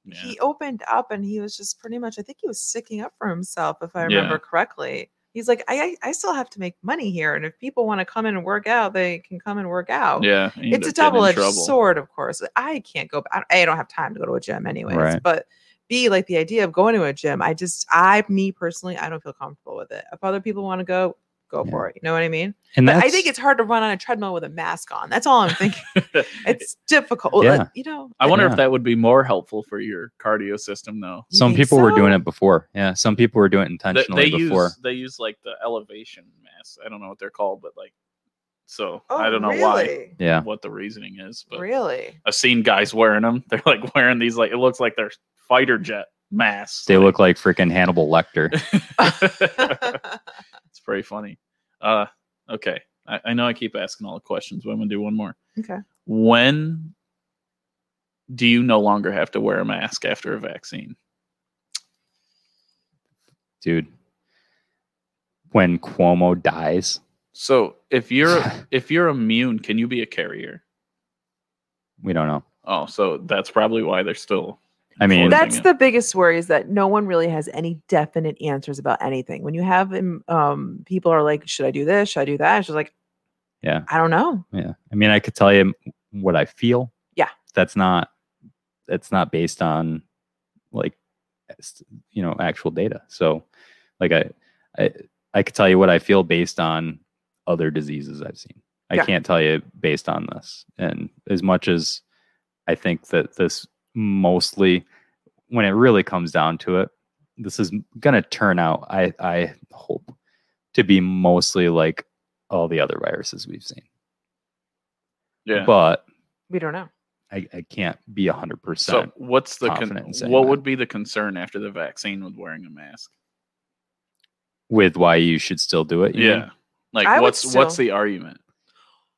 [SPEAKER 1] yeah.
[SPEAKER 2] He opened up and he was just pretty much. I think he was sticking up for himself, if I
[SPEAKER 1] Yeah.
[SPEAKER 2] remember correctly. He's like, I, I I still have to make money here, and if people want to come in and work out, they can come and work out.
[SPEAKER 1] yeah, he ended
[SPEAKER 2] it's a
[SPEAKER 1] up getting in
[SPEAKER 2] double edged
[SPEAKER 1] trouble.
[SPEAKER 2] sword, of course. I can't go. I I don't have time to go to a gym, anyways.
[SPEAKER 3] Right.
[SPEAKER 2] But B, like the idea of going to a gym, I just, I, me personally, I don't feel comfortable with it. If other people want to go, go
[SPEAKER 3] Yeah.
[SPEAKER 2] for it. You know what I mean?
[SPEAKER 3] And
[SPEAKER 2] But
[SPEAKER 3] that's,
[SPEAKER 2] I think it's hard to run on a treadmill with a mask on. That's all I'm thinking. it's difficult. Like,
[SPEAKER 3] Yeah.
[SPEAKER 2] you know,
[SPEAKER 1] I wonder
[SPEAKER 3] Yeah.
[SPEAKER 1] if that would be more helpful for your cardio system, though.
[SPEAKER 2] You
[SPEAKER 3] some
[SPEAKER 2] think
[SPEAKER 3] people were doing
[SPEAKER 2] so?
[SPEAKER 3] it before. Yeah, some people were doing it
[SPEAKER 1] Th-
[SPEAKER 3] intentionally before.
[SPEAKER 1] use they use like the elevation masks. I don't know what they're called, but like, so
[SPEAKER 2] Oh,
[SPEAKER 1] I don't know why
[SPEAKER 2] really?
[SPEAKER 3] yeah,
[SPEAKER 1] what the reasoning is, but
[SPEAKER 2] Really?
[SPEAKER 1] I've seen guys wearing them. They're like wearing these like it looks like they're fighter jet masks.
[SPEAKER 3] they look like freaking Hannibal Lecter.
[SPEAKER 1] it's pretty funny. Uh, Okay. I, I know I keep asking all the questions, but I'm gonna do one more.
[SPEAKER 2] Okay.
[SPEAKER 1] When do you no longer have to wear a mask after a vaccine?
[SPEAKER 3] dude. When Cuomo dies,
[SPEAKER 1] So if you're if you're immune, can you be a carrier?
[SPEAKER 3] we don't know.
[SPEAKER 1] Oh, so that's probably why they're still.
[SPEAKER 3] I mean,
[SPEAKER 1] Well,
[SPEAKER 2] That's
[SPEAKER 1] yeah.
[SPEAKER 2] the biggest worry is that no one really has any definite answers about anything. When you have um, um, people are like, should I do this? Should I do that? It's just like,
[SPEAKER 3] Yeah.
[SPEAKER 2] I don't know.
[SPEAKER 3] yeah. I mean, I could tell you what I feel.
[SPEAKER 2] Yeah.
[SPEAKER 3] That's not. That's not based on, like, s- you know, actual data. So, like, I, I, I could tell you what I feel based on other diseases I've seen. I
[SPEAKER 2] Yeah.
[SPEAKER 3] can't tell you based on this. And as much as I think that this mostly, when it really comes down to it, this is going to turn out, I, I hope, to be mostly like all the other viruses we've seen.
[SPEAKER 1] Yeah.
[SPEAKER 3] But
[SPEAKER 2] We don't know.
[SPEAKER 3] I, I can't be 100%.
[SPEAKER 1] so what's the
[SPEAKER 3] confident
[SPEAKER 1] con-
[SPEAKER 3] in saying
[SPEAKER 1] what
[SPEAKER 3] that.
[SPEAKER 1] would be the concern after the vaccine with wearing a mask?
[SPEAKER 3] with why you should still do it. you mean?
[SPEAKER 1] Yeah. Like
[SPEAKER 2] I would
[SPEAKER 1] what's what's
[SPEAKER 2] still-
[SPEAKER 1] the argument?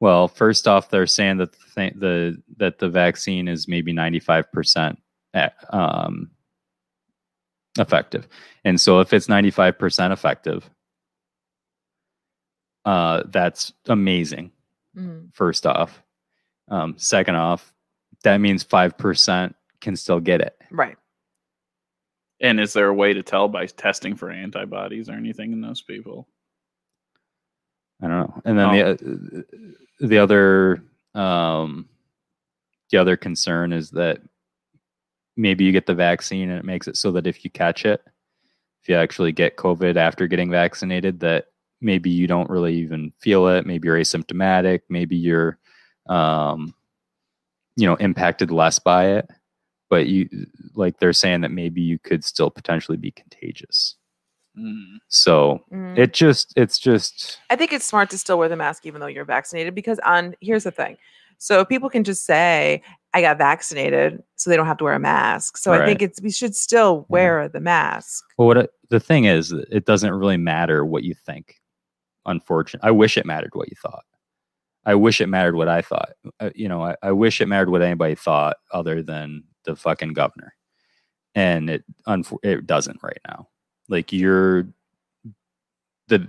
[SPEAKER 3] Well, first off, they're saying that the th- the that the vaccine is maybe ninety five percent um effective, and so if it's ninety five percent effective, uh, that's amazing.
[SPEAKER 2] Mhm.
[SPEAKER 3] First off, um, second off, that means five percent can still get it.
[SPEAKER 2] Right.
[SPEAKER 1] And is there a way to tell by testing for antibodies or anything in those people?
[SPEAKER 3] I don't know. And then the uh, the the other um the other concern is that maybe you get the vaccine and it makes it so that if you catch it, if you actually get COVID after getting vaccinated, that maybe you don't really even feel it. Maybe you're asymptomatic. Maybe you're um you know impacted less by it. But you like they're saying that maybe you could still potentially be contagious.
[SPEAKER 1] Mm.
[SPEAKER 3] So
[SPEAKER 2] Mhm.
[SPEAKER 3] it just it's just
[SPEAKER 2] I think it's smart to still wear the mask even though you're vaccinated because on here's the thing. So people can just say I got vaccinated so they don't have to wear a mask. So I
[SPEAKER 3] Right.
[SPEAKER 2] think it's we should still wear the mask.
[SPEAKER 3] Well, what I- the thing is, it doesn't really matter what you think. Unfortunately, I wish it mattered what you thought. I wish it mattered what I thought. Uh, you know, I, I wish it mattered what anybody thought other than the fucking governor. And it unfor- it doesn't right now. Like you're the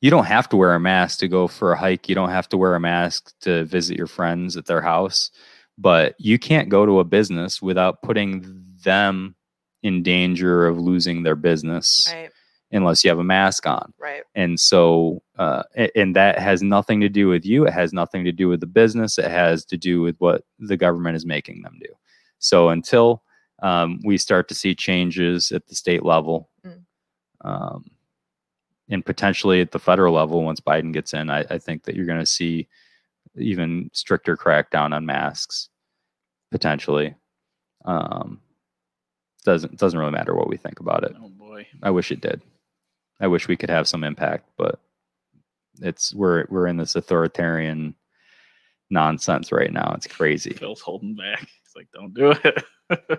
[SPEAKER 3] you don't have to wear a mask to go for a hike. You don't have to wear a mask to visit your friends at their house, but you can't go to a business without putting them in danger of losing their business
[SPEAKER 2] Right.
[SPEAKER 3] unless you have a mask on.
[SPEAKER 2] Right.
[SPEAKER 3] And so, uh, a- and that has nothing to do with you. It has nothing to do with the business. It has to do with what the government is making them do. So until um, we start to see changes at the state level,
[SPEAKER 2] Mm.
[SPEAKER 3] um, and potentially at the federal level, once Biden gets in, I, I think that you're going to see even stricter crackdown on masks. Potentially, um, doesn't doesn't really matter what we think about it.
[SPEAKER 1] Oh boy.
[SPEAKER 3] I wish it did. I wish we could have some impact, but it's we're we're in this authoritarian nonsense right now. It's crazy.
[SPEAKER 1] Phil's holding back. He's like, don't do it.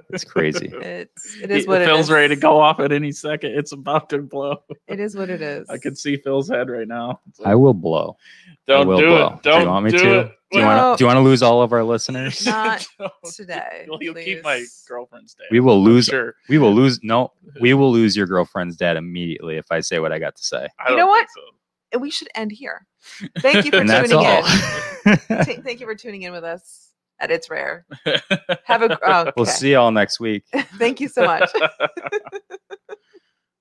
[SPEAKER 3] It's crazy.
[SPEAKER 2] It's it is
[SPEAKER 1] He-
[SPEAKER 2] what it is.
[SPEAKER 1] Phil's ready to go off at any second. It's about to blow.
[SPEAKER 2] It is what it is.
[SPEAKER 1] I can see Phil's head right now. It's like,
[SPEAKER 3] I will blow. I
[SPEAKER 1] don't
[SPEAKER 3] will
[SPEAKER 1] do
[SPEAKER 3] blow.
[SPEAKER 1] it. Don't
[SPEAKER 3] do you want me
[SPEAKER 1] do
[SPEAKER 3] to?
[SPEAKER 1] it.
[SPEAKER 3] Do you want
[SPEAKER 2] No.
[SPEAKER 3] to? Do you want to lose all of our listeners?
[SPEAKER 2] Not
[SPEAKER 1] Don't.
[SPEAKER 2] today.
[SPEAKER 1] Well, you'll keep my
[SPEAKER 2] please.
[SPEAKER 1] girlfriend's dad.
[SPEAKER 3] We will lose.
[SPEAKER 1] Sure.
[SPEAKER 3] We will lose. No, we will lose your girlfriend's dad immediately if I say what I got to say.
[SPEAKER 1] I
[SPEAKER 2] You
[SPEAKER 1] don't
[SPEAKER 2] know
[SPEAKER 1] think
[SPEAKER 2] And we should end here. Thank you for
[SPEAKER 3] And that's
[SPEAKER 2] tuning
[SPEAKER 3] all.
[SPEAKER 2] in. Ta- Thank you for tuning in with us at It's Rare.
[SPEAKER 1] so.
[SPEAKER 2] Have a gr- oh, okay.
[SPEAKER 3] We'll see y'all next week.
[SPEAKER 2] Thank you so much.